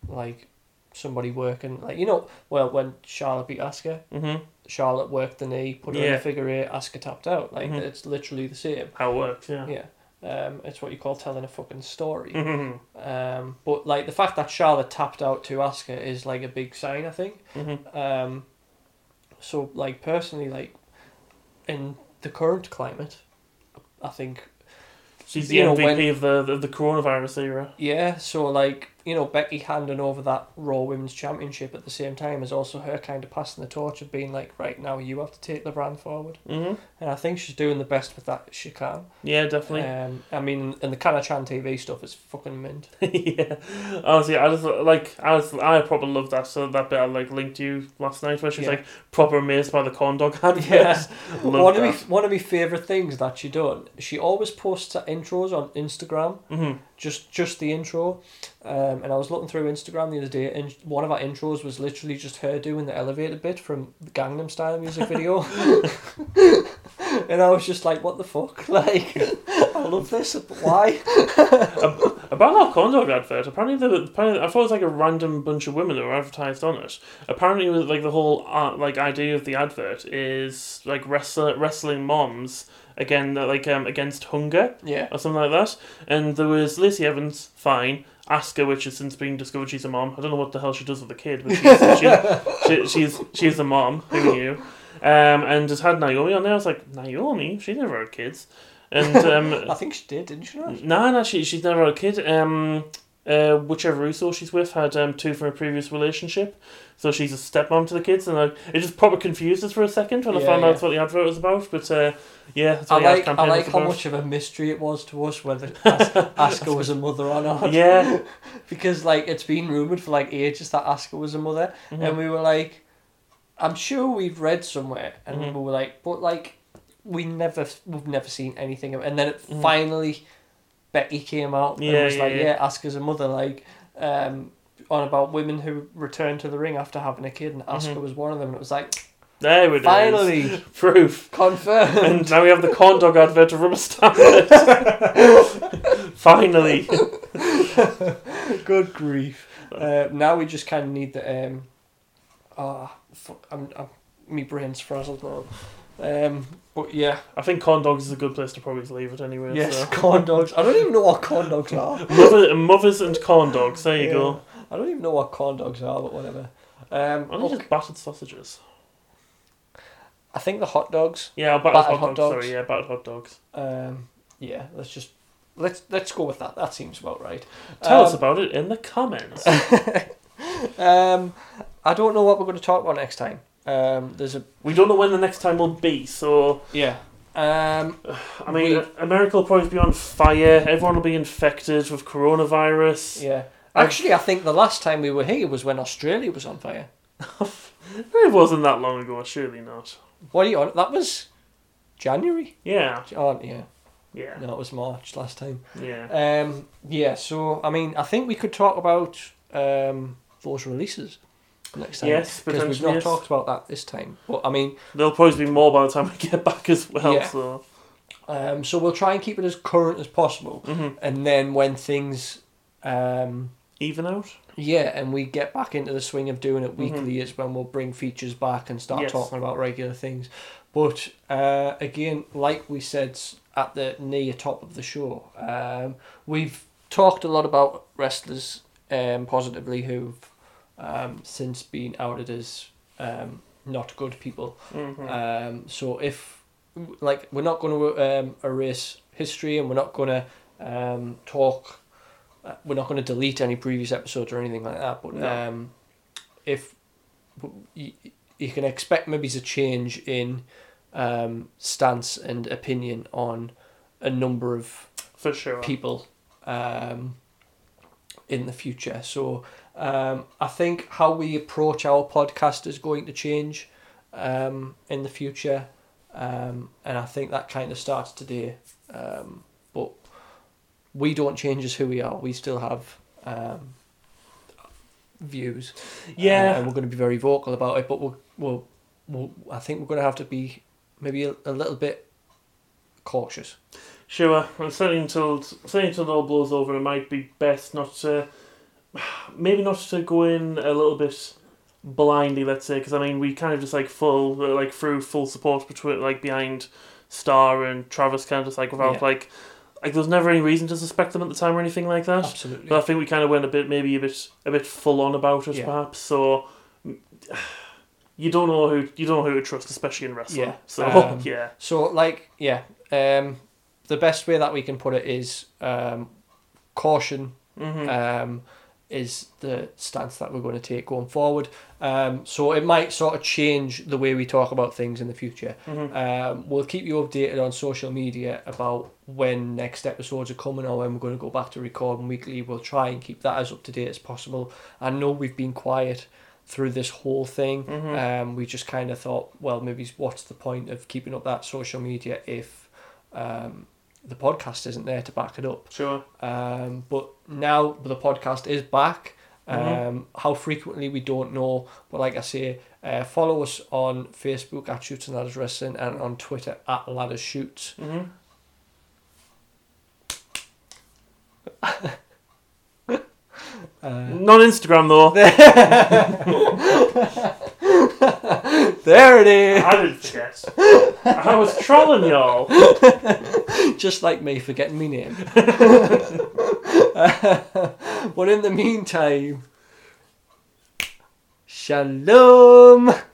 [SPEAKER 1] like somebody working like you know well when Charlotte beat Asuka
[SPEAKER 2] Mm-hmm.
[SPEAKER 1] Charlotte worked the knee, put her in
[SPEAKER 2] Yeah.
[SPEAKER 1] a figure eight, Asuka tapped out. Like
[SPEAKER 2] Mhm.
[SPEAKER 1] it's literally the same.
[SPEAKER 2] How it works, yeah.
[SPEAKER 1] Yeah. Um, it's what you call telling a fucking story.
[SPEAKER 2] Mhm,
[SPEAKER 1] Um, but like the fact that Charlotte tapped out to Asuka is like a big sign, I think.
[SPEAKER 2] mhm.
[SPEAKER 1] Um, so like personally, like in the current climate, I think
[SPEAKER 2] She's the
[SPEAKER 1] You know,
[SPEAKER 2] MVP
[SPEAKER 1] when-
[SPEAKER 2] of the, the the coronavirus era.
[SPEAKER 1] yeah. So like you know Becky handing over that Raw Women's Championship at the same time is also her kind of passing the torch of being like right now you have to take the brand forward.
[SPEAKER 2] Mm-hmm.
[SPEAKER 1] And I think she's doing the best with that she can.
[SPEAKER 2] Yeah, definitely.
[SPEAKER 1] Um, I mean, and the Kanachan TV stuff is fucking mint.
[SPEAKER 2] yeah, honestly, I just like I was I probably love that so that bit I like linked you last night where she's
[SPEAKER 1] Yeah.
[SPEAKER 2] like proper amazed by the corn dog advert.
[SPEAKER 1] Yeah.
[SPEAKER 2] love
[SPEAKER 1] one of me,
[SPEAKER 2] that.
[SPEAKER 1] one of my favorite things that she done. She always posts her intros on Instagram,
[SPEAKER 2] Mhm.
[SPEAKER 1] just just the intro. Um, and I was looking through Instagram the other day, and one of our intros was literally just her doing the elevator bit from the Gangnam Style music video. and I was just like, "What the fuck? Like, I love this. Why?"
[SPEAKER 2] About that hot dog advert. Apparently, the apparently, I thought it was like a random bunch of women that were advertised on it. Apparently, it was, like the whole uh, like idea of the advert is like wrestler, wrestling moms again they're, like um, against hunger
[SPEAKER 1] Yeah.
[SPEAKER 2] or something like that. And there was Lacey Evans, fine. Asuka, which has since been discovered she's a mom. I don't know what the hell she does with the kid, but she's she, she, she's she's a mom. Who knew? Um, and just had Naomi on there. I was like, Naomi, she never had kids. And um,
[SPEAKER 1] I think she did, didn't she? Not?
[SPEAKER 2] No, no, she, she's never had a kid. Um, uh, whichever Russo she's with had um, two from a previous relationship, so she's a stepmom to the kids, and like, it just probably confused us for a second when I
[SPEAKER 1] Yeah,
[SPEAKER 2] found
[SPEAKER 1] yeah.
[SPEAKER 2] out that's what the advert was about. But uh, yeah, that's
[SPEAKER 1] I
[SPEAKER 2] what the ad
[SPEAKER 1] like I
[SPEAKER 2] campaign was
[SPEAKER 1] like how
[SPEAKER 2] about.
[SPEAKER 1] much of a mystery it was to us whether As- Asuka was a mother or not.
[SPEAKER 2] Yeah,
[SPEAKER 1] Because like it's been rumored for like ages that Asuka was a mother,
[SPEAKER 2] Mm-hmm.
[SPEAKER 1] and we were like, I'm sure we've read somewhere, and
[SPEAKER 2] Mhm.
[SPEAKER 1] we were like, but like we never we've never seen anything, of and then it finally Becky came out and
[SPEAKER 2] Mm-hmm. Yeah,
[SPEAKER 1] was
[SPEAKER 2] yeah,
[SPEAKER 1] like,
[SPEAKER 2] yeah.
[SPEAKER 1] yeah, Asuka's a mother, like um, on about women who returned to the ring after having a kid, and Asuka was one of them, and it was like
[SPEAKER 2] Mm-hmm. there it is.
[SPEAKER 1] finally
[SPEAKER 2] proof.
[SPEAKER 1] confirmed.
[SPEAKER 2] And now we have the corn dog advert to rubber stamp it. Finally,
[SPEAKER 1] Good grief. Uh, now we just kind of need the. Um, oh, fu- I'm, I'm, my brain's frazzled now. Um, but yeah,
[SPEAKER 2] I think corn dogs is a good place to probably leave it anyway.
[SPEAKER 1] yes,
[SPEAKER 2] So.
[SPEAKER 1] corn dogs. I don't even know what corn dogs are.
[SPEAKER 2] Mother, mothers and corn dogs. There you
[SPEAKER 1] Yeah.
[SPEAKER 2] go.
[SPEAKER 1] I don't even know what corn dogs are, but whatever. Um,
[SPEAKER 2] Aren't they
[SPEAKER 1] look,
[SPEAKER 2] just battered sausages?
[SPEAKER 1] I think the hot dogs.
[SPEAKER 2] Yeah, battered,
[SPEAKER 1] Battered
[SPEAKER 2] hot,
[SPEAKER 1] hot
[SPEAKER 2] dogs.
[SPEAKER 1] dogs.
[SPEAKER 2] Sorry, yeah, battered hot dogs.
[SPEAKER 1] Um, yeah, let's just let's let's go with that. That seems about right.
[SPEAKER 2] Tell
[SPEAKER 1] um,
[SPEAKER 2] us about it in the comments.
[SPEAKER 1] Um, I don't know what we're going to talk about next time. Um, there's a
[SPEAKER 2] we don't know when the next time will be, so
[SPEAKER 1] yeah. Um,
[SPEAKER 2] I mean, America will probably be on fire. Everyone will be infected with coronavirus.
[SPEAKER 1] yeah.
[SPEAKER 2] Um,
[SPEAKER 1] Actually, I think the last time we were here was when Australia was on fire.
[SPEAKER 2] It wasn't that long ago, surely not.
[SPEAKER 1] What are you on? That was January.
[SPEAKER 2] Yeah,
[SPEAKER 1] Oh, yeah.
[SPEAKER 2] yeah,
[SPEAKER 1] No, it was March last time.
[SPEAKER 2] yeah.
[SPEAKER 1] Um, yeah, so, I mean, I think we could talk about um, those releases next time.
[SPEAKER 2] Yes,
[SPEAKER 1] Because we've
[SPEAKER 2] potentially,
[SPEAKER 1] not
[SPEAKER 2] yes.
[SPEAKER 1] talked about that this time. But, I mean,
[SPEAKER 2] There'll probably be more by the time we get back as well.
[SPEAKER 1] Yeah.
[SPEAKER 2] So
[SPEAKER 1] um, so we'll try and keep it as current as possible.
[SPEAKER 2] Mhm.
[SPEAKER 1] And then when things. Um,
[SPEAKER 2] even out.
[SPEAKER 1] yeah, and we get back into the swing of doing it weekly is when we'll bring features back and start
[SPEAKER 2] Yes.
[SPEAKER 1] talking about regular things. But uh, again, like we said s- at the near top of the show, um, we've talked a lot about wrestlers um, positively who've um, since been outed as um, not good people.
[SPEAKER 2] hmm
[SPEAKER 1] Um, so if like we're not going to um, erase history and we're not going to um, talk, uh, we're not going to delete any previous episodes or anything like that. But
[SPEAKER 2] No.
[SPEAKER 1] um, if you, you can expect maybe a change in um, stance and opinion on a number of
[SPEAKER 2] For sure.
[SPEAKER 1] people um, in the future. So um, I think how we approach our podcast is going to change um, in the future, um, and I think that kind of starts today. Um, but we don't change as who we are. We still have. Um, views uh,
[SPEAKER 2] yeah.
[SPEAKER 1] and we're going to be very vocal about it but we'll, we'll, we'll i think we're going to have to be maybe a, a little bit cautious
[SPEAKER 2] Sure, and certainly until certainly until it all blows over, it might be best not to, maybe not to go in a little bit blindly. Let's say, because I mean, we kind of just like full like through full support between like behind Star and Travis, kind of just like without
[SPEAKER 1] Yeah.
[SPEAKER 2] like like there was never any reason to suspect them at the time or anything like that.
[SPEAKER 1] absolutely
[SPEAKER 2] But I think we kind of went a bit, maybe a bit, a bit full on about it,
[SPEAKER 1] Yeah.
[SPEAKER 2] perhaps. So you don't know who you don't know who to trust, especially in wrestling.
[SPEAKER 1] Yeah,
[SPEAKER 2] So
[SPEAKER 1] um,
[SPEAKER 2] yeah,
[SPEAKER 1] So, like, yeah, um, the best way that we can put it is um, caution
[SPEAKER 2] hmm
[SPEAKER 1] um, is the stance that we're going to take going forward. Um, so it might sort of change the way we talk about things in the future.
[SPEAKER 2] mm-hmm,
[SPEAKER 1] Um, we'll keep you updated on social media about when next episodes are coming or when we're going to go back to recording weekly. We'll try and keep that as up to date as possible. I know we've been quiet through this whole thing.
[SPEAKER 2] mm-hmm.
[SPEAKER 1] Um, we just kind of thought, well, maybe what's the point of keeping up that social media if um, the podcast isn't there to back it up?
[SPEAKER 2] sure.
[SPEAKER 1] Um, but now the podcast is back. Um,
[SPEAKER 2] Mhm.
[SPEAKER 1] How frequently we don't know, but like I say, uh, follow us on Facebook at Shoots and Ladders Wrestling and on Twitter at Ladders
[SPEAKER 2] Mm-hmm.
[SPEAKER 1] Shoots.
[SPEAKER 2] hmm
[SPEAKER 1] Uh,
[SPEAKER 2] Not Instagram though.
[SPEAKER 1] there it is.
[SPEAKER 2] I didn't shit. I was trolling y'all.
[SPEAKER 1] Just like me forgetting my name. but in the meantime, shalom.